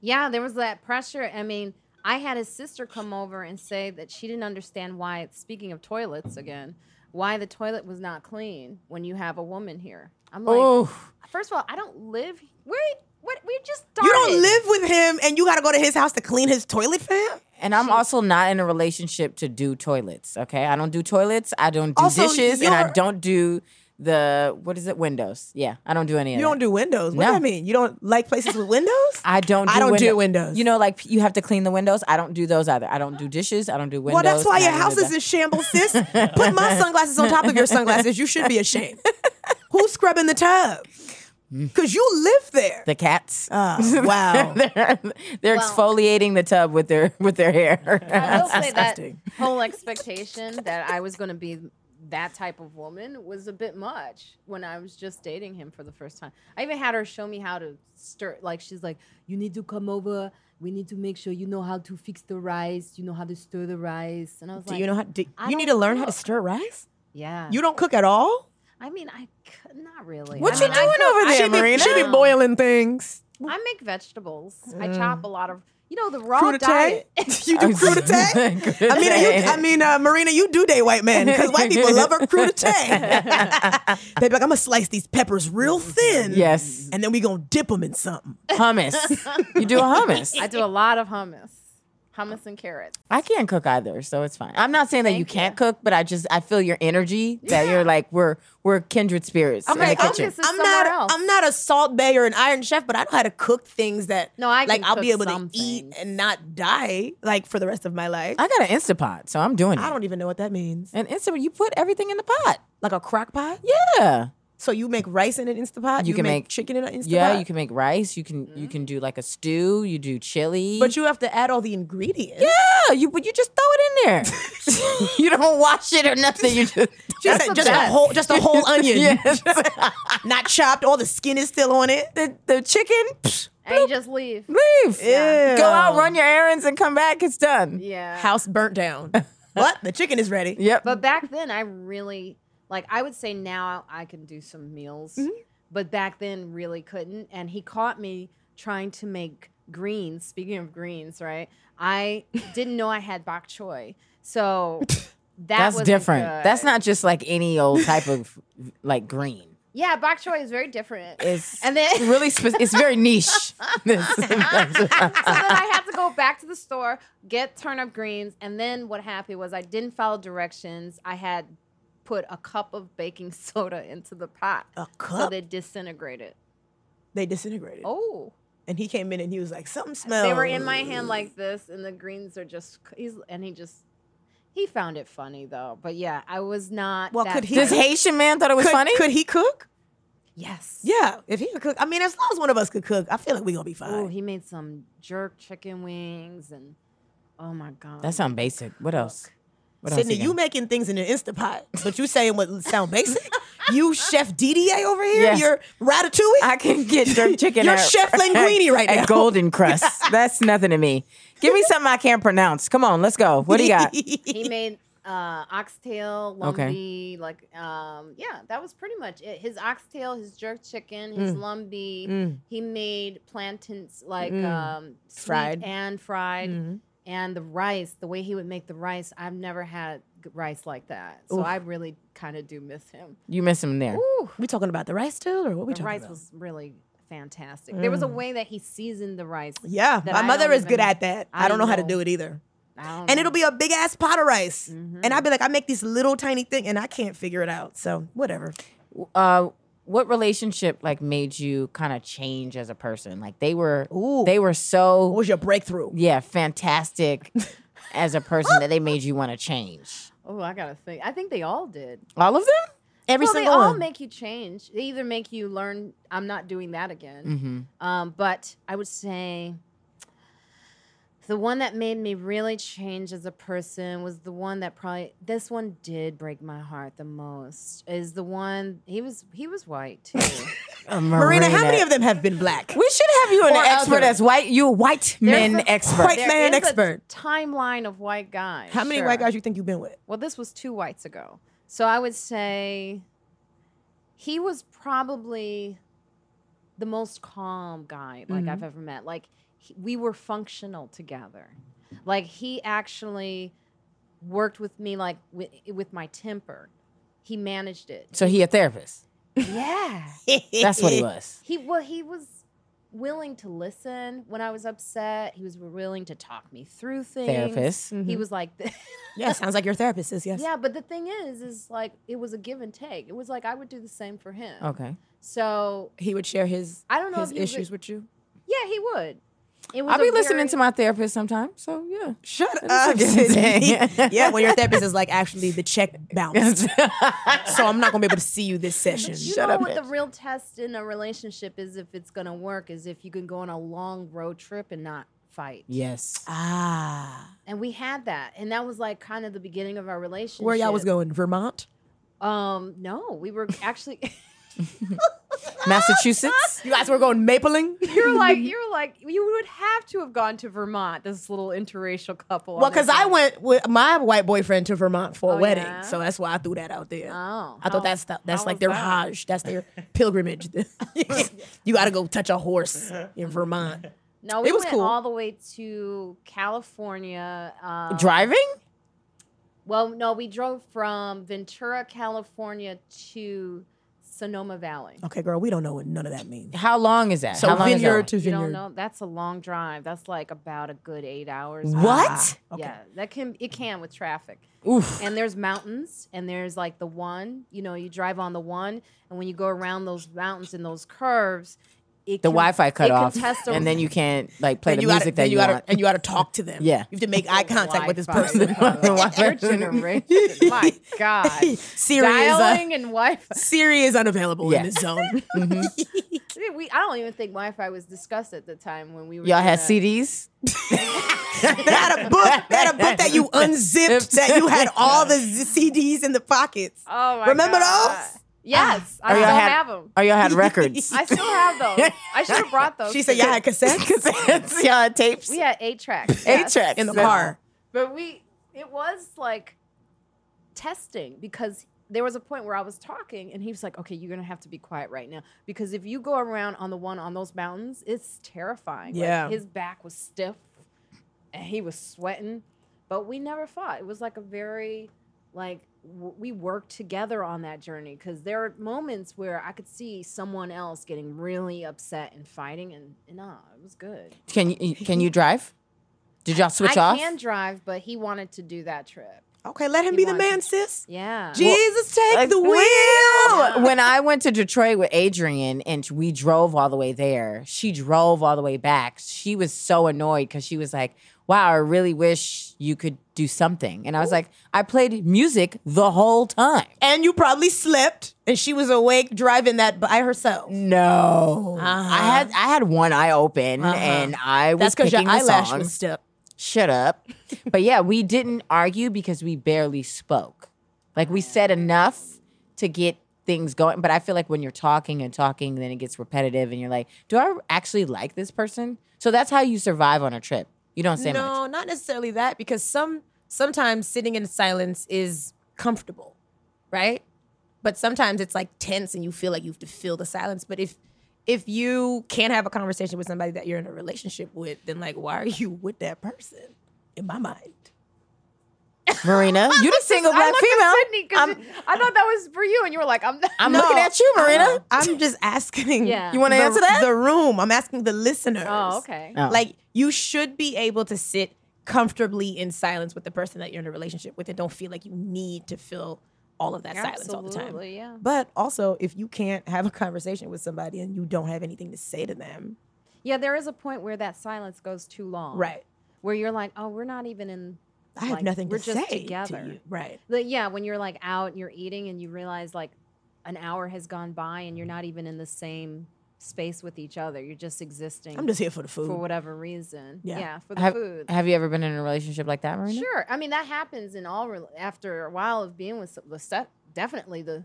[SPEAKER 4] Yeah, there was that pressure. I mean, I had his sister come over and say that she didn't understand why, speaking of toilets again, why the toilet was not clean when you have a woman here. I'm like,
[SPEAKER 2] oh,
[SPEAKER 4] first of all, I don't live. Where? What? We just started.
[SPEAKER 3] You don't live with him and you got to go to his house to clean his toilet for him?
[SPEAKER 2] and I'm also not in a relationship to do toilets. Okay, I don't do toilets. I don't do
[SPEAKER 3] Also,
[SPEAKER 2] dishes, and I
[SPEAKER 3] you're-
[SPEAKER 2] don't do the what is it? Windows. Yeah, I don't do any of
[SPEAKER 3] You
[SPEAKER 2] that.
[SPEAKER 3] don't do windows. What do
[SPEAKER 2] No.
[SPEAKER 3] I mean? You don't like places with windows?
[SPEAKER 2] I don't. Do
[SPEAKER 3] I don't do
[SPEAKER 2] window-
[SPEAKER 3] windows.
[SPEAKER 2] You know, like you have to clean the windows. I don't do those either. I don't do dishes. I don't do
[SPEAKER 3] well,
[SPEAKER 2] windows.
[SPEAKER 3] that's why
[SPEAKER 2] and I
[SPEAKER 3] your
[SPEAKER 2] don't do
[SPEAKER 3] house is
[SPEAKER 2] that.
[SPEAKER 3] in shambles, sis. Put my sunglasses on top of your sunglasses. You should be ashamed. Who's scrubbing the tub?
[SPEAKER 2] Mm.
[SPEAKER 3] Because you live there.
[SPEAKER 2] the cats.
[SPEAKER 3] Oh, wow.
[SPEAKER 2] they're they're exfoliating the tub with their with their hair.
[SPEAKER 4] I will say that
[SPEAKER 3] disgusting.
[SPEAKER 4] whole expectation that I was going to be that type of woman was a bit much when I was just dating him for the first time. I even had her show me how to stir. Like she's like, you need to come over. We need to make sure you know how to fix the rice. You know how to stir the rice. And I was
[SPEAKER 3] Do
[SPEAKER 4] like,
[SPEAKER 3] you know how? Do,
[SPEAKER 4] I
[SPEAKER 3] you need to
[SPEAKER 4] don't
[SPEAKER 3] learn how to
[SPEAKER 4] cook.
[SPEAKER 3] stir rice.
[SPEAKER 4] Yeah.
[SPEAKER 3] You don't cook at all.
[SPEAKER 4] I mean, I c- not really.
[SPEAKER 3] What
[SPEAKER 4] I
[SPEAKER 3] you
[SPEAKER 4] mean, I
[SPEAKER 3] doing
[SPEAKER 4] cook-
[SPEAKER 3] over
[SPEAKER 4] I
[SPEAKER 3] there,
[SPEAKER 4] cook
[SPEAKER 3] Marina? She be
[SPEAKER 4] now.
[SPEAKER 3] boiling things.
[SPEAKER 4] I make vegetables. I
[SPEAKER 3] Mm.
[SPEAKER 4] chop a lot of. You know the raw
[SPEAKER 3] Crudite.
[SPEAKER 4] diet.
[SPEAKER 3] you do crudite. I mean, you, I mean, uh, Marina, you do date white men because white people love her crudite. they be like, I'm gonna slice these peppers real thin.
[SPEAKER 2] yes,
[SPEAKER 3] and then we gonna dip them in something.
[SPEAKER 2] hummus. you do a hummus.
[SPEAKER 4] I do a lot of hummus, hummus and carrots.
[SPEAKER 2] I can't cook either, so it's fine. I'm not saying that you can't cook, but I just I feel your energy that you're like we're we're kindred spirits in
[SPEAKER 4] Okay,
[SPEAKER 2] the kitchen.
[SPEAKER 4] focus is
[SPEAKER 3] I'm
[SPEAKER 4] somewhere
[SPEAKER 3] not.
[SPEAKER 4] else.
[SPEAKER 3] I'm not a salt bay or an iron chef, but I know how to cook things that.
[SPEAKER 4] No, I
[SPEAKER 3] like.
[SPEAKER 4] can
[SPEAKER 3] I'll be
[SPEAKER 4] cook
[SPEAKER 3] able
[SPEAKER 4] some
[SPEAKER 3] to eat
[SPEAKER 4] things.
[SPEAKER 3] and not die like for the rest of my life.
[SPEAKER 2] I got an Instapot, so I'm doing it.
[SPEAKER 3] I don't even know what that means.
[SPEAKER 2] An Instapot, you put everything in the pot.
[SPEAKER 3] Like a crock pot?
[SPEAKER 2] Yeah,
[SPEAKER 3] So you make rice in an Instapot?
[SPEAKER 2] You can make-
[SPEAKER 3] chicken in an Instapot?
[SPEAKER 2] yeah. You can make rice. You can
[SPEAKER 4] Mm-hmm.
[SPEAKER 2] you can do like a stew. You do chili.
[SPEAKER 3] But you have to add all the ingredients.
[SPEAKER 2] yeah, you but you just throw it in there. you don't wash it or nothing. You just
[SPEAKER 3] Just,
[SPEAKER 4] the
[SPEAKER 3] just a
[SPEAKER 4] best.
[SPEAKER 3] whole just a whole onion.
[SPEAKER 2] Yes.
[SPEAKER 3] Not chopped. All the skin is still on it.
[SPEAKER 2] the the chicken. psh,
[SPEAKER 4] and you just leave.
[SPEAKER 2] Leave.
[SPEAKER 3] Yeah.
[SPEAKER 2] Go out, run your errands, and come back. It's done.
[SPEAKER 4] Yeah.
[SPEAKER 3] House burnt down. what? The chicken is ready.
[SPEAKER 2] Yep.
[SPEAKER 4] But back then, I really like. I would say now I can do some meals,
[SPEAKER 2] Mm-hmm.
[SPEAKER 4] but back then really couldn't. And he caught me trying to make greens. Speaking of greens, right? I didn't know I had bok choy, so that
[SPEAKER 2] That's
[SPEAKER 4] wasn't
[SPEAKER 2] different. That's
[SPEAKER 4] good.
[SPEAKER 2] not just like any old type of like green.
[SPEAKER 4] Yeah, bok choy is very different.
[SPEAKER 2] It's
[SPEAKER 4] and then
[SPEAKER 2] really spe- it's very niche.
[SPEAKER 4] so then I had to go back to the store, get turnip greens, and then what happened was I didn't follow directions. I had put a cup of baking soda into the pot.
[SPEAKER 3] A
[SPEAKER 4] So
[SPEAKER 3] cup.
[SPEAKER 4] they disintegrated.
[SPEAKER 3] they disintegrated.
[SPEAKER 4] Oh.
[SPEAKER 3] And he came in and he was like, something smells.
[SPEAKER 4] They were in my
[SPEAKER 3] Oh.
[SPEAKER 4] hand like this, and the greens are just he's and he just he found it funny though. But yeah, I was not
[SPEAKER 3] Well,
[SPEAKER 4] that
[SPEAKER 3] could he-
[SPEAKER 2] this
[SPEAKER 4] type.
[SPEAKER 2] Haitian man thought it was
[SPEAKER 3] could,
[SPEAKER 2] funny.
[SPEAKER 3] Could he cook?
[SPEAKER 4] Yes.
[SPEAKER 3] Yeah. If he could cook, I mean, as long as one of us could cook, I feel like we're gonna be fine.
[SPEAKER 4] Oh, he made some jerk chicken wings and oh my god.
[SPEAKER 2] that sounds basic. What else? What else
[SPEAKER 3] Sydney,
[SPEAKER 2] got?
[SPEAKER 3] you making things in an Instapot, but you saying what sound basic? you Chef DDA over here?
[SPEAKER 2] Yes.
[SPEAKER 3] You're Ratatouille?
[SPEAKER 2] I can get jerk chicken.
[SPEAKER 3] You're
[SPEAKER 2] at-
[SPEAKER 3] Chef Linguini right now.
[SPEAKER 2] at Golden Crust. That's nothing to me. Give me something I can't pronounce. Come on, let's go. What do you got?
[SPEAKER 4] he made uh, oxtail,
[SPEAKER 2] Okay.
[SPEAKER 4] lumbee, like um, yeah, that was pretty much it. His oxtail, his jerk chicken, his
[SPEAKER 3] Mm.
[SPEAKER 4] lumbee. He made plantains like um, sweet
[SPEAKER 3] Mm. Fried. Mm-hmm.
[SPEAKER 4] and fried, and the rice. The way he would make the rice, I've never had g- rice like that, so I really kind of do miss him.
[SPEAKER 2] You miss him there.
[SPEAKER 4] Ooh,
[SPEAKER 3] we talking about the rice still, or what we
[SPEAKER 4] the
[SPEAKER 3] talking
[SPEAKER 4] rice
[SPEAKER 3] about? Mm.
[SPEAKER 4] was really fantastic. There was a way that he seasoned the rice.
[SPEAKER 3] yeah,
[SPEAKER 4] that
[SPEAKER 3] my
[SPEAKER 4] I
[SPEAKER 3] mother
[SPEAKER 4] don't
[SPEAKER 3] is good
[SPEAKER 4] even-
[SPEAKER 3] at that. I,
[SPEAKER 4] I
[SPEAKER 3] don't know, how to
[SPEAKER 4] know.
[SPEAKER 3] do it either.
[SPEAKER 4] I don't
[SPEAKER 3] And
[SPEAKER 4] know.
[SPEAKER 3] it'll be a big ass pot of rice, and I'd be like, I make this little tiny thing, and I can't figure it out. So whatever.
[SPEAKER 2] Uh, what relationship like made you kind of change as a person? Like they were,
[SPEAKER 3] Ooh.
[SPEAKER 2] they were so
[SPEAKER 3] What was your breakthrough?
[SPEAKER 2] yeah, fantastic as a person that they made you want to change.
[SPEAKER 4] oh, I gotta think. I think they all did.
[SPEAKER 2] All of them?
[SPEAKER 3] Every
[SPEAKER 4] well,
[SPEAKER 3] single
[SPEAKER 4] they all
[SPEAKER 3] one.
[SPEAKER 4] make you change. They either make you learn, I'm not doing that again.
[SPEAKER 2] Mm-hmm.
[SPEAKER 3] Mm.
[SPEAKER 4] Um, but I would say the one that made me really change as a person was the one that probably this one did break my heart the most. Is the one he was he was white too.
[SPEAKER 2] Uh,
[SPEAKER 3] Marina, how many of them have been black?
[SPEAKER 2] We should have you an
[SPEAKER 3] Or
[SPEAKER 2] expert
[SPEAKER 3] other.
[SPEAKER 2] as white. You a white
[SPEAKER 4] There's
[SPEAKER 2] men
[SPEAKER 4] a-
[SPEAKER 2] expert.
[SPEAKER 3] White
[SPEAKER 4] There
[SPEAKER 3] man
[SPEAKER 4] is a
[SPEAKER 3] expert.
[SPEAKER 4] timeline of white guys.
[SPEAKER 3] How many
[SPEAKER 4] sure.
[SPEAKER 3] white guys you think you've been with?
[SPEAKER 4] Well, this was two whites ago. So I would say he was probably the most calm guy like I've ever met. Like he, we were functional together. Like he actually worked with me like with, with my temper. He managed it.
[SPEAKER 2] So he a therapist.
[SPEAKER 4] Yeah.
[SPEAKER 2] That's what he was.
[SPEAKER 4] He well, he was willing to listen when I was upset. He was willing to talk me through things.
[SPEAKER 2] Therapist.
[SPEAKER 3] Mm-hmm.
[SPEAKER 4] He was like
[SPEAKER 3] Yeah, sounds like your therapist is yes.
[SPEAKER 4] Mm-hmm. Yeah, but the thing is, is like it was a give and take. It was like I would do the same for him.
[SPEAKER 2] Okay.
[SPEAKER 4] So
[SPEAKER 3] He would share his
[SPEAKER 4] I don't know
[SPEAKER 3] his
[SPEAKER 4] if you
[SPEAKER 3] issues
[SPEAKER 4] would-
[SPEAKER 3] with you.
[SPEAKER 4] yeah, he would. It was
[SPEAKER 2] I'll be
[SPEAKER 4] a
[SPEAKER 2] listening
[SPEAKER 4] very-
[SPEAKER 2] to my therapist sometime. So yeah.
[SPEAKER 3] Shut
[SPEAKER 2] up, Sydney.
[SPEAKER 3] yeah, when your therapist is like, actually, the check bounced, so I'm not gonna be able to see you this session.
[SPEAKER 4] You know what the real test in a relationship is if it's gonna work is if you can go on a long road trip and not fight.
[SPEAKER 2] yes.
[SPEAKER 3] ah,
[SPEAKER 4] And we had that, and that was like kind of the beginning of our relationship.
[SPEAKER 3] where y'all was going, Vermont?
[SPEAKER 4] Um, no, we were actually.
[SPEAKER 2] Massachusetts.
[SPEAKER 3] You guys were going mapling?
[SPEAKER 4] you're like you're like you would have to have gone to Vermont. This little interracial couple. on
[SPEAKER 3] Well,
[SPEAKER 4] their
[SPEAKER 3] because I
[SPEAKER 4] trip.
[SPEAKER 3] went with my white boyfriend to Vermont for a
[SPEAKER 4] Oh,
[SPEAKER 3] wedding,
[SPEAKER 4] yeah?
[SPEAKER 3] so that's why I threw that out there.
[SPEAKER 4] Oh,
[SPEAKER 3] I thought
[SPEAKER 4] how-
[SPEAKER 3] that's the, that's
[SPEAKER 4] how
[SPEAKER 3] like
[SPEAKER 4] was
[SPEAKER 3] their
[SPEAKER 4] that?
[SPEAKER 3] Hajj. That's their pilgrimage. you got to go touch a horse in Vermont.
[SPEAKER 4] No, we
[SPEAKER 3] It was
[SPEAKER 4] went
[SPEAKER 3] cool.
[SPEAKER 4] all the way to California. Um,
[SPEAKER 2] Driving?
[SPEAKER 4] Well, no, we drove from Ventura, California to Sonoma Valley.
[SPEAKER 2] Oh,
[SPEAKER 3] Okay, girl, we don't know what none of that means.
[SPEAKER 2] How long is that?
[SPEAKER 3] So
[SPEAKER 2] How long is that
[SPEAKER 3] vineyard
[SPEAKER 2] one?
[SPEAKER 3] to
[SPEAKER 4] You
[SPEAKER 3] vineyard.
[SPEAKER 4] don't know? That's a long drive. That's like about a good eight hours.
[SPEAKER 2] What?
[SPEAKER 3] Okay.
[SPEAKER 4] Ah, Yeah, that can it can with traffic.
[SPEAKER 2] Oof.
[SPEAKER 4] And there's mountains, and there's like the one. You know, you drive on the one, and when you go around those mountains and those curves, it
[SPEAKER 2] The
[SPEAKER 4] can-
[SPEAKER 2] Wi-Fi cut
[SPEAKER 4] it can
[SPEAKER 2] off,
[SPEAKER 4] test the-
[SPEAKER 2] and then you can't like play
[SPEAKER 3] And
[SPEAKER 2] the
[SPEAKER 3] you
[SPEAKER 2] music
[SPEAKER 3] gotta,
[SPEAKER 2] that
[SPEAKER 3] and
[SPEAKER 2] you,
[SPEAKER 3] gotta,
[SPEAKER 2] want.
[SPEAKER 3] and you got to talk to them.
[SPEAKER 2] Yeah.
[SPEAKER 3] you have to make eye contact with this
[SPEAKER 4] Wi-Fi.
[SPEAKER 3] person.
[SPEAKER 4] Your generation. My God.
[SPEAKER 3] Siri is, uh,
[SPEAKER 4] Dialing and Wi-Fi.
[SPEAKER 3] Siri is unavailable
[SPEAKER 2] Yeah.
[SPEAKER 3] in this zone.
[SPEAKER 4] We, I don't even think Wi-Fi was discussed at the time when we were.
[SPEAKER 2] Y'all had
[SPEAKER 4] doing that.
[SPEAKER 2] CDs.
[SPEAKER 3] they had a book. They had a book that you unzipped. that you had all the z- CDs in the pockets.
[SPEAKER 4] Oh my
[SPEAKER 3] Remember
[SPEAKER 4] God.
[SPEAKER 3] those?
[SPEAKER 4] Yes,
[SPEAKER 2] Or
[SPEAKER 4] I still
[SPEAKER 2] y'all had-
[SPEAKER 4] have them.
[SPEAKER 2] Or y'all had records.
[SPEAKER 4] I still have those. I should have brought those.
[SPEAKER 3] She said, "Yeah, cassettes,
[SPEAKER 2] Cassettes. Y'all had tapes.
[SPEAKER 4] We had eight tracks.
[SPEAKER 2] Eight
[SPEAKER 4] yes.
[SPEAKER 2] tracks
[SPEAKER 3] in the car."
[SPEAKER 4] But we, it was like testing because there was a point where I was talking and he was like, okay, you're going to have to be quiet right now. Because if you go around on the one on those mountains, it's terrifying. Like,
[SPEAKER 3] Yeah.
[SPEAKER 4] his back was stiff and he was sweating, but we never fought. It was like a very, like, w- we worked together on that journey because there are moments where I could see someone else getting really upset and fighting, and, and nah, it was good.
[SPEAKER 2] Can you can you drive? Did y'all switch
[SPEAKER 4] I
[SPEAKER 2] off?
[SPEAKER 4] can drive, but he wanted to do that trip.
[SPEAKER 3] Okay, let him
[SPEAKER 4] He
[SPEAKER 3] be the
[SPEAKER 4] wants
[SPEAKER 3] man,
[SPEAKER 4] it.
[SPEAKER 3] sis.
[SPEAKER 4] Yeah.
[SPEAKER 3] Jesus, take
[SPEAKER 2] like,
[SPEAKER 3] the
[SPEAKER 2] wheel.
[SPEAKER 3] wheel.
[SPEAKER 2] when I went to Detroit with Adrian and we drove all the way there, she drove all the way back. She was so annoyed because she was like, Wow, I really wish you could do something. And I was like, I played music the whole time.
[SPEAKER 3] And you probably slept, and she was awake driving that by herself.
[SPEAKER 2] Mm, No.
[SPEAKER 3] Uh-huh.
[SPEAKER 2] I had I had one eye open
[SPEAKER 3] Uh-huh.
[SPEAKER 2] and I was
[SPEAKER 3] That's because your
[SPEAKER 2] picking the
[SPEAKER 3] eyelash
[SPEAKER 2] songs.
[SPEAKER 3] was stiff.
[SPEAKER 2] Shut up. but yeah, we didn't argue because we barely spoke. Like we said enough to get things going. But I feel like when you're talking and talking, then it gets repetitive and you're like, do I actually like this person? So that's how you survive on a trip. You don't say much.
[SPEAKER 3] no, not necessarily that, because some sometimes sitting in silence is comfortable, right? But sometimes it's like tense, and you feel like you have to fill the silence. But if if you can't have a conversation with somebody that you're in a relationship with, then like, why are you with that person? In my mind,
[SPEAKER 2] Marina, you're the single
[SPEAKER 4] I
[SPEAKER 2] black
[SPEAKER 4] looked
[SPEAKER 2] female.
[SPEAKER 4] at Sydney 'cause it- I thought that was for you, and you were like, "I'm."
[SPEAKER 2] I'm looking at you, Marina.
[SPEAKER 3] I'm just asking.
[SPEAKER 4] Yeah.
[SPEAKER 2] You wanna
[SPEAKER 3] Uh-uh. the-
[SPEAKER 2] answer that?
[SPEAKER 3] The room. I'm asking the listeners.
[SPEAKER 4] Oh, okay.
[SPEAKER 2] Oh.
[SPEAKER 3] Like you should be able to sit comfortably in silence with the person that you're in a relationship with and don't feel like you need to fill all of that silence all the time.
[SPEAKER 4] Absolutely, yeah.
[SPEAKER 3] But also, if you can't have a conversation with somebody and you don't have anything to say to them,
[SPEAKER 4] Yeah, there is a point where that silence goes too long.
[SPEAKER 3] right?
[SPEAKER 4] Where you're like, "Oh, we're not even in."
[SPEAKER 3] I have
[SPEAKER 4] like,
[SPEAKER 3] nothing
[SPEAKER 4] we're
[SPEAKER 3] to
[SPEAKER 4] just
[SPEAKER 3] say
[SPEAKER 4] together.
[SPEAKER 3] to you, right?
[SPEAKER 4] The- yeah, when you're like out and you're eating and you realize like an hour has gone by and you're not even in the same space with each other. You're just existing
[SPEAKER 3] I'm just here for the food.
[SPEAKER 4] for whatever reason.
[SPEAKER 3] Yeah.
[SPEAKER 4] Yeah, for the
[SPEAKER 2] have,
[SPEAKER 4] food.
[SPEAKER 2] have you ever been in a relationship like that, Marina?
[SPEAKER 4] Sure. I mean, that happens in all rel after a while of being with some- the stuff. Definitely the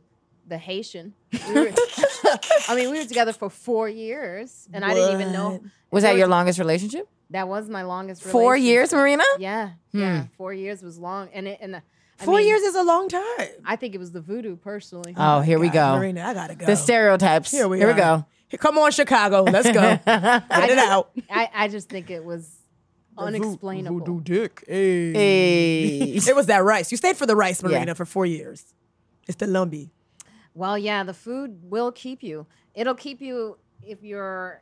[SPEAKER 4] the Haitian. We were- I mean, we were together for four years, and I didn't even know
[SPEAKER 3] What?
[SPEAKER 2] Was
[SPEAKER 4] There
[SPEAKER 2] that your longest relationship?
[SPEAKER 4] that was my longest.
[SPEAKER 2] Four years,
[SPEAKER 4] relationship.
[SPEAKER 2] Marina?
[SPEAKER 4] Yeah, yeah. Four years was long, and it and uh, I
[SPEAKER 3] Hmm. Four
[SPEAKER 4] mean,
[SPEAKER 3] years is a long time.
[SPEAKER 4] I think it was the voodoo personally.
[SPEAKER 2] Oh, here we
[SPEAKER 3] God,
[SPEAKER 2] go.
[SPEAKER 3] Marina, I gotta go.
[SPEAKER 2] The stereotypes. Here we,
[SPEAKER 3] are.
[SPEAKER 2] go.
[SPEAKER 3] Come on, Chicago, let's go. Get it out.
[SPEAKER 4] I, I just think it was unexplainable.
[SPEAKER 3] dick. Hey.
[SPEAKER 2] Hey.
[SPEAKER 3] It was that rice. You stayed for the rice,
[SPEAKER 2] Yeah.
[SPEAKER 3] Marina, for four years. It's the lumbi.
[SPEAKER 4] Well, yeah, the food will keep you. It'll keep you if you're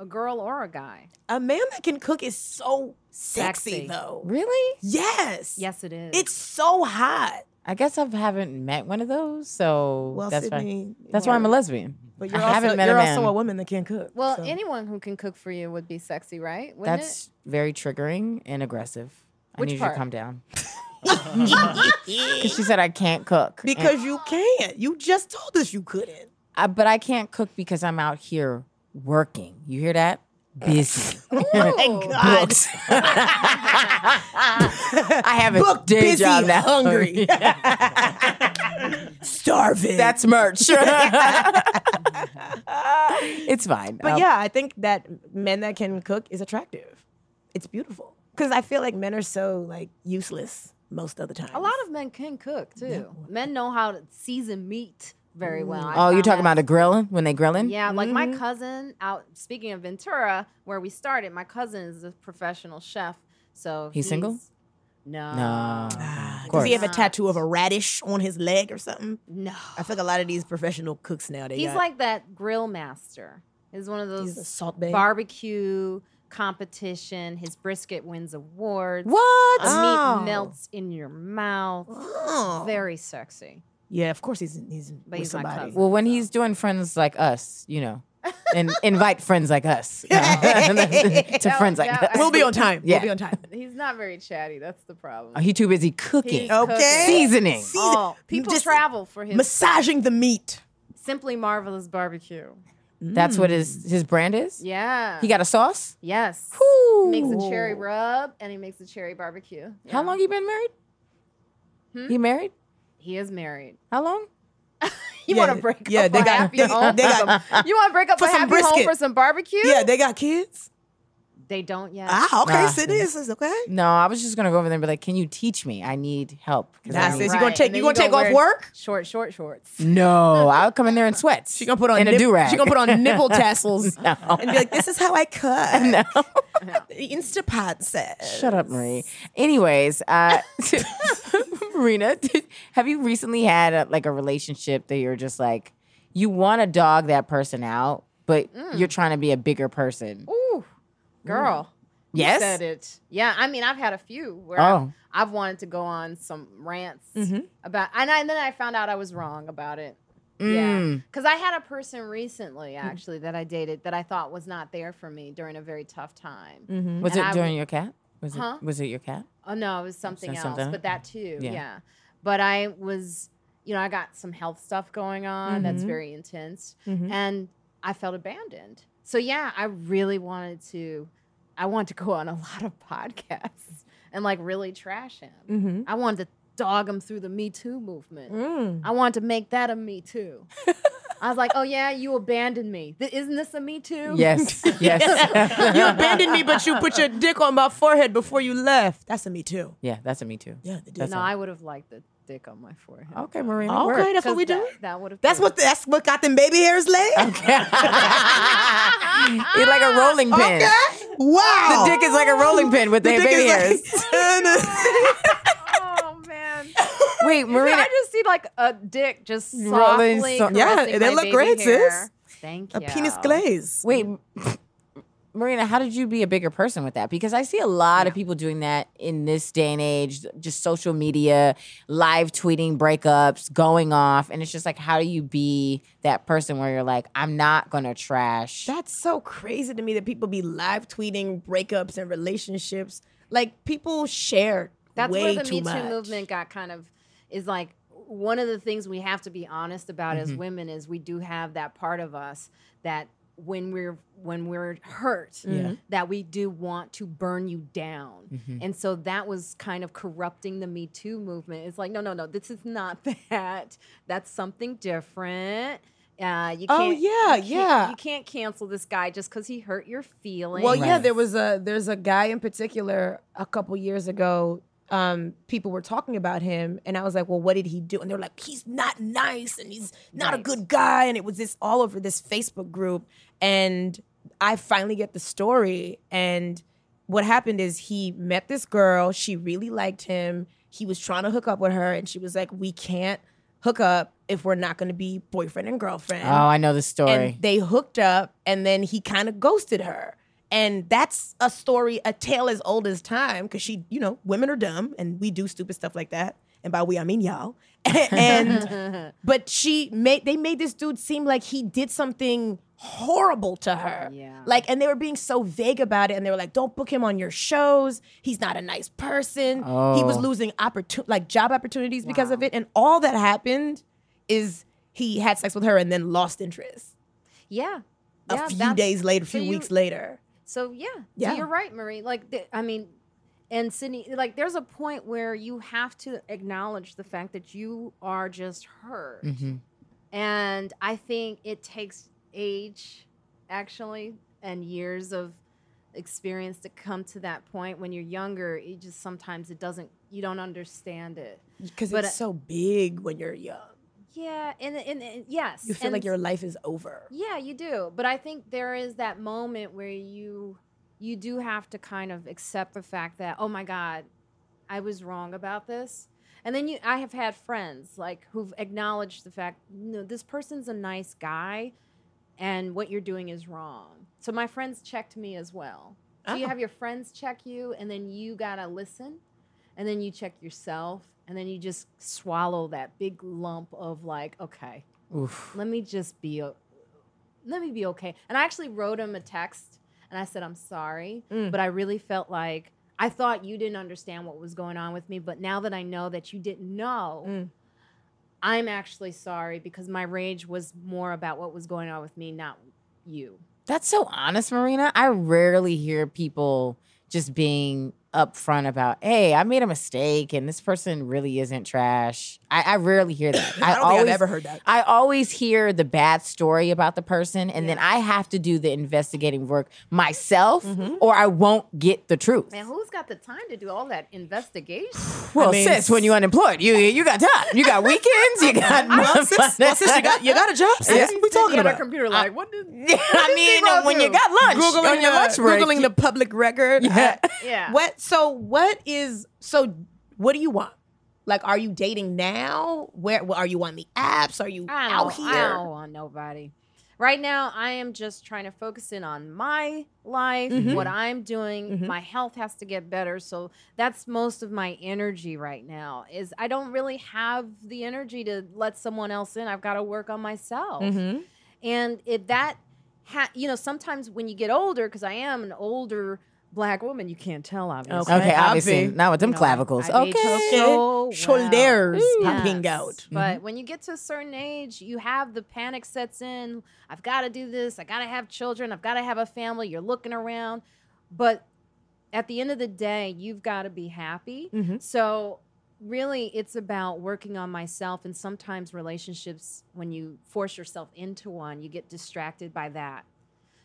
[SPEAKER 4] a girl or a guy.
[SPEAKER 3] A man that can cook is so sexy,
[SPEAKER 4] Sexy.
[SPEAKER 3] though.
[SPEAKER 2] really?
[SPEAKER 3] Yes.
[SPEAKER 4] Yes, it is.
[SPEAKER 3] It's so hot.
[SPEAKER 2] I guess I haven't met one of those, so
[SPEAKER 3] Well,
[SPEAKER 2] that's why.
[SPEAKER 3] Sydney,
[SPEAKER 2] That's why I'm a lesbian.
[SPEAKER 3] But you're
[SPEAKER 2] I
[SPEAKER 3] also,
[SPEAKER 2] haven't met
[SPEAKER 3] you're
[SPEAKER 2] a
[SPEAKER 3] also
[SPEAKER 2] man.
[SPEAKER 3] a woman that can cook.
[SPEAKER 4] Well,
[SPEAKER 3] so.
[SPEAKER 4] anyone who can cook for you would be sexy, right? Wouldn't
[SPEAKER 2] That's very triggering and aggressive.
[SPEAKER 4] Which
[SPEAKER 2] I need you
[SPEAKER 4] part?
[SPEAKER 2] to calm down. Because she said I can't cook, And
[SPEAKER 3] because you can't. You just told us you couldn't.
[SPEAKER 2] I- but I can't cook because I'm out here working. You hear that? busy.
[SPEAKER 4] Ooh.
[SPEAKER 3] God.
[SPEAKER 2] I have a
[SPEAKER 3] Book
[SPEAKER 2] day
[SPEAKER 3] busy,
[SPEAKER 2] job now.
[SPEAKER 3] hungry. Starving.
[SPEAKER 2] That's merch. it's fine.
[SPEAKER 3] But
[SPEAKER 2] Um,
[SPEAKER 3] yeah, I think that men that can cook is attractive. It's beautiful because I feel like men are so like useless most of the time.
[SPEAKER 4] A lot of men can cook too. Men know how to season meat very well. I
[SPEAKER 2] Oh, you're
[SPEAKER 4] found
[SPEAKER 2] talking
[SPEAKER 4] that.
[SPEAKER 2] about a grilling when they grilling?
[SPEAKER 4] Yeah, like my cousin out speaking of Ventura, where we started, my cousin is a professional chef. So
[SPEAKER 2] He's single?
[SPEAKER 4] No.
[SPEAKER 2] No. of
[SPEAKER 3] Does
[SPEAKER 2] course.
[SPEAKER 3] he have a tattoo of a radish on his leg or something?
[SPEAKER 4] No.
[SPEAKER 3] I feel like a lot of these professional cooks now they
[SPEAKER 4] He's
[SPEAKER 3] got-
[SPEAKER 4] like that grill master. He's one of
[SPEAKER 3] he's a
[SPEAKER 4] those
[SPEAKER 3] salt bay.
[SPEAKER 4] barbecue competition. His brisket wins awards.
[SPEAKER 2] what?
[SPEAKER 4] The
[SPEAKER 3] Oh.
[SPEAKER 4] meat melts in your mouth.
[SPEAKER 3] Oh.
[SPEAKER 4] Very sexy.
[SPEAKER 3] yeah, of course he's he's with
[SPEAKER 4] he's my
[SPEAKER 3] somebody.
[SPEAKER 4] cousin.
[SPEAKER 2] Well, when he's doing friends like us, you know, and invite friends like us you know, to
[SPEAKER 4] No,
[SPEAKER 2] friends like
[SPEAKER 4] no,
[SPEAKER 2] us.
[SPEAKER 4] I-
[SPEAKER 3] we'll be on time.
[SPEAKER 2] Yeah.
[SPEAKER 3] We'll be on time.
[SPEAKER 4] He's not very chatty. That's the problem.
[SPEAKER 2] Oh, he too busy cooking,
[SPEAKER 4] He cooks
[SPEAKER 3] Okay.
[SPEAKER 2] seasoning.
[SPEAKER 4] all. People
[SPEAKER 3] Just
[SPEAKER 4] travel for his
[SPEAKER 3] Massaging the meat.
[SPEAKER 4] simply marvelous barbecue.
[SPEAKER 2] That's what his his brand is.
[SPEAKER 4] Mm. Yeah.
[SPEAKER 2] He got a sauce.
[SPEAKER 4] yes.
[SPEAKER 2] Ooh.
[SPEAKER 4] He makes a cherry rub and he makes a cherry barbecue. Yeah.
[SPEAKER 2] How long you been married?
[SPEAKER 4] Hmm?
[SPEAKER 2] He married?
[SPEAKER 4] He is married.
[SPEAKER 2] How long?
[SPEAKER 3] Yeah,
[SPEAKER 4] You want to break
[SPEAKER 3] yeah,
[SPEAKER 4] up
[SPEAKER 3] they
[SPEAKER 4] a
[SPEAKER 3] got-
[SPEAKER 4] happy
[SPEAKER 3] they-
[SPEAKER 4] home?
[SPEAKER 3] they
[SPEAKER 4] for
[SPEAKER 3] got-
[SPEAKER 4] some- you want to break up
[SPEAKER 3] for
[SPEAKER 4] a
[SPEAKER 3] some
[SPEAKER 4] happy home
[SPEAKER 3] brisket.
[SPEAKER 4] for some barbecue?
[SPEAKER 3] Yeah, they got kids.
[SPEAKER 4] They don't yet.
[SPEAKER 3] Ah, okay.
[SPEAKER 2] Nah.
[SPEAKER 3] So it is. It's okay.
[SPEAKER 2] No, I was just gonna go over there and be like, "Can you teach me? I need help." 'Cause I
[SPEAKER 3] Nah,
[SPEAKER 2] don't-
[SPEAKER 3] sis,
[SPEAKER 4] Right,
[SPEAKER 3] you gonna take
[SPEAKER 4] and
[SPEAKER 3] you
[SPEAKER 4] then
[SPEAKER 3] gonna take
[SPEAKER 4] you go
[SPEAKER 3] off
[SPEAKER 4] wear-
[SPEAKER 3] work?
[SPEAKER 4] Short, short
[SPEAKER 3] Mm.
[SPEAKER 4] shorts.
[SPEAKER 2] no, I'll come in there in sweats. She
[SPEAKER 3] gonna put on
[SPEAKER 2] and a
[SPEAKER 3] nip-
[SPEAKER 2] do rag.
[SPEAKER 3] she gonna put on nipple tassels.
[SPEAKER 2] no.
[SPEAKER 3] and be like, "This is how I cut."
[SPEAKER 2] No.
[SPEAKER 3] The Instapot says.
[SPEAKER 2] Shut up, Marie. Anyways, uh, Marina, did- have you recently had a, like a relationship that you're just like you want to dog that person out, but you're trying to be a bigger person?
[SPEAKER 4] Mm. Ooh, girl. you
[SPEAKER 2] Yes?
[SPEAKER 4] Said it. Yeah. I mean, I've had a few where
[SPEAKER 2] Oh.
[SPEAKER 4] I've, I've wanted to go on some rants
[SPEAKER 2] Mm-hmm.
[SPEAKER 4] about, and, I, and then I found out I was wrong about it. Yeah.
[SPEAKER 2] Mm.
[SPEAKER 4] Because I had a person recently,
[SPEAKER 2] Mm-hmm.
[SPEAKER 4] actually, that I dated that I thought was not there for me during a very tough time.
[SPEAKER 2] Was
[SPEAKER 3] Mm-hmm.
[SPEAKER 4] And
[SPEAKER 2] it
[SPEAKER 4] I
[SPEAKER 2] during your cat? Was
[SPEAKER 4] Huh?
[SPEAKER 2] it was it your cat?
[SPEAKER 4] Oh no, it was something
[SPEAKER 2] Sen-
[SPEAKER 4] else,
[SPEAKER 2] something?
[SPEAKER 4] but that too.
[SPEAKER 2] Yeah.
[SPEAKER 4] Yeah. But I was, you know, I got some health stuff going on that's
[SPEAKER 2] Mm-hmm.
[SPEAKER 3] Mhm.
[SPEAKER 4] very intense
[SPEAKER 3] Mhm.
[SPEAKER 4] and I felt abandoned. So yeah, I really wanted to I wanted to go on a lot of podcasts and like really trash him.
[SPEAKER 3] Mm-hmm. Mm.
[SPEAKER 4] I wanted to dog him through the Me Too movement. I wanted to make that a Me Too. I was like, "Oh yeah, you abandoned me. Th- isn't this a Me Too?"
[SPEAKER 2] Yes, yes,
[SPEAKER 3] you abandoned me, but you put your dick on my forehead before you left. That's a me too.
[SPEAKER 2] yeah. That's a me too.
[SPEAKER 3] Yeah, they do.
[SPEAKER 2] That's
[SPEAKER 4] No,
[SPEAKER 2] a-
[SPEAKER 4] I would have liked the dick on my forehead.
[SPEAKER 2] okay, Marina.
[SPEAKER 3] okay,
[SPEAKER 2] work.
[SPEAKER 3] that's what
[SPEAKER 4] 'Cause
[SPEAKER 3] we
[SPEAKER 4] that-
[SPEAKER 3] do.
[SPEAKER 4] That would have
[SPEAKER 3] That's what that's what got them baby hairs laid. Okay.
[SPEAKER 2] It's like a rolling pin.
[SPEAKER 3] Wow.
[SPEAKER 2] The dick is like a rolling pin with the
[SPEAKER 3] dick
[SPEAKER 2] baby hairs.
[SPEAKER 3] is like-
[SPEAKER 4] Oh man!
[SPEAKER 2] Wait,
[SPEAKER 4] Can
[SPEAKER 2] Marina.
[SPEAKER 4] I just see like a dick just
[SPEAKER 2] Rolling
[SPEAKER 4] softly.
[SPEAKER 2] so-
[SPEAKER 3] Yeah,
[SPEAKER 4] caressing
[SPEAKER 3] they
[SPEAKER 4] my
[SPEAKER 3] look
[SPEAKER 4] baby
[SPEAKER 3] great, sis.
[SPEAKER 4] hair? Thank
[SPEAKER 3] a
[SPEAKER 4] you.
[SPEAKER 3] penis glaze.
[SPEAKER 2] Wait, Marina, how did you be a bigger person with that? Because I see a lot of people doing that in this day and age, just social media, live tweeting breakups, going off. And it's just like, how do you be that person where you're like, I'm not going to trash?
[SPEAKER 3] That's so crazy to me that people be live tweeting breakups and relationships. Like people share
[SPEAKER 4] That's
[SPEAKER 3] way
[SPEAKER 4] where the
[SPEAKER 3] too
[SPEAKER 4] Me Too
[SPEAKER 3] much.
[SPEAKER 4] movement got kind of is like one of the things we have to be honest about
[SPEAKER 3] Mm-hmm.
[SPEAKER 4] as women is we do have that part of us that when we're when we're hurt that we do want to burn you down
[SPEAKER 2] Mm-hmm.
[SPEAKER 3] Mm-hmm.
[SPEAKER 4] and so that was kind of corrupting the me too movement it's like no no no this is not that that's something different uh, you can't,
[SPEAKER 3] Oh,
[SPEAKER 4] you
[SPEAKER 3] yeah,
[SPEAKER 4] can't-
[SPEAKER 3] yeah.
[SPEAKER 4] You can't cancel this guy just because he hurt your feelings.
[SPEAKER 3] Well, yeah,
[SPEAKER 2] Right.
[SPEAKER 3] there was a there's a guy in particular a couple years ago. Um, people were talking about him, and I was like, "Well, what did he do?" And they're like, "He's not nice, and he's not a
[SPEAKER 4] Right.
[SPEAKER 3] good guy." And it was this all over this Facebook group, and I finally get the story. And what happened is he met this girl. She really liked him. He was trying to hook up with her, and she was like, "We can't hook up if we're not going to be boyfriend and girlfriend."
[SPEAKER 2] oh, I know this story.
[SPEAKER 3] and they hooked up and then he kind of ghosted her and that's a story a tale as old as time because she you know women are dumb and we do stupid stuff like that and by we i mean y'all and but she made they made this dude seem like he did something horrible to her
[SPEAKER 4] Yeah.
[SPEAKER 3] like and they were being so vague about it and they were like don't book him on your shows he's not a nice person he was
[SPEAKER 2] Oh.
[SPEAKER 3] losing opportun- like job opportunities because of it and all that happened is he had sex with her and then lost interest
[SPEAKER 4] yeah.
[SPEAKER 3] a
[SPEAKER 4] yeah,
[SPEAKER 3] few
[SPEAKER 4] that's-
[SPEAKER 3] days later, a few
[SPEAKER 4] you-
[SPEAKER 3] weeks later.
[SPEAKER 4] So yeah,
[SPEAKER 3] Yeah.
[SPEAKER 4] So you're right, Marie. Like th- I mean, and Sydney, like there's a point where you have to acknowledge the fact that you are just hurt,
[SPEAKER 3] Mm-hmm.
[SPEAKER 2] Mhm.
[SPEAKER 4] and I think it takes age, actually, and years of experience to come to that point. When you're younger, you just sometimes it doesn't, you don't understand it.
[SPEAKER 3] because
[SPEAKER 4] But
[SPEAKER 3] it's
[SPEAKER 4] I-
[SPEAKER 3] so big when you're young.
[SPEAKER 4] Yeah, and and, and yes,
[SPEAKER 3] You feel like
[SPEAKER 4] and-
[SPEAKER 3] your life is over.
[SPEAKER 4] Yeah, you do. But I think there is that moment where you you do have to kind of accept the fact that oh my god, I was wrong about this. And then you I have had friends like who've acknowledged the fact no this person's a nice guy and what you're doing is wrong. So my friends checked me as well. So you
[SPEAKER 3] Oh.
[SPEAKER 4] have your friends check you and then you got to listen and then you check yourself and then you just swallow that big lump of like okay
[SPEAKER 2] Oof.
[SPEAKER 4] let me just be o- let me be okay and i actually wrote him a text and i said i'm sorry
[SPEAKER 3] Mm.
[SPEAKER 4] but i really felt like i thought you didn't understand what was going on with me but now that i know that you didn't know
[SPEAKER 3] Mm.
[SPEAKER 4] i'm actually sorry because my rage was more about what was going on with me not you
[SPEAKER 2] That's so honest, Marina. I rarely hear people just being upfront about, hey, I made a mistake and this person really isn't trash. I, I rarely hear that.
[SPEAKER 3] I don't
[SPEAKER 2] always
[SPEAKER 3] think I've ever heard that.
[SPEAKER 2] I always hear the bad story about the person, and then I have to do the investigating work myself,
[SPEAKER 3] Mm-hmm.
[SPEAKER 2] or I won't get the truth.
[SPEAKER 4] man who's got the time to do all that investigation
[SPEAKER 2] Well,
[SPEAKER 3] I mean-
[SPEAKER 2] sis, when you're unemployed, you you got time. You got weekends. You got months.
[SPEAKER 3] well, sis, you got you got a job. Sis,
[SPEAKER 4] She's
[SPEAKER 3] we talking
[SPEAKER 4] sitting at her
[SPEAKER 3] about?
[SPEAKER 4] computer like what did
[SPEAKER 2] I mean, uh, when you got lunch, on your
[SPEAKER 3] the,
[SPEAKER 2] lunch break,
[SPEAKER 3] Googling the public record.
[SPEAKER 2] Yeah.
[SPEAKER 3] Uh,
[SPEAKER 4] Yeah.
[SPEAKER 3] What? So what is? So what do you want? Like, are you dating now? Where well, are you on the apps? Are you
[SPEAKER 4] I
[SPEAKER 3] out
[SPEAKER 4] don't,
[SPEAKER 3] here?
[SPEAKER 4] I don't want nobody. Right now, I am just trying to focus in on my life,
[SPEAKER 3] Mm-hmm.
[SPEAKER 4] what I'm doing. My health has to get better, so that's most of my energy right now. Is I don't really have the energy to let someone else in. I've got to work on myself,
[SPEAKER 3] Mm-hmm.
[SPEAKER 4] and if that, ha- you know, sometimes when you get older, because I am an older black woman, you can't tell obviously.
[SPEAKER 3] Okay.
[SPEAKER 2] Okay,
[SPEAKER 3] I'll
[SPEAKER 2] obviously,
[SPEAKER 3] be-
[SPEAKER 2] not with them
[SPEAKER 4] you know,
[SPEAKER 2] clavicles.
[SPEAKER 4] I've aged
[SPEAKER 2] okay.
[SPEAKER 4] so well.
[SPEAKER 3] Shoulders popping
[SPEAKER 4] Yes.
[SPEAKER 3] out.
[SPEAKER 4] But
[SPEAKER 2] Mm-hmm.
[SPEAKER 4] when you get to a certain age, you have the panic sets in. I've got to do this. I got to have children. I've got to have a family. You're looking around. But at the end of the day, you've got to be happy.
[SPEAKER 3] Mhm.
[SPEAKER 4] So really it's about working on myself and sometimes relationships when you force yourself into one, you get distracted by that.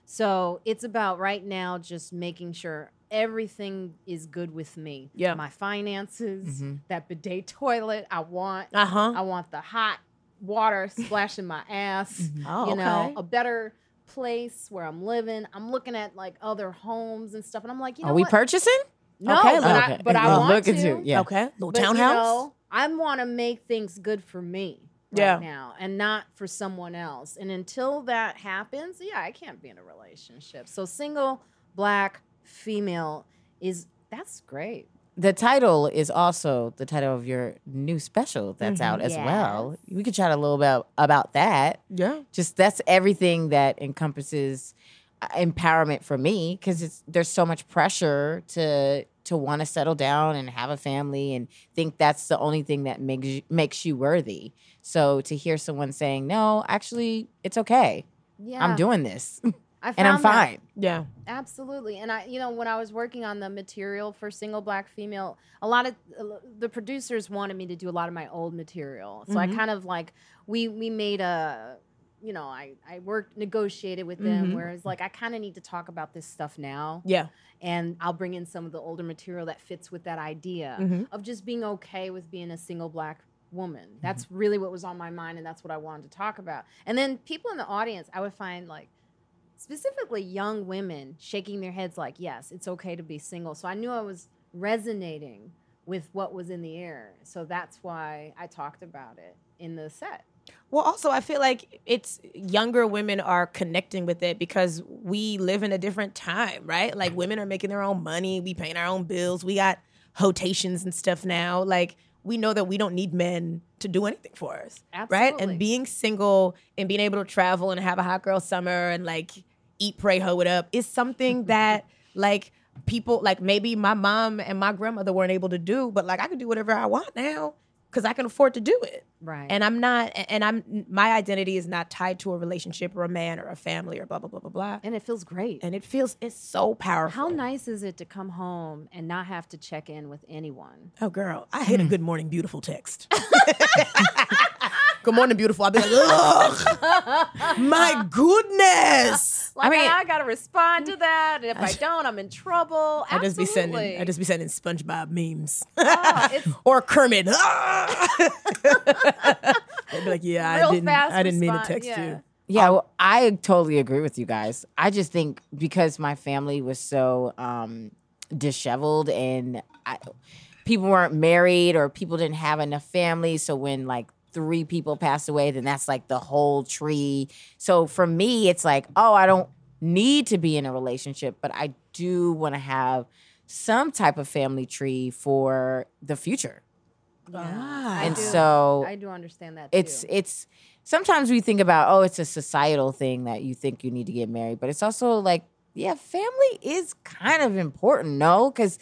[SPEAKER 4] So it's about right now just making sure everything is good with me.
[SPEAKER 3] Yeah.
[SPEAKER 4] My finances,
[SPEAKER 2] Mhm.
[SPEAKER 4] that bidet toilet I want.
[SPEAKER 3] Uh huh.
[SPEAKER 4] I want the hot water splashing my ass.
[SPEAKER 2] Mm-hmm.
[SPEAKER 3] Oh,
[SPEAKER 4] you know,
[SPEAKER 3] okay.
[SPEAKER 4] a better place where I'm living. I'm looking at like other homes and stuff, and I'm like, you know
[SPEAKER 2] Are we
[SPEAKER 4] what?
[SPEAKER 2] purchasing?
[SPEAKER 4] no,
[SPEAKER 3] Okay,
[SPEAKER 4] but, I,
[SPEAKER 2] Okay.
[SPEAKER 4] but I
[SPEAKER 2] Well,
[SPEAKER 4] want
[SPEAKER 2] look
[SPEAKER 4] to.
[SPEAKER 2] at you. Yeah.
[SPEAKER 3] Okay. Little
[SPEAKER 4] But, you
[SPEAKER 3] townhouse.
[SPEAKER 4] know, I want to make things good for me right
[SPEAKER 3] Yeah.
[SPEAKER 4] now and not for someone else. And until that happens, yeah, I can't be in a relationship. So single, black, female is that's great.
[SPEAKER 2] The title is also the title of your new special that's
[SPEAKER 4] Mm-hmm.
[SPEAKER 2] out as well. We could chat a little bit about that.
[SPEAKER 3] yeah.
[SPEAKER 2] Just that's everything that encompasses uh, empowerment for me because it's there's so much pressure to to want to settle down and have a family and think that's the only thing that makes you, makes you worthy. So to hear someone saying, "No, actually, it's okay.
[SPEAKER 4] Yeah,
[SPEAKER 2] I'm doing this,
[SPEAKER 4] I
[SPEAKER 2] and I'm
[SPEAKER 4] found that-
[SPEAKER 2] fine."
[SPEAKER 3] Yeah.
[SPEAKER 4] Absolutely. And I, you know, when I was working on the material for single black female, a lot of the producers wanted me to do a lot of my old material. So I
[SPEAKER 3] Mhm.
[SPEAKER 4] kind of like, we, we made a, you know, I, I worked, negotiated with them
[SPEAKER 3] Mhm.
[SPEAKER 4] where it's like, I kind of need to talk about this stuff now.
[SPEAKER 3] Yeah.
[SPEAKER 4] And I'll bring in some of the older material that fits with that idea
[SPEAKER 3] Mhm.
[SPEAKER 4] of just being okay with being a single black woman.
[SPEAKER 3] Mm-hmm.
[SPEAKER 4] That's really what was on my mind, and that's what I wanted to talk about. And then people in the audience, I would find like specifically young women shaking their heads, like, yes, it's okay to be single. So I knew I was resonating with what was in the air. So that's why I talked about it in the set.
[SPEAKER 3] Well, also, I feel like it's younger women are connecting with it because we live in a different time, right? Like women are making their own money, we paying our own bills, we got hotations and stuff now. Like we know that we don't need men to do anything for us, right?
[SPEAKER 4] Absolutely.
[SPEAKER 3] And being single and being able to travel and have a hot girl summer and like eat, pray, hoe it up is something that like people like maybe my mom and my grandmother weren't able to do, but like I could do whatever I want now. because I can afford to do it.
[SPEAKER 4] Right.
[SPEAKER 3] And I'm not, and I'm, my identity is not tied to a relationship or a man or a family or blah, blah, blah, blah, blah.
[SPEAKER 4] and it feels great.
[SPEAKER 3] And it feels, it's so powerful.
[SPEAKER 4] How nice is it to come home and not have to check in with anyone?
[SPEAKER 3] Oh, girl, I
[SPEAKER 4] Hmm.
[SPEAKER 3] hate a good morning, beautiful text. good morning, beautiful. I'll be like, ugh, my goodness.
[SPEAKER 4] Like, I
[SPEAKER 2] mean-
[SPEAKER 4] gotta respond to that. And if I don't, I'm in trouble.
[SPEAKER 3] I just be sending, I
[SPEAKER 4] Absolutely.
[SPEAKER 3] just be sending SpongeBob memes
[SPEAKER 4] Oh, it's
[SPEAKER 3] or Kermit. Ugh. I'd be like, yeah, I
[SPEAKER 4] Real
[SPEAKER 3] didn't,
[SPEAKER 4] fast
[SPEAKER 3] I didn't mean to
[SPEAKER 4] response,
[SPEAKER 3] text
[SPEAKER 4] yeah.
[SPEAKER 3] you.
[SPEAKER 2] Yeah, well, I totally agree with you guys. I just think because my family was so um, disheveled and I, people weren't married or people didn't have enough family, so when like three people passed away, then that's like the whole tree. So for me, it's like, oh, I don't need to be in a relationship, but I do want to have some type of family tree for the future.
[SPEAKER 3] Ah.
[SPEAKER 4] I
[SPEAKER 2] and
[SPEAKER 4] do.
[SPEAKER 2] so
[SPEAKER 4] I do understand that.
[SPEAKER 2] Oh. it's
[SPEAKER 4] too.
[SPEAKER 2] it's sometimes we think about oh it's a societal thing that you think you need to get married but it's also like yeah family is kind of important no because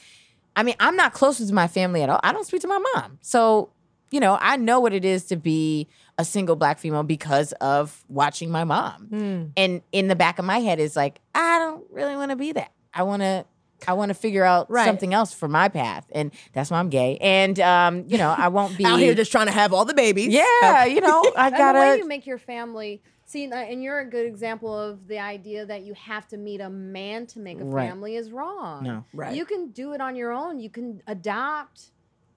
[SPEAKER 2] i mean i'm not close with my family at all i don't speak to my mom so you know i know what it is to be a single black female because of watching my mom
[SPEAKER 3] Hmm.
[SPEAKER 2] and in the back of my head is like i don't really want to be that i want to I want to figure out
[SPEAKER 3] Right.
[SPEAKER 2] something else for my path, and that's why I'm gay. And um, you know, I won't be
[SPEAKER 3] Out here just trying to have all the babies.
[SPEAKER 2] yeah, you know, I
[SPEAKER 4] And the way
[SPEAKER 2] gotta.
[SPEAKER 4] you make your family see, like, and you're a good example of the idea that you have to meet a man to make a
[SPEAKER 2] Right.
[SPEAKER 4] family is wrong.
[SPEAKER 2] No.
[SPEAKER 3] Right.
[SPEAKER 4] You can do it on your own. You can adopt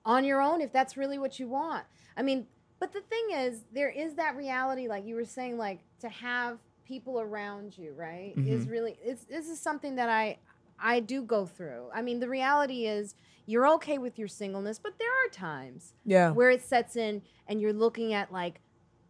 [SPEAKER 4] on your own if that's really what you want. I mean, but the thing is, there is that reality, like you were saying, like to have people around you, right?
[SPEAKER 3] Mm-hmm.
[SPEAKER 4] Is really it's this is something that I I do go through. I mean, the reality is you're okay with your singleness, but there are times
[SPEAKER 3] Yeah.
[SPEAKER 4] where it sets in and you're looking at like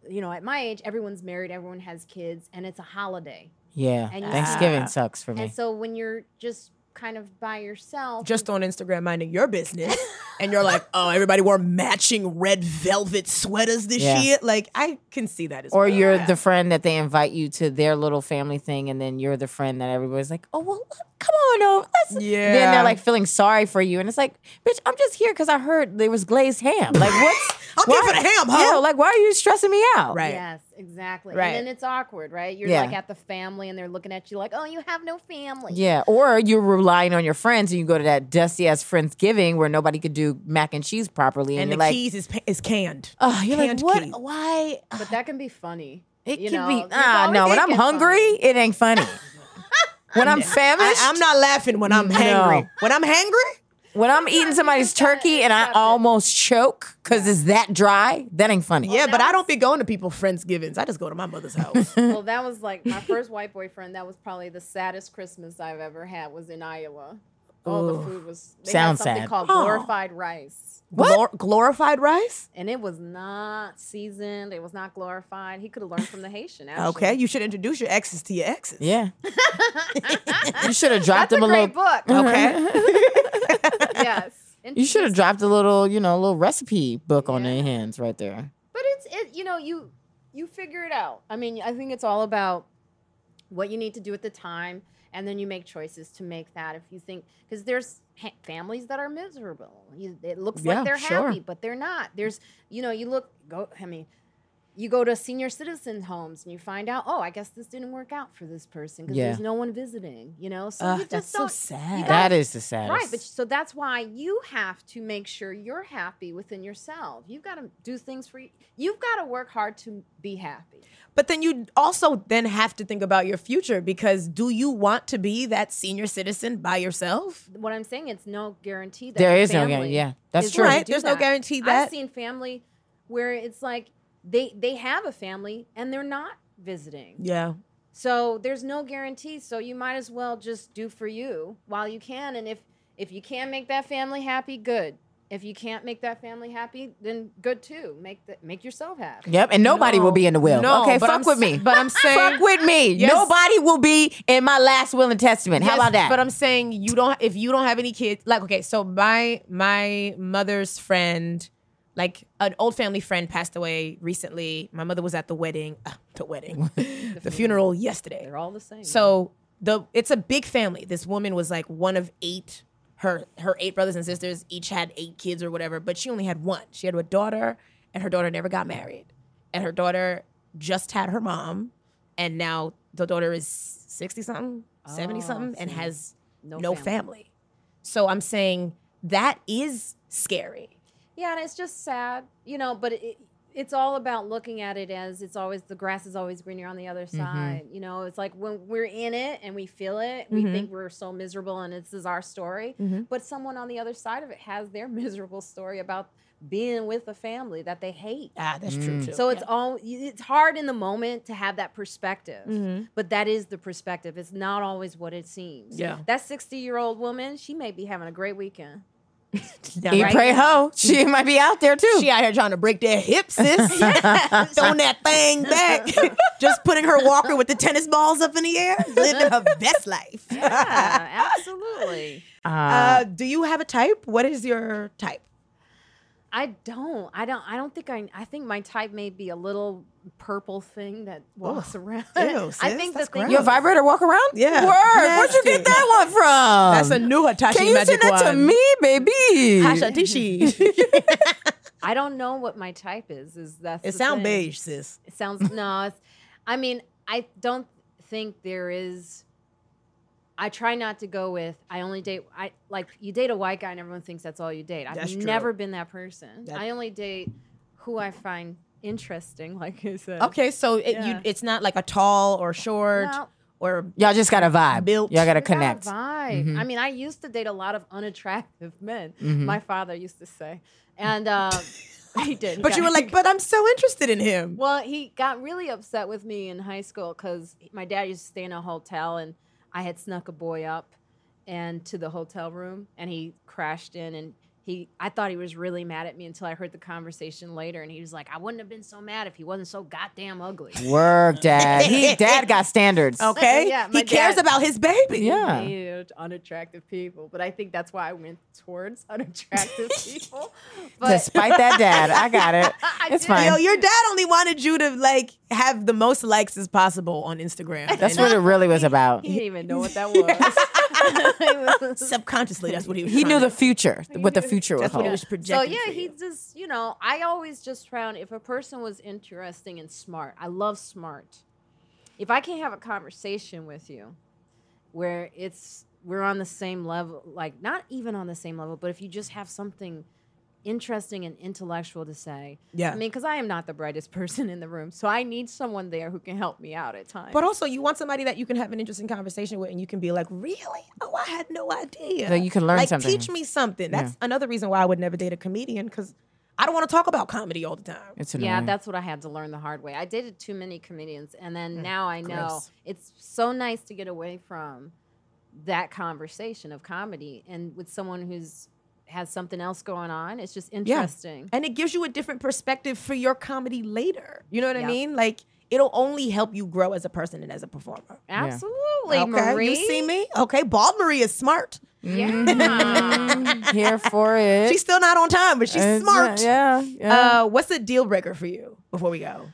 [SPEAKER 4] you know at my age everyone's married everyone has kids and it's a holiday
[SPEAKER 2] Yeah,
[SPEAKER 4] And you-
[SPEAKER 2] Thanksgiving
[SPEAKER 3] Ah.
[SPEAKER 2] sucks for me.
[SPEAKER 4] and so when you're just kind of by yourself
[SPEAKER 3] just on Instagram minding your business and you're like, oh, everybody wore matching red velvet sweaters this
[SPEAKER 2] Yeah.
[SPEAKER 3] year. Like, I can see that as
[SPEAKER 2] Or
[SPEAKER 3] well.
[SPEAKER 2] you're the friend that they invite you to their little family thing, and then you're the friend that everybody's like, "Oh well, come on over." Let's.
[SPEAKER 3] Yeah.
[SPEAKER 2] Then they're like feeling sorry for you, and it's like, "Bitch, I'm just here because I heard there was glazed ham. Like, what's?
[SPEAKER 3] I'm here for the ham, huh?
[SPEAKER 2] Yeah, like why are you stressing me out?
[SPEAKER 3] right.
[SPEAKER 4] yes exactly
[SPEAKER 3] Right.
[SPEAKER 4] and then it's awkward right you're
[SPEAKER 2] Yeah.
[SPEAKER 4] like at the family and they're looking at you like oh you have no family
[SPEAKER 2] Yeah, or you're relying on your friends, and you go to that dusty ass friendsgiving where nobody could do mac and cheese properly, and,
[SPEAKER 3] And the
[SPEAKER 2] you're like,
[SPEAKER 3] keys is, pa- is canned.
[SPEAKER 2] "Oh, you're like,
[SPEAKER 3] canned
[SPEAKER 2] what?
[SPEAKER 3] key.
[SPEAKER 2] Why?
[SPEAKER 4] but that can be funny
[SPEAKER 2] It
[SPEAKER 4] you
[SPEAKER 2] can
[SPEAKER 4] know?
[SPEAKER 2] be.
[SPEAKER 4] It's
[SPEAKER 2] Ah, no.
[SPEAKER 4] always-
[SPEAKER 2] When
[SPEAKER 4] it
[SPEAKER 2] I'm
[SPEAKER 4] gets
[SPEAKER 2] hungry,
[SPEAKER 4] funny.
[SPEAKER 2] it ain't funny. when I'm
[SPEAKER 3] I,
[SPEAKER 2] famished,
[SPEAKER 3] I'm not laughing when I'm
[SPEAKER 2] No.
[SPEAKER 3] hangry. When I'm hangry,
[SPEAKER 2] when I'm eating
[SPEAKER 4] you
[SPEAKER 2] somebody's
[SPEAKER 4] just gotta
[SPEAKER 2] turkey and I
[SPEAKER 4] accept it.
[SPEAKER 2] almost choke because it's that dry, that ain't funny.
[SPEAKER 3] yeah, but I
[SPEAKER 4] that's-
[SPEAKER 3] don't be going to people Friendsgivings. I just go to my mother's house.
[SPEAKER 4] well that was like my first white boyfriend that was probably the saddest christmas i've ever had was in iowa all the
[SPEAKER 2] Ooh.
[SPEAKER 4] food was they
[SPEAKER 2] Sounds
[SPEAKER 4] had something
[SPEAKER 2] sad.
[SPEAKER 4] called
[SPEAKER 3] Oh.
[SPEAKER 4] glorified rice
[SPEAKER 3] Glor- glorified rice?
[SPEAKER 4] and it was not seasoned. It was not glorified. He could have learned from the Haitian. Actually.
[SPEAKER 3] Okay, you should introduce your exes to your exes.
[SPEAKER 2] Yeah. you should have dropped
[SPEAKER 4] that's a
[SPEAKER 2] them a,
[SPEAKER 4] great
[SPEAKER 2] little.
[SPEAKER 4] book.
[SPEAKER 3] Okay.
[SPEAKER 4] yes,
[SPEAKER 2] You should have
[SPEAKER 4] Introduce-
[SPEAKER 2] dropped a little, you know, little recipe book on their hands right there.
[SPEAKER 4] But it's it. You know, you you figure it out. I mean, I think it's all about what you need to do at the time, and then you make choices to make that. If you think because there's ha- families that are miserable. You, it looks
[SPEAKER 2] Yeah,
[SPEAKER 4] like they're
[SPEAKER 2] sure.
[SPEAKER 4] happy, but they're not. There's you know, you look go. I mean. You go to senior citizen homes and you find out, oh, I guess this didn't work out for this person because
[SPEAKER 2] Yeah.
[SPEAKER 4] there's no one visiting, you know. So
[SPEAKER 3] Ugh,
[SPEAKER 4] you just
[SPEAKER 3] that's so
[SPEAKER 4] don't,
[SPEAKER 3] sad.
[SPEAKER 4] gotta
[SPEAKER 2] That is the saddest.
[SPEAKER 4] Right, but so that's why you have to make sure you're happy within yourself. You've got to do things for you. You've got to work hard to be happy.
[SPEAKER 3] But then you also then have to think about your future because do you want to be that senior citizen by yourself?
[SPEAKER 4] What I'm saying, it's no guarantee that
[SPEAKER 2] There
[SPEAKER 4] your
[SPEAKER 2] is no guarantee.
[SPEAKER 4] family
[SPEAKER 2] Yeah, that's
[SPEAKER 4] is
[SPEAKER 2] true.
[SPEAKER 4] gonna
[SPEAKER 3] Right,
[SPEAKER 4] do
[SPEAKER 3] there's no guarantee that.
[SPEAKER 4] I've seen family where it's like they they have a family and they're not visiting.
[SPEAKER 3] Yeah.
[SPEAKER 4] So there's no guarantee. So you might as well just do for you while you can. And if if you can make that family happy, good. If you can't make that family happy, then good too. Make the, make yourself happy.
[SPEAKER 2] Yep, and nobody will
[SPEAKER 3] No,
[SPEAKER 2] be in the will.
[SPEAKER 3] no,
[SPEAKER 2] okay,
[SPEAKER 3] but
[SPEAKER 2] fuck
[SPEAKER 3] I'm
[SPEAKER 2] with
[SPEAKER 3] sa-
[SPEAKER 2] me.
[SPEAKER 3] but I'm saying-
[SPEAKER 2] fuck with me.
[SPEAKER 3] Yes.
[SPEAKER 2] Nobody will be in my last will and testament. How
[SPEAKER 3] Yes,
[SPEAKER 2] about that?
[SPEAKER 3] But I'm saying you don't if you don't have any kids, like okay, so my my mother's friend, like an old family friend passed away recently. My mother was at the wedding, uh, the wedding. the funeral yesterday.
[SPEAKER 4] They're all the same.
[SPEAKER 3] So the it's a big family. This woman was like one of eight her her eight brothers and sisters each had eight kids or whatever, but she only had one. She had a daughter, and her daughter never got married, and her daughter just had her mom, and now the daughter is sixty something, seventy
[SPEAKER 4] Oh, I
[SPEAKER 3] something, and
[SPEAKER 4] see.
[SPEAKER 3] has
[SPEAKER 4] No
[SPEAKER 3] no,
[SPEAKER 4] family.
[SPEAKER 3] family. So I'm saying that is scary.
[SPEAKER 4] Yeah, and it's just sad, you know, but it, it's all about looking at it as it's always the grass is always greener on the other
[SPEAKER 3] Mm-hmm.
[SPEAKER 4] side. You know, it's like when we're in it and we feel it, we
[SPEAKER 3] Mhm.
[SPEAKER 4] think we're so miserable and this is our story.
[SPEAKER 3] Mm-hmm.
[SPEAKER 4] But someone on the other side of it has their miserable story about being with a family that they hate.
[SPEAKER 3] Ah, that's true too.
[SPEAKER 4] So it's all it's hard in the moment to have that perspective.
[SPEAKER 3] Mm-hmm.
[SPEAKER 4] But that is the perspective. It's not always what it seems.
[SPEAKER 3] Yeah.
[SPEAKER 4] That 60-year-old woman, she may be having a great weekend.
[SPEAKER 3] yeah.
[SPEAKER 2] Eat,
[SPEAKER 4] right?
[SPEAKER 2] pray, ho. She might be out there too.
[SPEAKER 3] She out here trying to break their hips, sis. Throwing that thing back. Just putting her walker with the tennis balls up in the air. Living her best life.
[SPEAKER 4] Yeah, absolutely.
[SPEAKER 3] Uh, do you have a type? What is your type?
[SPEAKER 4] I don't. I don't. I don't think I. I think my type may be a little purple thing that walks around.
[SPEAKER 3] Ew,
[SPEAKER 4] I
[SPEAKER 3] sis,
[SPEAKER 4] think
[SPEAKER 3] that's
[SPEAKER 4] the thing.
[SPEAKER 2] Your
[SPEAKER 3] gross.
[SPEAKER 2] vibrator walk around?
[SPEAKER 3] Uh, Yeah.
[SPEAKER 2] Word. Where'd you get
[SPEAKER 3] Nasty.
[SPEAKER 2] that one from?
[SPEAKER 3] That's a new Hitachi
[SPEAKER 2] Um, Can you send
[SPEAKER 3] magic
[SPEAKER 2] that to
[SPEAKER 3] wand.
[SPEAKER 2] me, baby?
[SPEAKER 3] Hashatishi.
[SPEAKER 4] I don't know what my type is. Is that
[SPEAKER 3] it sound beige, sis.
[SPEAKER 4] It sounds no. It's, I mean, I don't think there is. I try not to go with. I only date. I like you date a white guy and everyone thinks that's all you date. I've
[SPEAKER 3] That's true.
[SPEAKER 4] never been that person.
[SPEAKER 3] That-
[SPEAKER 4] I only date who I find interesting. Like I said.
[SPEAKER 3] Okay, so it,
[SPEAKER 4] Yeah.
[SPEAKER 3] you, it's not like a tall or short
[SPEAKER 4] No.
[SPEAKER 3] or
[SPEAKER 2] Y'all just got a vibe.
[SPEAKER 3] Built.
[SPEAKER 2] Y'all got to
[SPEAKER 4] We got a
[SPEAKER 2] connect.
[SPEAKER 4] vibe.
[SPEAKER 3] Mm-hmm.
[SPEAKER 4] I mean, I used to date a lot of unattractive men. My father used to say, and um, he did.
[SPEAKER 3] But you were like, but I'm so interested in him.
[SPEAKER 4] well, he got really upset with me in high school because my dad used to stay in a hotel, and I had snuck a boy up and to the hotel room, and he crashed in and. He, I thought he was really mad at me until I heard the conversation later, and he was like, "I wouldn't have been so mad if he wasn't so goddamn ugly."
[SPEAKER 2] Work, dad. He, dad got standards.
[SPEAKER 3] okay,
[SPEAKER 4] Yeah, my
[SPEAKER 3] he cares
[SPEAKER 4] dad-
[SPEAKER 3] about his baby.
[SPEAKER 2] Yeah.
[SPEAKER 4] hated unattractive people, but I think that's why I went towards unattractive people. But
[SPEAKER 2] Despite that, dad, I got it.
[SPEAKER 4] I
[SPEAKER 2] It's
[SPEAKER 4] did-
[SPEAKER 2] fine.
[SPEAKER 3] Yo, your dad only wanted you to like have the most likes as possible on Instagram.
[SPEAKER 2] That's
[SPEAKER 3] And
[SPEAKER 2] what it really was about.
[SPEAKER 4] he didn't even know what that was.
[SPEAKER 3] subconsciously that's what he was.
[SPEAKER 2] He
[SPEAKER 3] trying
[SPEAKER 2] knew
[SPEAKER 3] to-
[SPEAKER 2] the future, what the future would
[SPEAKER 3] That's what he
[SPEAKER 2] hold.
[SPEAKER 3] was
[SPEAKER 4] so
[SPEAKER 3] projecting.
[SPEAKER 4] yeah,
[SPEAKER 3] for
[SPEAKER 4] he
[SPEAKER 3] you.
[SPEAKER 4] just you know I always just found if a person was interesting and smart, I love smart. If I can't have a conversation with you, where it's we're on the same level, like not even on the same level, but if you just have something interesting and intellectual to say,
[SPEAKER 3] Yeah.
[SPEAKER 4] I mean, because I am not the brightest person in the room, so I need someone there who can help me out at times.
[SPEAKER 3] But also, you want somebody that you can have an interesting conversation with, and you can be like, "Really? Oh, I had no idea."
[SPEAKER 2] So you can learn
[SPEAKER 3] like,
[SPEAKER 2] something.
[SPEAKER 3] Teach me something. That's another reason why I would never date a comedian because I don't want to talk about comedy all the time.
[SPEAKER 2] It's
[SPEAKER 4] yeah,
[SPEAKER 2] annoying.
[SPEAKER 4] that's what I had to learn the hard way. I dated too many comedians, and then now I know
[SPEAKER 3] gross.
[SPEAKER 4] it's so nice to get away from that conversation of comedy and with someone who's has something else going on. It's just interesting.
[SPEAKER 3] and it gives you a different perspective for your comedy later. You know what
[SPEAKER 4] Yeah.
[SPEAKER 3] I mean? Like it'll only help you grow as a person and as a performer.
[SPEAKER 4] Absolutely,
[SPEAKER 3] okay,
[SPEAKER 4] Marie.
[SPEAKER 3] you see me? Okay, bald Marie is smart.
[SPEAKER 4] Yeah.
[SPEAKER 2] Mm, here for it.
[SPEAKER 3] She's still not on time, but she's
[SPEAKER 2] It's
[SPEAKER 3] smart.
[SPEAKER 2] not- Yeah, yeah.
[SPEAKER 3] Uh, what's a deal breaker for you before we go?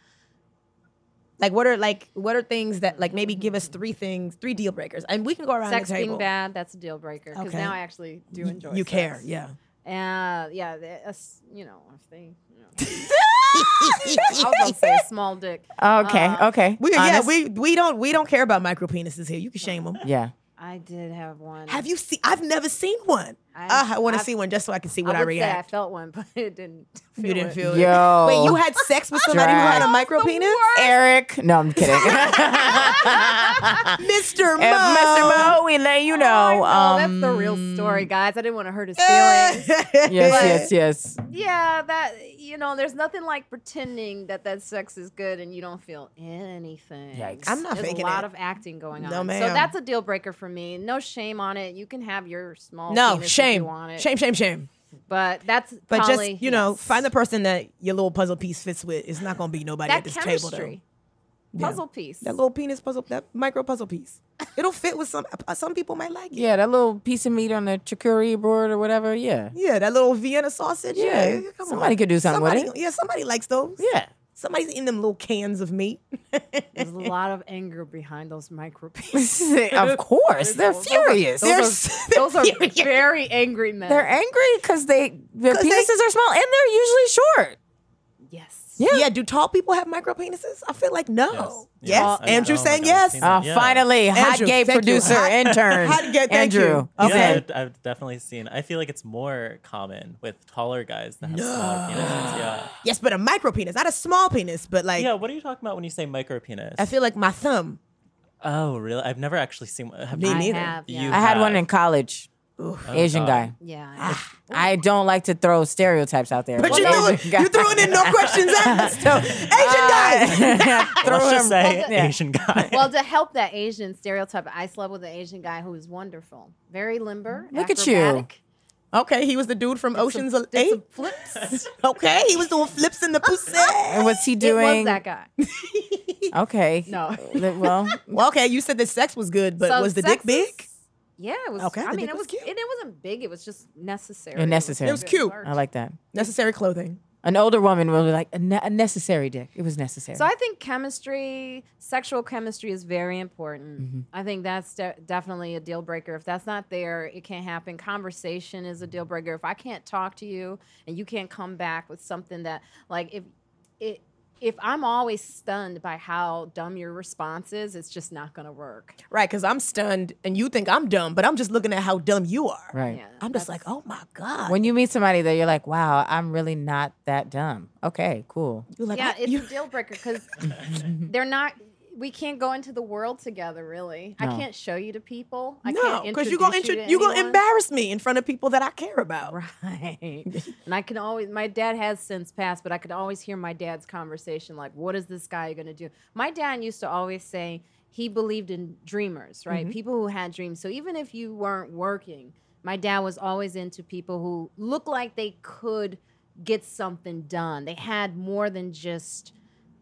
[SPEAKER 3] Like what are like what are things that like maybe give us three things, three deal breakers, and we can go around
[SPEAKER 4] Sex
[SPEAKER 3] the
[SPEAKER 4] being
[SPEAKER 3] table.
[SPEAKER 4] bad, that's a deal breaker. Because
[SPEAKER 3] Okay.
[SPEAKER 4] now I actually do enjoy.
[SPEAKER 3] you
[SPEAKER 4] sex.
[SPEAKER 3] care, yeah.
[SPEAKER 4] Uh, yeah, the- a s- you know, if they, you know. I was gonna say a small dick.
[SPEAKER 2] Oh, okay,
[SPEAKER 4] uh,
[SPEAKER 2] okay.
[SPEAKER 3] We yeah
[SPEAKER 2] Honest?
[SPEAKER 3] we we don't we don't care about micro penises here. You can shame them.
[SPEAKER 2] Yeah.
[SPEAKER 4] I did have one.
[SPEAKER 3] Have you seen? I've never seen one.
[SPEAKER 4] I-
[SPEAKER 3] I, want to
[SPEAKER 4] I've-
[SPEAKER 3] see one just so I can see what
[SPEAKER 4] I
[SPEAKER 3] I,
[SPEAKER 4] would say I
[SPEAKER 3] react.
[SPEAKER 4] felt one, but it didn't. Feel
[SPEAKER 3] you didn't
[SPEAKER 4] it.
[SPEAKER 3] feel it.
[SPEAKER 2] Yo.
[SPEAKER 3] Wait, you had sex with somebody who had a
[SPEAKER 2] Drag.
[SPEAKER 3] micro penis?
[SPEAKER 2] Eric. No, I'm kidding.
[SPEAKER 3] Mr. Mo.
[SPEAKER 2] And Mr. Eh, Mo, we let
[SPEAKER 3] Oh,
[SPEAKER 2] you
[SPEAKER 4] Oh, I
[SPEAKER 2] know.
[SPEAKER 4] know,
[SPEAKER 2] um,
[SPEAKER 4] that's the real story, guys. I didn't want to hurt his
[SPEAKER 3] Eh.
[SPEAKER 4] feelings.
[SPEAKER 2] Yes, yes, yes.
[SPEAKER 4] yeah, that you know, there's nothing like pretending that that sex is good and you don't feel anything.
[SPEAKER 2] Yikes.
[SPEAKER 3] I'm not
[SPEAKER 4] there's
[SPEAKER 3] faking
[SPEAKER 4] a lot
[SPEAKER 3] it.
[SPEAKER 4] of acting going on.
[SPEAKER 3] No,
[SPEAKER 4] So
[SPEAKER 3] ma'am.
[SPEAKER 4] that's a deal breaker for me. No shame on it. You can have your small.
[SPEAKER 3] No,
[SPEAKER 4] penis if You
[SPEAKER 3] shame.
[SPEAKER 4] want it.
[SPEAKER 3] Shame, shame, shame.
[SPEAKER 4] But that's
[SPEAKER 3] But
[SPEAKER 4] probably,
[SPEAKER 3] just, you know,
[SPEAKER 4] yes.
[SPEAKER 3] find the person that your little puzzle piece fits with. It's not going to be nobody
[SPEAKER 4] that
[SPEAKER 3] at this table,
[SPEAKER 4] chemistry
[SPEAKER 3] though.
[SPEAKER 4] puzzle piece.
[SPEAKER 3] Yeah. That little penis puzzle, that micro puzzle piece. It'll fit with some, uh, some people might like it.
[SPEAKER 2] Yeah, that little piece of meat on the charcuterie board or whatever. Yeah.
[SPEAKER 3] Yeah, that little Vienna sausage. Yeah.
[SPEAKER 2] Yeah.
[SPEAKER 3] come
[SPEAKER 2] Somebody
[SPEAKER 3] on.
[SPEAKER 2] could do something with
[SPEAKER 3] Somebody-
[SPEAKER 2] it.
[SPEAKER 3] Yeah, somebody likes those.
[SPEAKER 2] Yeah.
[SPEAKER 3] Somebody's eating them little cans of meat.
[SPEAKER 4] There's a lot of anger behind those micro pieces.
[SPEAKER 2] of course, they're
[SPEAKER 4] Those are-
[SPEAKER 2] furious.
[SPEAKER 4] Those are-
[SPEAKER 2] They're,
[SPEAKER 4] those are very angry men.
[SPEAKER 2] they're angry because they their
[SPEAKER 3] 'Cause
[SPEAKER 2] penises
[SPEAKER 3] they-
[SPEAKER 2] are small and they're usually short.
[SPEAKER 4] yes.
[SPEAKER 2] Yeah.
[SPEAKER 3] yeah, do tall people have micro penises? I feel like no.
[SPEAKER 5] Yes. Yes.
[SPEAKER 3] Yes.
[SPEAKER 5] I-
[SPEAKER 3] Andrew's
[SPEAKER 5] oh my
[SPEAKER 3] saying
[SPEAKER 5] God,
[SPEAKER 3] yes.
[SPEAKER 5] I've seen that.
[SPEAKER 2] Oh,
[SPEAKER 5] Yeah.
[SPEAKER 2] finally, hot
[SPEAKER 3] Andrew,
[SPEAKER 2] gay
[SPEAKER 3] thank you.
[SPEAKER 2] producer
[SPEAKER 3] Hot-
[SPEAKER 2] intern.
[SPEAKER 3] hot gay, thank
[SPEAKER 2] Andrew.
[SPEAKER 3] you.
[SPEAKER 5] Yeah,
[SPEAKER 2] Okay.
[SPEAKER 5] I've, I've definitely seen. I feel like it's more common with taller guys that have small penises. Yeah.
[SPEAKER 3] Yes, but a micro penis, not a small penis, but like
[SPEAKER 5] Yeah. What are you talking about when you say micro penis?
[SPEAKER 3] I feel like my thumb.
[SPEAKER 5] oh, really? I've never actually seen. one. Have
[SPEAKER 3] Me
[SPEAKER 5] you?
[SPEAKER 4] I
[SPEAKER 3] neither.
[SPEAKER 4] have. Yeah.
[SPEAKER 5] You
[SPEAKER 2] I had one
[SPEAKER 5] have.
[SPEAKER 2] in college. Asian
[SPEAKER 5] God.
[SPEAKER 2] guy.
[SPEAKER 4] yeah.
[SPEAKER 2] I don't like to throw stereotypes out there.
[SPEAKER 3] But you
[SPEAKER 2] Asian
[SPEAKER 3] threw it.
[SPEAKER 2] guy- Uh,
[SPEAKER 3] You threw it in no questions asked. So Asian guy.
[SPEAKER 5] Well, let's just say
[SPEAKER 2] Well, yeah.
[SPEAKER 5] Asian guy.
[SPEAKER 4] well, to help that Asian stereotype, I slept with an Asian guy who was wonderful, very limber.
[SPEAKER 2] Look at you.
[SPEAKER 4] acrobatic,
[SPEAKER 3] Okay, he was the dude from Ocean's
[SPEAKER 4] some- did
[SPEAKER 3] Eight.
[SPEAKER 4] some flips.
[SPEAKER 3] Okay, he was doing flips in the pussy.
[SPEAKER 2] And was he
[SPEAKER 4] It
[SPEAKER 2] doing?
[SPEAKER 4] was that guy.
[SPEAKER 2] Okay.
[SPEAKER 4] No.
[SPEAKER 2] Well,
[SPEAKER 3] well, okay, you said the sex was good, but
[SPEAKER 4] So
[SPEAKER 3] was the dick
[SPEAKER 4] sex
[SPEAKER 3] big?
[SPEAKER 4] is- yeah, it was.
[SPEAKER 3] Okay, the
[SPEAKER 4] I mean,
[SPEAKER 3] dick
[SPEAKER 4] it
[SPEAKER 3] was
[SPEAKER 4] was,
[SPEAKER 3] cute.
[SPEAKER 4] and it wasn't big. It was just necessary.
[SPEAKER 2] And necessary. It
[SPEAKER 3] was cute.
[SPEAKER 2] I like that.
[SPEAKER 3] Necessary clothing.
[SPEAKER 2] An older woman will be like, a, ne- a necessary dick. It was necessary.
[SPEAKER 4] So I think chemistry, sexual chemistry is very important.
[SPEAKER 3] Mm-hmm.
[SPEAKER 4] I think that's de- definitely a deal breaker. If that's not there, it can't happen. Conversation is a
[SPEAKER 3] Mm-hmm.
[SPEAKER 4] deal breaker. If I can't talk to you and you can't come back with something that like if it if I'm always stunned by how dumb your response is, it's just not going to work.
[SPEAKER 3] Right, because I'm stunned and you think I'm dumb, but I'm just looking at how dumb you are.
[SPEAKER 2] right.
[SPEAKER 4] Yeah.
[SPEAKER 3] I'm just like, oh my God.
[SPEAKER 2] When you meet somebody that you're like, wow, I'm really not that dumb. Okay, cool.
[SPEAKER 3] You're like,
[SPEAKER 4] yeah,
[SPEAKER 3] I-
[SPEAKER 4] it's
[SPEAKER 3] you-
[SPEAKER 4] a deal breaker because they're not. We can't go into the world together, really. I
[SPEAKER 2] No.
[SPEAKER 4] can't show you to people. I
[SPEAKER 3] no,
[SPEAKER 4] can't
[SPEAKER 3] because
[SPEAKER 4] introduce
[SPEAKER 3] you're gonna
[SPEAKER 4] you
[SPEAKER 3] intro-
[SPEAKER 4] to
[SPEAKER 3] you're gonna
[SPEAKER 4] anyone.
[SPEAKER 3] embarrass me in front of people that I care about.
[SPEAKER 4] Right. and I can always, my dad has since passed, but I could always hear my dad's conversation like, what is this guy going to do? My dad used to always say he believed in dreamers, right? People who had dreams. So even if you weren't working, my dad was always into people who looked like they could get something done. They had more than just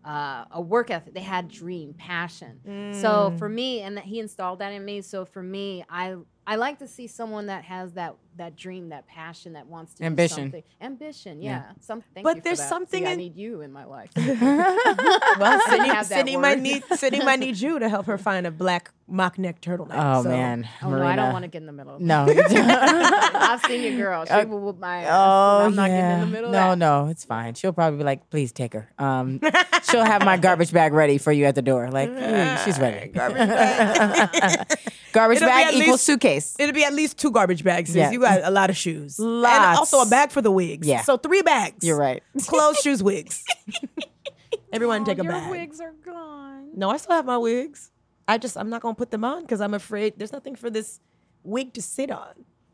[SPEAKER 4] uh, a work ethic. They had dream, passion. So for me, and that he installed that in me. So for me, I I like to see someone that has that that dream, that passion, that wants to
[SPEAKER 2] Ambition.
[SPEAKER 4] do something. Ambition, yeah. Some, thank
[SPEAKER 3] But
[SPEAKER 4] you for
[SPEAKER 3] there's
[SPEAKER 4] that.
[SPEAKER 3] something
[SPEAKER 4] See, I
[SPEAKER 3] in-
[SPEAKER 4] need you in my life.
[SPEAKER 3] Well,
[SPEAKER 4] didn't
[SPEAKER 3] Sydney,
[SPEAKER 4] have that
[SPEAKER 3] Sydney might
[SPEAKER 4] word.
[SPEAKER 3] need Sydney might need you to help her find a black mock neck turtleneck.
[SPEAKER 2] Oh
[SPEAKER 3] so-
[SPEAKER 2] man,
[SPEAKER 4] oh no, I don't
[SPEAKER 2] Marina.
[SPEAKER 4] want to get in the middle.
[SPEAKER 2] No. you don't.
[SPEAKER 4] I've seen your girl. She
[SPEAKER 2] Uh,
[SPEAKER 4] will whoop my ass.
[SPEAKER 2] Oh
[SPEAKER 4] and I'm not
[SPEAKER 2] yeah.
[SPEAKER 4] getting in the middle.
[SPEAKER 2] no,
[SPEAKER 4] of that.
[SPEAKER 2] no, it's fine. She'll probably be like, "Please take her." Um, she'll have my garbage bag ready for you at the door. Like, "Ooh, she's ready. Garbage bag,
[SPEAKER 3] It'll be at
[SPEAKER 2] equals
[SPEAKER 3] least-
[SPEAKER 2] suitcase.
[SPEAKER 3] It'll be at least two garbage bags. sis.
[SPEAKER 2] Yeah.
[SPEAKER 3] You got a lot of shoes. And
[SPEAKER 2] Lots.
[SPEAKER 3] also a bag for the wigs.
[SPEAKER 2] Yeah.
[SPEAKER 3] So three bags.
[SPEAKER 2] You're right.
[SPEAKER 3] Clothes, shoes, wigs. Everyone
[SPEAKER 4] Oh,
[SPEAKER 3] take a
[SPEAKER 4] your
[SPEAKER 3] bag.
[SPEAKER 4] wigs are gone.
[SPEAKER 3] No, I still have my wigs. I just I'm not gonna put them on because I'm afraid there's nothing for this wig to sit on.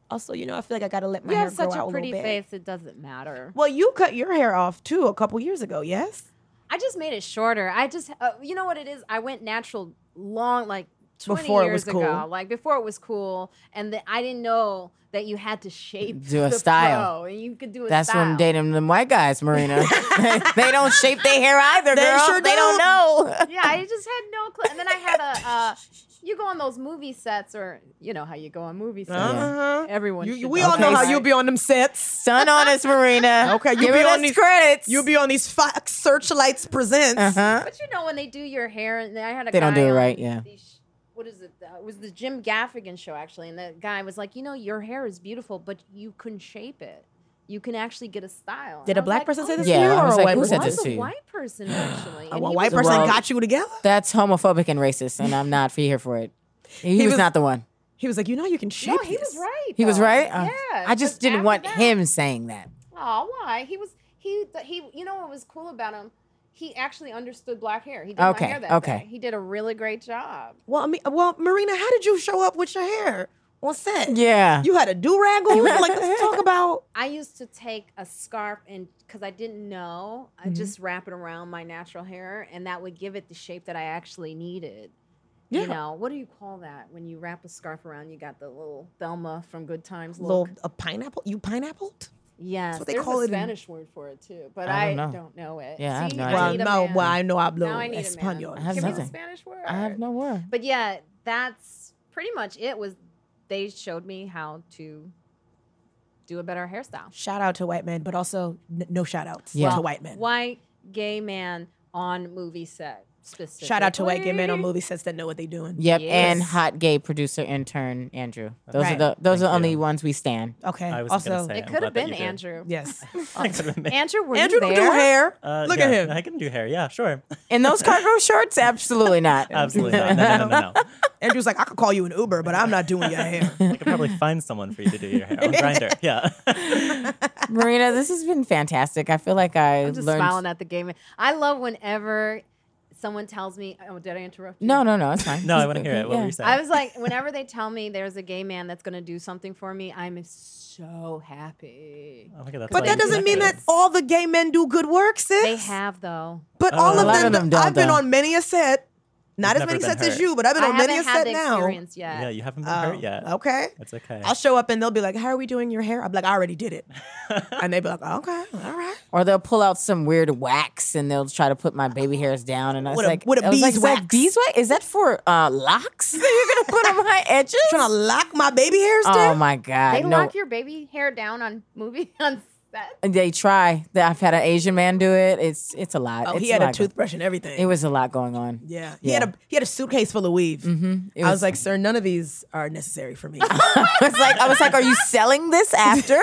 [SPEAKER 3] Also, you know, I feel like I gotta let my
[SPEAKER 4] You
[SPEAKER 3] hair
[SPEAKER 4] have such
[SPEAKER 3] grow out
[SPEAKER 4] a pretty
[SPEAKER 3] little bit.
[SPEAKER 4] face. It doesn't matter.
[SPEAKER 3] Well, you cut your hair off too a couple years ago, yes?
[SPEAKER 4] I just made it shorter. I just, uh, you know what it is? I went natural long, like 20
[SPEAKER 3] Before it
[SPEAKER 4] years
[SPEAKER 3] was cool.
[SPEAKER 4] ago, like before it was cool. And the, I didn't know that you had to shape
[SPEAKER 2] Do a
[SPEAKER 4] the
[SPEAKER 2] style.
[SPEAKER 4] flow, and you could do a
[SPEAKER 2] That's
[SPEAKER 4] style.
[SPEAKER 2] when dating them white guys, Marina. they don't shape their hair either,
[SPEAKER 3] They
[SPEAKER 2] girl.
[SPEAKER 3] sure
[SPEAKER 2] they don't
[SPEAKER 3] don't.
[SPEAKER 2] know.
[SPEAKER 4] Yeah, I just had no clue. And then I had a, uh, you go on those movie sets, or you know how you go on movie sets.
[SPEAKER 3] Uh-huh.
[SPEAKER 4] Everyone,
[SPEAKER 3] You-
[SPEAKER 4] should
[SPEAKER 3] you- we
[SPEAKER 4] know
[SPEAKER 3] all
[SPEAKER 4] that,
[SPEAKER 3] know how
[SPEAKER 4] right?
[SPEAKER 3] you be on them sets.
[SPEAKER 2] Sun on us, Marina.
[SPEAKER 3] Okay, you
[SPEAKER 2] Give
[SPEAKER 3] be
[SPEAKER 2] us
[SPEAKER 3] on these-
[SPEAKER 2] credits.
[SPEAKER 3] You'll be on these Fox Searchlights presents.
[SPEAKER 2] uh-huh.
[SPEAKER 4] But you know when they do your hair, and I had a
[SPEAKER 2] They
[SPEAKER 4] guy
[SPEAKER 2] don't do it
[SPEAKER 4] on
[SPEAKER 2] right, yeah.
[SPEAKER 4] the sh- what is it? Uh, it was the Jim Gaffigan show actually, and the guy was like, you know, your hair is beautiful, but you can shape it. You can actually get a style.
[SPEAKER 3] Did
[SPEAKER 4] And
[SPEAKER 3] a
[SPEAKER 4] I was
[SPEAKER 3] black
[SPEAKER 4] like,
[SPEAKER 3] person say
[SPEAKER 4] "Oh,
[SPEAKER 3] this
[SPEAKER 2] yeah,
[SPEAKER 3] to you
[SPEAKER 2] I
[SPEAKER 3] or
[SPEAKER 2] was
[SPEAKER 3] a
[SPEAKER 2] like,
[SPEAKER 3] white
[SPEAKER 2] who
[SPEAKER 4] It
[SPEAKER 2] said
[SPEAKER 3] person?
[SPEAKER 2] this
[SPEAKER 4] was
[SPEAKER 2] to
[SPEAKER 4] a
[SPEAKER 2] you?
[SPEAKER 4] white person actually.
[SPEAKER 3] Oh,
[SPEAKER 4] and
[SPEAKER 3] a
[SPEAKER 4] he
[SPEAKER 3] white
[SPEAKER 4] was
[SPEAKER 3] person
[SPEAKER 2] Well-
[SPEAKER 3] got you together?
[SPEAKER 2] That's homophobic and racist, and I'm not here for it. He, was,
[SPEAKER 3] was-
[SPEAKER 2] not the one.
[SPEAKER 3] He was like, you know, you can shape
[SPEAKER 4] No, he was
[SPEAKER 3] this."
[SPEAKER 4] right.
[SPEAKER 2] He was
[SPEAKER 4] though.
[SPEAKER 2] right. Uh,
[SPEAKER 4] Yeah.
[SPEAKER 2] I just
[SPEAKER 4] but
[SPEAKER 2] didn't
[SPEAKER 4] after
[SPEAKER 2] want
[SPEAKER 4] that-
[SPEAKER 2] him saying that.
[SPEAKER 4] Oh, why? He was he th- he. You know what was cool about him? He actually understood black hair. He did
[SPEAKER 2] Okay,
[SPEAKER 4] my hair that
[SPEAKER 2] okay.
[SPEAKER 4] day. He did a really great job.
[SPEAKER 3] Well, I mean, well, Marina, how did you show up with your hair on set?
[SPEAKER 2] Yeah.
[SPEAKER 3] You had a do rag on. Like, let's talk about.
[SPEAKER 4] I used to take a scarf and because I didn't know,
[SPEAKER 2] Mm-hmm.
[SPEAKER 4] I just wrap it around my natural hair, and that would give it the shape that I actually needed.
[SPEAKER 3] Yeah.
[SPEAKER 4] You know, what do you call that when you wrap a scarf around? You got the little Thelma from Good Times look.
[SPEAKER 3] Little a pineapple. You pineappled?
[SPEAKER 4] yes,
[SPEAKER 3] what they
[SPEAKER 4] there's
[SPEAKER 3] call
[SPEAKER 4] a
[SPEAKER 3] it in-
[SPEAKER 4] Spanish word for it too, but
[SPEAKER 2] I
[SPEAKER 4] I
[SPEAKER 2] don't
[SPEAKER 4] don't know,
[SPEAKER 2] know.
[SPEAKER 4] it.
[SPEAKER 2] Yeah, I have
[SPEAKER 4] See,
[SPEAKER 2] no
[SPEAKER 4] I
[SPEAKER 2] idea.
[SPEAKER 3] Well,
[SPEAKER 4] need a
[SPEAKER 3] no.
[SPEAKER 4] man.
[SPEAKER 3] Well, I know hablo
[SPEAKER 4] now I need
[SPEAKER 3] español.
[SPEAKER 4] a man.
[SPEAKER 2] I have
[SPEAKER 4] Give me
[SPEAKER 2] nothing.
[SPEAKER 4] the Spanish word.
[SPEAKER 2] I have no word.
[SPEAKER 4] But yeah, that's pretty much it. Was they showed me how to do a better hairstyle.
[SPEAKER 3] Shout out to white men, but also n- no shout outs
[SPEAKER 2] Yeah.
[SPEAKER 3] to white men.
[SPEAKER 4] White gay man on movie set. Specifically.
[SPEAKER 3] Shout out to white gay men on movie sets that know what they're doing.
[SPEAKER 2] Yep, and
[SPEAKER 4] Yes.
[SPEAKER 2] hot gay producer intern Andrew. Those
[SPEAKER 3] Right.
[SPEAKER 2] are the those
[SPEAKER 5] Thank
[SPEAKER 2] are only
[SPEAKER 5] you.
[SPEAKER 2] ones we stand.
[SPEAKER 3] Okay.
[SPEAKER 5] I was
[SPEAKER 3] also,
[SPEAKER 5] gonna say,
[SPEAKER 4] It
[SPEAKER 5] I'm
[SPEAKER 4] could have
[SPEAKER 5] glad that
[SPEAKER 4] been
[SPEAKER 5] you did.
[SPEAKER 4] Andrew.
[SPEAKER 3] yes. Uh,
[SPEAKER 5] I could have been-
[SPEAKER 4] Andrew, were
[SPEAKER 3] Andrew
[SPEAKER 4] you
[SPEAKER 3] don't
[SPEAKER 4] there?
[SPEAKER 3] do hair.
[SPEAKER 5] Uh,
[SPEAKER 3] Look
[SPEAKER 5] yeah,
[SPEAKER 3] at him.
[SPEAKER 5] I can do hair. Yeah, sure.
[SPEAKER 2] In those cargo shorts, absolutely not.
[SPEAKER 5] Absolutely not. No, no, no, no. no.
[SPEAKER 3] Andrew's like, I could call you an Uber, but I'm not doing your hair.
[SPEAKER 5] I could probably find someone for you to do your hair on Grinder. Yeah.
[SPEAKER 2] Marina, this has been fantastic. I feel like I
[SPEAKER 4] I'm just
[SPEAKER 2] learned.
[SPEAKER 4] smiling at the gay man. I love whenever someone tells me, "Oh, did I interrupt?" you?
[SPEAKER 2] no, no, no, it's fine.
[SPEAKER 5] no, I
[SPEAKER 2] It's
[SPEAKER 5] want to hear
[SPEAKER 2] okay,
[SPEAKER 5] it. What
[SPEAKER 2] yeah.
[SPEAKER 5] were you saying?
[SPEAKER 4] I was like, whenever they tell me there's a gay man that's gonna do something for me, I'm so happy.
[SPEAKER 5] oh my God, that's
[SPEAKER 3] But
[SPEAKER 5] why
[SPEAKER 3] that
[SPEAKER 5] you do
[SPEAKER 3] doesn't mean
[SPEAKER 5] hair.
[SPEAKER 3] that all the gay men do good work, sis.
[SPEAKER 4] They have though.
[SPEAKER 3] But
[SPEAKER 5] Uh,
[SPEAKER 3] all
[SPEAKER 5] A
[SPEAKER 3] of
[SPEAKER 5] lot
[SPEAKER 3] them,
[SPEAKER 2] of them don't,
[SPEAKER 3] I've been
[SPEAKER 2] though.
[SPEAKER 3] on many a set. Not
[SPEAKER 5] You've
[SPEAKER 3] as
[SPEAKER 5] never
[SPEAKER 3] many
[SPEAKER 5] been
[SPEAKER 3] sets as
[SPEAKER 5] hurt.
[SPEAKER 3] you, but I've been
[SPEAKER 4] I
[SPEAKER 3] on many a
[SPEAKER 4] haven't had
[SPEAKER 3] set
[SPEAKER 4] the
[SPEAKER 3] now.
[SPEAKER 4] experience yet.
[SPEAKER 5] Yeah, you haven't been
[SPEAKER 3] Oh,
[SPEAKER 5] hurt yet.
[SPEAKER 3] Okay.
[SPEAKER 5] That's okay.
[SPEAKER 3] I'll show up and they'll be like, "How are we doing your hair?" I'm like, "I already did it," and they be like, "Okay, all right."
[SPEAKER 2] Or they'll pull out some weird wax and they'll try to put my baby hairs down, and I was
[SPEAKER 3] With a-
[SPEAKER 2] like,
[SPEAKER 3] with a
[SPEAKER 2] I was like, is that
[SPEAKER 3] beeswax.
[SPEAKER 2] beeswax? Is that for uh, locks that you're gonna put on my edges?
[SPEAKER 3] Trying to lock my baby hairs
[SPEAKER 2] oh
[SPEAKER 3] down.
[SPEAKER 2] my god!
[SPEAKER 4] They
[SPEAKER 2] no.
[SPEAKER 4] lock your baby hair down on movie on set.
[SPEAKER 2] They try. I've had an Asian man do it. It's it's a lot.
[SPEAKER 3] oh,
[SPEAKER 2] It's
[SPEAKER 3] he had
[SPEAKER 2] a
[SPEAKER 3] a
[SPEAKER 2] lot go-
[SPEAKER 3] toothbrush and everything.
[SPEAKER 2] It was a lot going on.
[SPEAKER 3] yeah, he had
[SPEAKER 2] Yeah.
[SPEAKER 3] a he had a suitcase full of weave.
[SPEAKER 2] Mhm. It
[SPEAKER 3] I was like, "Sir, none of these are necessary for me."
[SPEAKER 2] I was like, I was like, are you selling this after?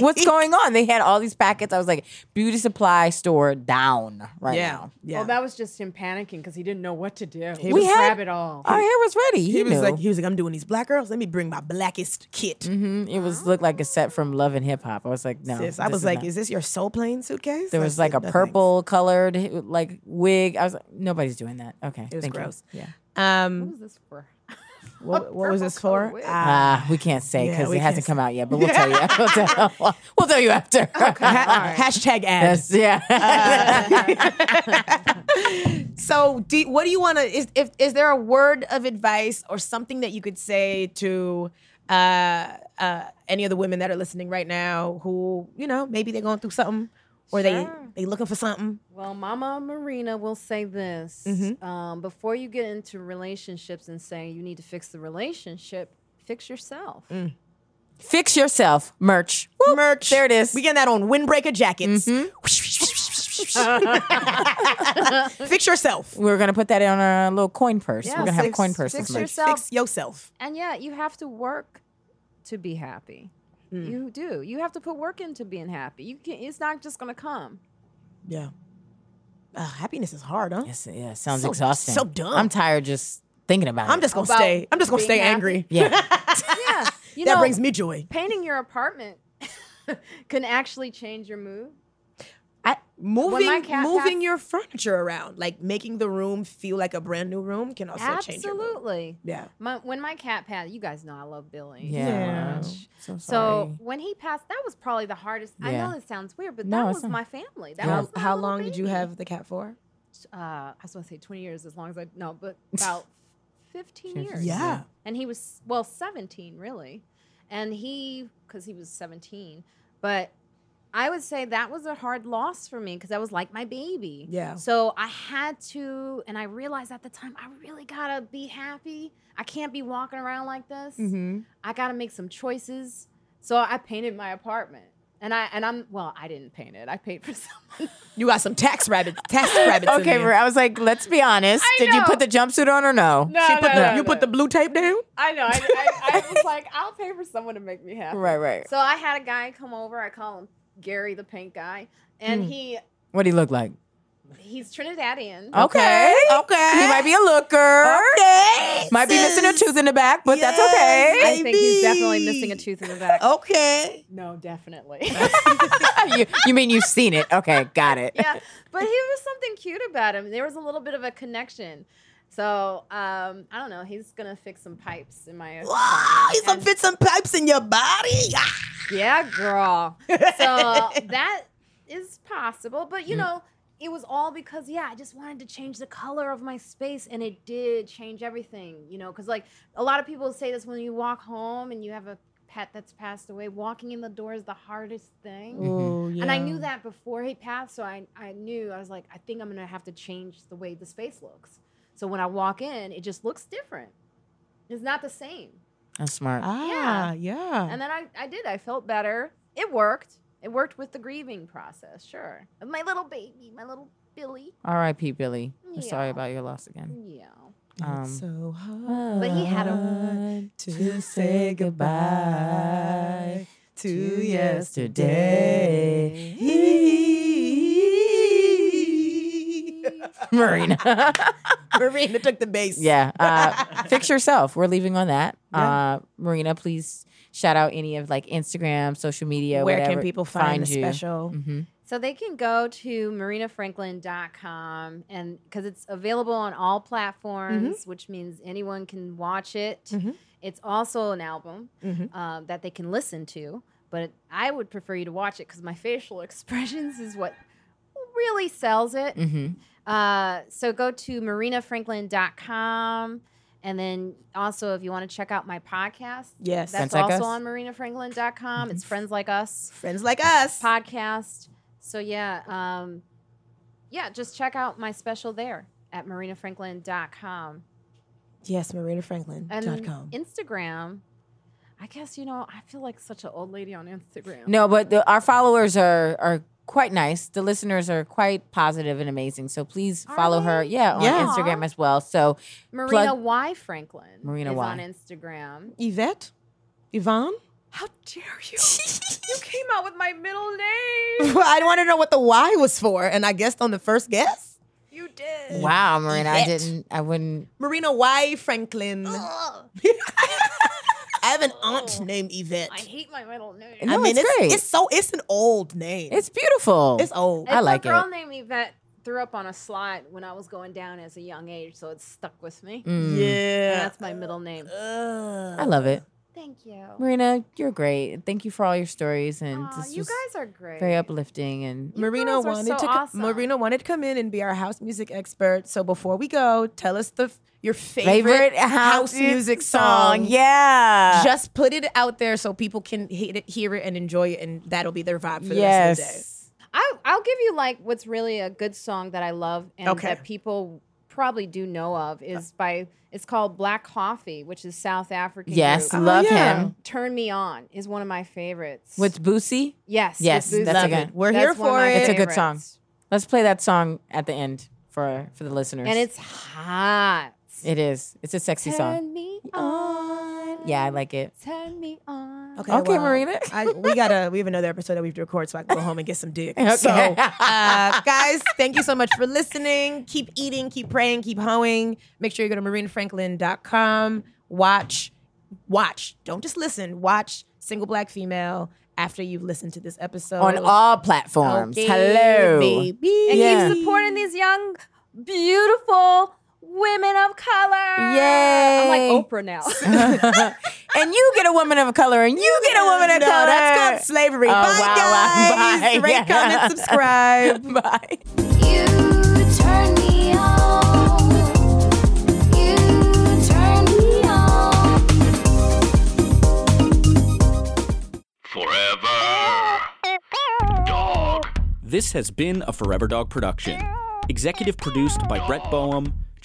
[SPEAKER 2] What's going on? They had all these packets. I was like, beauty supply store down right
[SPEAKER 3] yeah,
[SPEAKER 2] now.
[SPEAKER 3] yeah.
[SPEAKER 4] Well, that was just him panicking because he didn't know what to do. He
[SPEAKER 2] We
[SPEAKER 4] was
[SPEAKER 2] had-
[SPEAKER 4] grab it all.
[SPEAKER 2] Our hair was ready. He,
[SPEAKER 3] he was
[SPEAKER 2] knew.
[SPEAKER 3] like, he was like, "I'm doing these black girls. Let me bring my blackest kit."
[SPEAKER 2] Mhm. It was looked like a set from Love and Hip Hop. I was like, no.
[SPEAKER 3] Sis, I
[SPEAKER 2] this
[SPEAKER 3] was
[SPEAKER 2] is
[SPEAKER 3] like,
[SPEAKER 2] not-
[SPEAKER 3] "Is this your soul plane suitcase?"
[SPEAKER 2] there
[SPEAKER 3] I
[SPEAKER 2] was
[SPEAKER 3] said,
[SPEAKER 2] like a
[SPEAKER 3] "No, thanks."
[SPEAKER 2] purple colored like wig. I was like, nobody's doing that. Okay,
[SPEAKER 3] It was
[SPEAKER 2] thank you.
[SPEAKER 3] gross.
[SPEAKER 2] Yeah.
[SPEAKER 4] What
[SPEAKER 3] Um,
[SPEAKER 4] was this for?
[SPEAKER 3] what, what was this
[SPEAKER 4] Purple-colored
[SPEAKER 3] for?
[SPEAKER 4] wig.
[SPEAKER 3] Ah.
[SPEAKER 2] Ah, we can't say
[SPEAKER 3] Yeah,
[SPEAKER 2] because
[SPEAKER 3] we
[SPEAKER 2] it hasn't
[SPEAKER 3] can't
[SPEAKER 2] come out yet. But we'll tell you. We'll tell, we'll tell you after.
[SPEAKER 3] Ha- Uh. Hashtag ads.
[SPEAKER 2] Yes, yeah.
[SPEAKER 3] So, do, what do you want to? Is if is there a word of advice or something that you could say to uh, uh, any of the women that are listening right now who you know maybe they're going through something or
[SPEAKER 4] Sure.
[SPEAKER 3] they they looking for something?
[SPEAKER 4] Well, Mama Marina will say this
[SPEAKER 3] Mm-hmm.
[SPEAKER 4] um, before you get into relationships and saying you need to fix the relationship, fix yourself.
[SPEAKER 3] Mm.
[SPEAKER 2] Fix yourself, merch. Whoop.
[SPEAKER 3] Merch.
[SPEAKER 2] There it is.
[SPEAKER 3] We getting that on windbreaker jackets. Fix yourself.
[SPEAKER 2] We're gonna put that in our little coin purse.
[SPEAKER 4] Yeah,
[SPEAKER 2] We're gonna have
[SPEAKER 4] six-
[SPEAKER 2] coin purses.
[SPEAKER 4] six
[SPEAKER 2] merch.
[SPEAKER 4] yourself.
[SPEAKER 3] Fix yourself.
[SPEAKER 4] And yeah, you have to work to be happy.
[SPEAKER 3] Mm.
[SPEAKER 4] You do. You have to put work into being happy. You can It's not just gonna come.
[SPEAKER 3] Yeah. Uh, happiness is hard, huh?
[SPEAKER 2] Yes, yeah, it sounds
[SPEAKER 3] So-
[SPEAKER 2] exhausting.
[SPEAKER 3] so dumb.
[SPEAKER 2] I'm tired just thinking about
[SPEAKER 3] I'm
[SPEAKER 2] it.
[SPEAKER 3] just gonna
[SPEAKER 4] About
[SPEAKER 3] stay. I'm just gonna
[SPEAKER 4] being
[SPEAKER 3] stay
[SPEAKER 4] happy.
[SPEAKER 3] angry.
[SPEAKER 2] yeah.
[SPEAKER 4] Yeah, you
[SPEAKER 3] that
[SPEAKER 4] know,
[SPEAKER 3] brings me joy.
[SPEAKER 4] painting your apartment can actually change your mood.
[SPEAKER 3] I, moving
[SPEAKER 4] my cat
[SPEAKER 3] moving
[SPEAKER 4] passed-
[SPEAKER 3] your furniture around, like making the room feel like a brand new room, can also change your mood.
[SPEAKER 4] Absolutely.
[SPEAKER 3] Yeah.
[SPEAKER 4] My, when my cat passed, you guys know I love Billy.
[SPEAKER 2] Yeah. So
[SPEAKER 4] So
[SPEAKER 2] sorry.
[SPEAKER 4] when he passed, that was probably the hardest. I
[SPEAKER 2] Yeah.
[SPEAKER 4] know this sounds weird, but
[SPEAKER 2] No,
[SPEAKER 4] that
[SPEAKER 2] it's
[SPEAKER 4] was
[SPEAKER 2] not.
[SPEAKER 4] my family. That
[SPEAKER 2] Yeah.
[SPEAKER 4] was my
[SPEAKER 3] How
[SPEAKER 4] little
[SPEAKER 3] long did you
[SPEAKER 4] baby.
[SPEAKER 3] have the cat for?
[SPEAKER 4] Uh, I was going to say 20 years, as long as I no, but about 15 years.
[SPEAKER 3] Yeah.
[SPEAKER 4] And he was well 17 really, and he because he was 17, but. I would say that was a hard loss for me because that was like my baby.
[SPEAKER 3] Yeah.
[SPEAKER 4] So I had to, and I realized at the time, I really gotta be happy. I can't be walking around like this.
[SPEAKER 2] Mm-hmm.
[SPEAKER 3] Mm-hmm.
[SPEAKER 4] I got to make some choices. So I painted my apartment. And I and I'm well, I didn't paint it. I paid for someone.
[SPEAKER 3] You got some tax rabbits. Tax rabbits. in
[SPEAKER 2] okay,
[SPEAKER 3] there.
[SPEAKER 2] Maria, I was like, let's be honest.
[SPEAKER 4] I
[SPEAKER 2] Did you put
[SPEAKER 4] know.
[SPEAKER 2] the jumpsuit on or no?
[SPEAKER 4] No,
[SPEAKER 3] She put
[SPEAKER 4] no,
[SPEAKER 3] the-
[SPEAKER 4] no,
[SPEAKER 3] you
[SPEAKER 4] no.
[SPEAKER 3] put the blue tape down.
[SPEAKER 4] I know. I, I, I was like, I'll pay for someone to make me happy.
[SPEAKER 2] Right, right.
[SPEAKER 4] So I had a guy come over. I call him Gary, the paint guy, and
[SPEAKER 3] Hmm.
[SPEAKER 4] he
[SPEAKER 2] What do you look like?
[SPEAKER 4] he's Trinidadian.
[SPEAKER 2] Okay.
[SPEAKER 3] Okay.
[SPEAKER 2] He might be a looker.
[SPEAKER 3] Okay.
[SPEAKER 2] Might be missing a tooth in the back, but that's okay.
[SPEAKER 4] I think he's definitely missing a tooth in the
[SPEAKER 3] Oh.
[SPEAKER 4] back.
[SPEAKER 3] Okay.
[SPEAKER 4] No, definitely.
[SPEAKER 2] you, you mean you've seen it? Okay, got it.
[SPEAKER 4] yeah, but he was something cute about him. There was a little bit of a connection. So um, I don't know. He's gonna fix some pipes in my.
[SPEAKER 3] Wow, he's gonna
[SPEAKER 4] And-
[SPEAKER 3] fit some pipes in your body. Ah.
[SPEAKER 4] Yeah, girl. So that is possible, but you know, it was all because yeah, I just wanted to change the color of my space, and it did change everything. You know, because like a lot of people say this when you walk home and you have a pet that's passed away, walking in the door is the hardest thing.
[SPEAKER 3] Mm,
[SPEAKER 4] And I knew that before he passed, so I, I knew I was like, I think I'm gonna have to change the way the space looks. So when I walk in, it just looks different. It's not the same.
[SPEAKER 2] That's smart.
[SPEAKER 3] Ah, yeah.
[SPEAKER 4] And then I, I did. I felt better. It worked. It It worked with the grieving process, sure. And My little baby, my little Billy.
[SPEAKER 2] R.I.P. Billy. We're Sorry
[SPEAKER 4] Yeah.
[SPEAKER 2] about your loss again.
[SPEAKER 4] Yeah.
[SPEAKER 2] Um,
[SPEAKER 6] so hard
[SPEAKER 4] But he had
[SPEAKER 6] to say goodbye to
[SPEAKER 2] yesterday.
[SPEAKER 6] yesterday.
[SPEAKER 2] Marina.
[SPEAKER 3] Marina took the bass.
[SPEAKER 2] yeah. Uh, fix yourself. We're leaving on that. Uh, Marina, please shout out any of like Instagram, social media,
[SPEAKER 3] Where
[SPEAKER 2] whatever.
[SPEAKER 3] can people find, the
[SPEAKER 2] you?
[SPEAKER 3] special?
[SPEAKER 2] hmm
[SPEAKER 4] So they can go to marinafranklin.com and because it's available on all platforms, which means anyone can watch it.
[SPEAKER 3] Mhm.
[SPEAKER 4] It's also an album
[SPEAKER 3] Mhm.
[SPEAKER 4] um, that they can listen to, but I would prefer you to watch it because my facial expressions is what really sells it.
[SPEAKER 2] hmm
[SPEAKER 4] Uh, so go to marinafranklin.com. And then also, if you want to check out my podcast,
[SPEAKER 3] Yes.
[SPEAKER 4] that's
[SPEAKER 2] Friends Like
[SPEAKER 4] also
[SPEAKER 2] Us?
[SPEAKER 4] on marinafranklin.com.
[SPEAKER 2] Mm-hmm.
[SPEAKER 4] It's Friends Like Us
[SPEAKER 3] Friends like us.
[SPEAKER 4] podcast. So yeah, um, yeah, just check out my special there at marinafranklin.com
[SPEAKER 3] yes,
[SPEAKER 4] and
[SPEAKER 3] marinafranklin.com.
[SPEAKER 4] Instagram. I guess you know I feel like such an old lady on Instagram.
[SPEAKER 2] No, but the, our followers are are quite nice. The listeners are quite positive and amazing. So please
[SPEAKER 4] Are
[SPEAKER 2] follow her.
[SPEAKER 4] they?
[SPEAKER 2] Yeah, on
[SPEAKER 3] Yeah.
[SPEAKER 2] Instagram as well. So
[SPEAKER 4] Marina
[SPEAKER 2] plug-
[SPEAKER 4] Y Franklin.
[SPEAKER 2] Marina
[SPEAKER 4] is
[SPEAKER 2] Y.
[SPEAKER 4] on Instagram.
[SPEAKER 3] Yvette? Yvonne?
[SPEAKER 4] How dare you? you came out with my middle name.
[SPEAKER 3] I wanted to know what the Y was for, and I guessed on the first guess.
[SPEAKER 4] You did.
[SPEAKER 2] wow, Marina, I
[SPEAKER 3] Yvette.
[SPEAKER 2] didn't. I wouldn't.
[SPEAKER 3] Marina Y. Franklin.
[SPEAKER 4] Ugh,
[SPEAKER 3] I have an aunt
[SPEAKER 4] Oh.
[SPEAKER 3] named Yvette.
[SPEAKER 4] I hate my middle name.
[SPEAKER 2] No, it's
[SPEAKER 3] it's,
[SPEAKER 2] great.
[SPEAKER 3] it's so it's an old name.
[SPEAKER 2] It's beautiful.
[SPEAKER 3] it's old.
[SPEAKER 2] I
[SPEAKER 4] It's
[SPEAKER 2] like
[SPEAKER 4] a girl named Yvette threw up on a slide when I was going down as a young age, so it stuck with me.
[SPEAKER 2] Mm. Uh,
[SPEAKER 4] And
[SPEAKER 3] yeah.
[SPEAKER 4] that's my middle name.
[SPEAKER 2] I love it.
[SPEAKER 4] Thank you.
[SPEAKER 2] Marina, you're great. Thank you for all your stories and
[SPEAKER 4] Aw,
[SPEAKER 2] this
[SPEAKER 4] you
[SPEAKER 2] was
[SPEAKER 4] guys are great.
[SPEAKER 2] very uplifting and
[SPEAKER 4] You
[SPEAKER 3] Marina
[SPEAKER 4] girls are
[SPEAKER 3] wanted
[SPEAKER 4] so
[SPEAKER 3] to co-
[SPEAKER 4] awesome.
[SPEAKER 3] Marina wanted to come in and be our house music expert. So before we go, tell us the f- your favorite, uh,
[SPEAKER 2] favorite,
[SPEAKER 3] house music song.
[SPEAKER 2] Yeah.
[SPEAKER 3] Just put it out there so people can hit it, hear it and enjoy it, and that'll be their vibe for the rest of the day.
[SPEAKER 2] yes.
[SPEAKER 4] I, I'll give you like what's really a good song that I love and
[SPEAKER 3] Okay.
[SPEAKER 4] that people probably do know of
[SPEAKER 2] Uh.
[SPEAKER 4] is by it's called Black Coffee, which is South African.
[SPEAKER 2] Yes.
[SPEAKER 4] group. Uh,
[SPEAKER 3] Oh,
[SPEAKER 2] love
[SPEAKER 3] yeah.
[SPEAKER 2] him.
[SPEAKER 4] Turn Me On is one of my favorites.
[SPEAKER 2] With Boosie.
[SPEAKER 4] yes,
[SPEAKER 2] Yes,
[SPEAKER 4] with
[SPEAKER 2] that's a
[SPEAKER 4] Boosie.
[SPEAKER 2] good-
[SPEAKER 3] We're
[SPEAKER 4] That's
[SPEAKER 3] here
[SPEAKER 4] one of
[SPEAKER 3] for
[SPEAKER 4] my
[SPEAKER 3] it.
[SPEAKER 2] It's a good
[SPEAKER 4] favorites.
[SPEAKER 2] song. Let's play that song at the end for for the listeners.
[SPEAKER 4] and it's hot.
[SPEAKER 2] it is. It's a sexy song.
[SPEAKER 4] Turn me on.
[SPEAKER 2] Yeah, I like it.
[SPEAKER 4] Turn me on.
[SPEAKER 2] Okay, Marina.
[SPEAKER 3] I, we gotta. We have another episode that we have to record, so I can go home and get some dick.
[SPEAKER 2] Okay.
[SPEAKER 3] So, uh, guys, thank you so much for listening. Keep eating, keep praying, keep hoeing. Make sure you go to marinefranklin.com. Watch, watch. Don't just listen. Watch single black female after you've listened to this episode
[SPEAKER 2] On all platforms.
[SPEAKER 3] Okay,
[SPEAKER 2] Hello.
[SPEAKER 3] baby.
[SPEAKER 4] and
[SPEAKER 2] Yeah.
[SPEAKER 4] keep supporting these young, beautiful women of color. I'm
[SPEAKER 2] Yay.
[SPEAKER 4] like Oprah now.
[SPEAKER 2] and you get a woman of color and you get a woman of
[SPEAKER 3] No,
[SPEAKER 2] color.
[SPEAKER 3] that's called slavery.
[SPEAKER 2] Oh,
[SPEAKER 3] Bye,
[SPEAKER 2] wow, wow.
[SPEAKER 3] guys.
[SPEAKER 2] Bye.
[SPEAKER 3] Rate, comment, subscribe.
[SPEAKER 2] Bye.
[SPEAKER 1] You turn me on. You turn me on.
[SPEAKER 7] Forever. Dog.
[SPEAKER 8] This has been a Forever Dog production. Executive produced by Brett Boehm,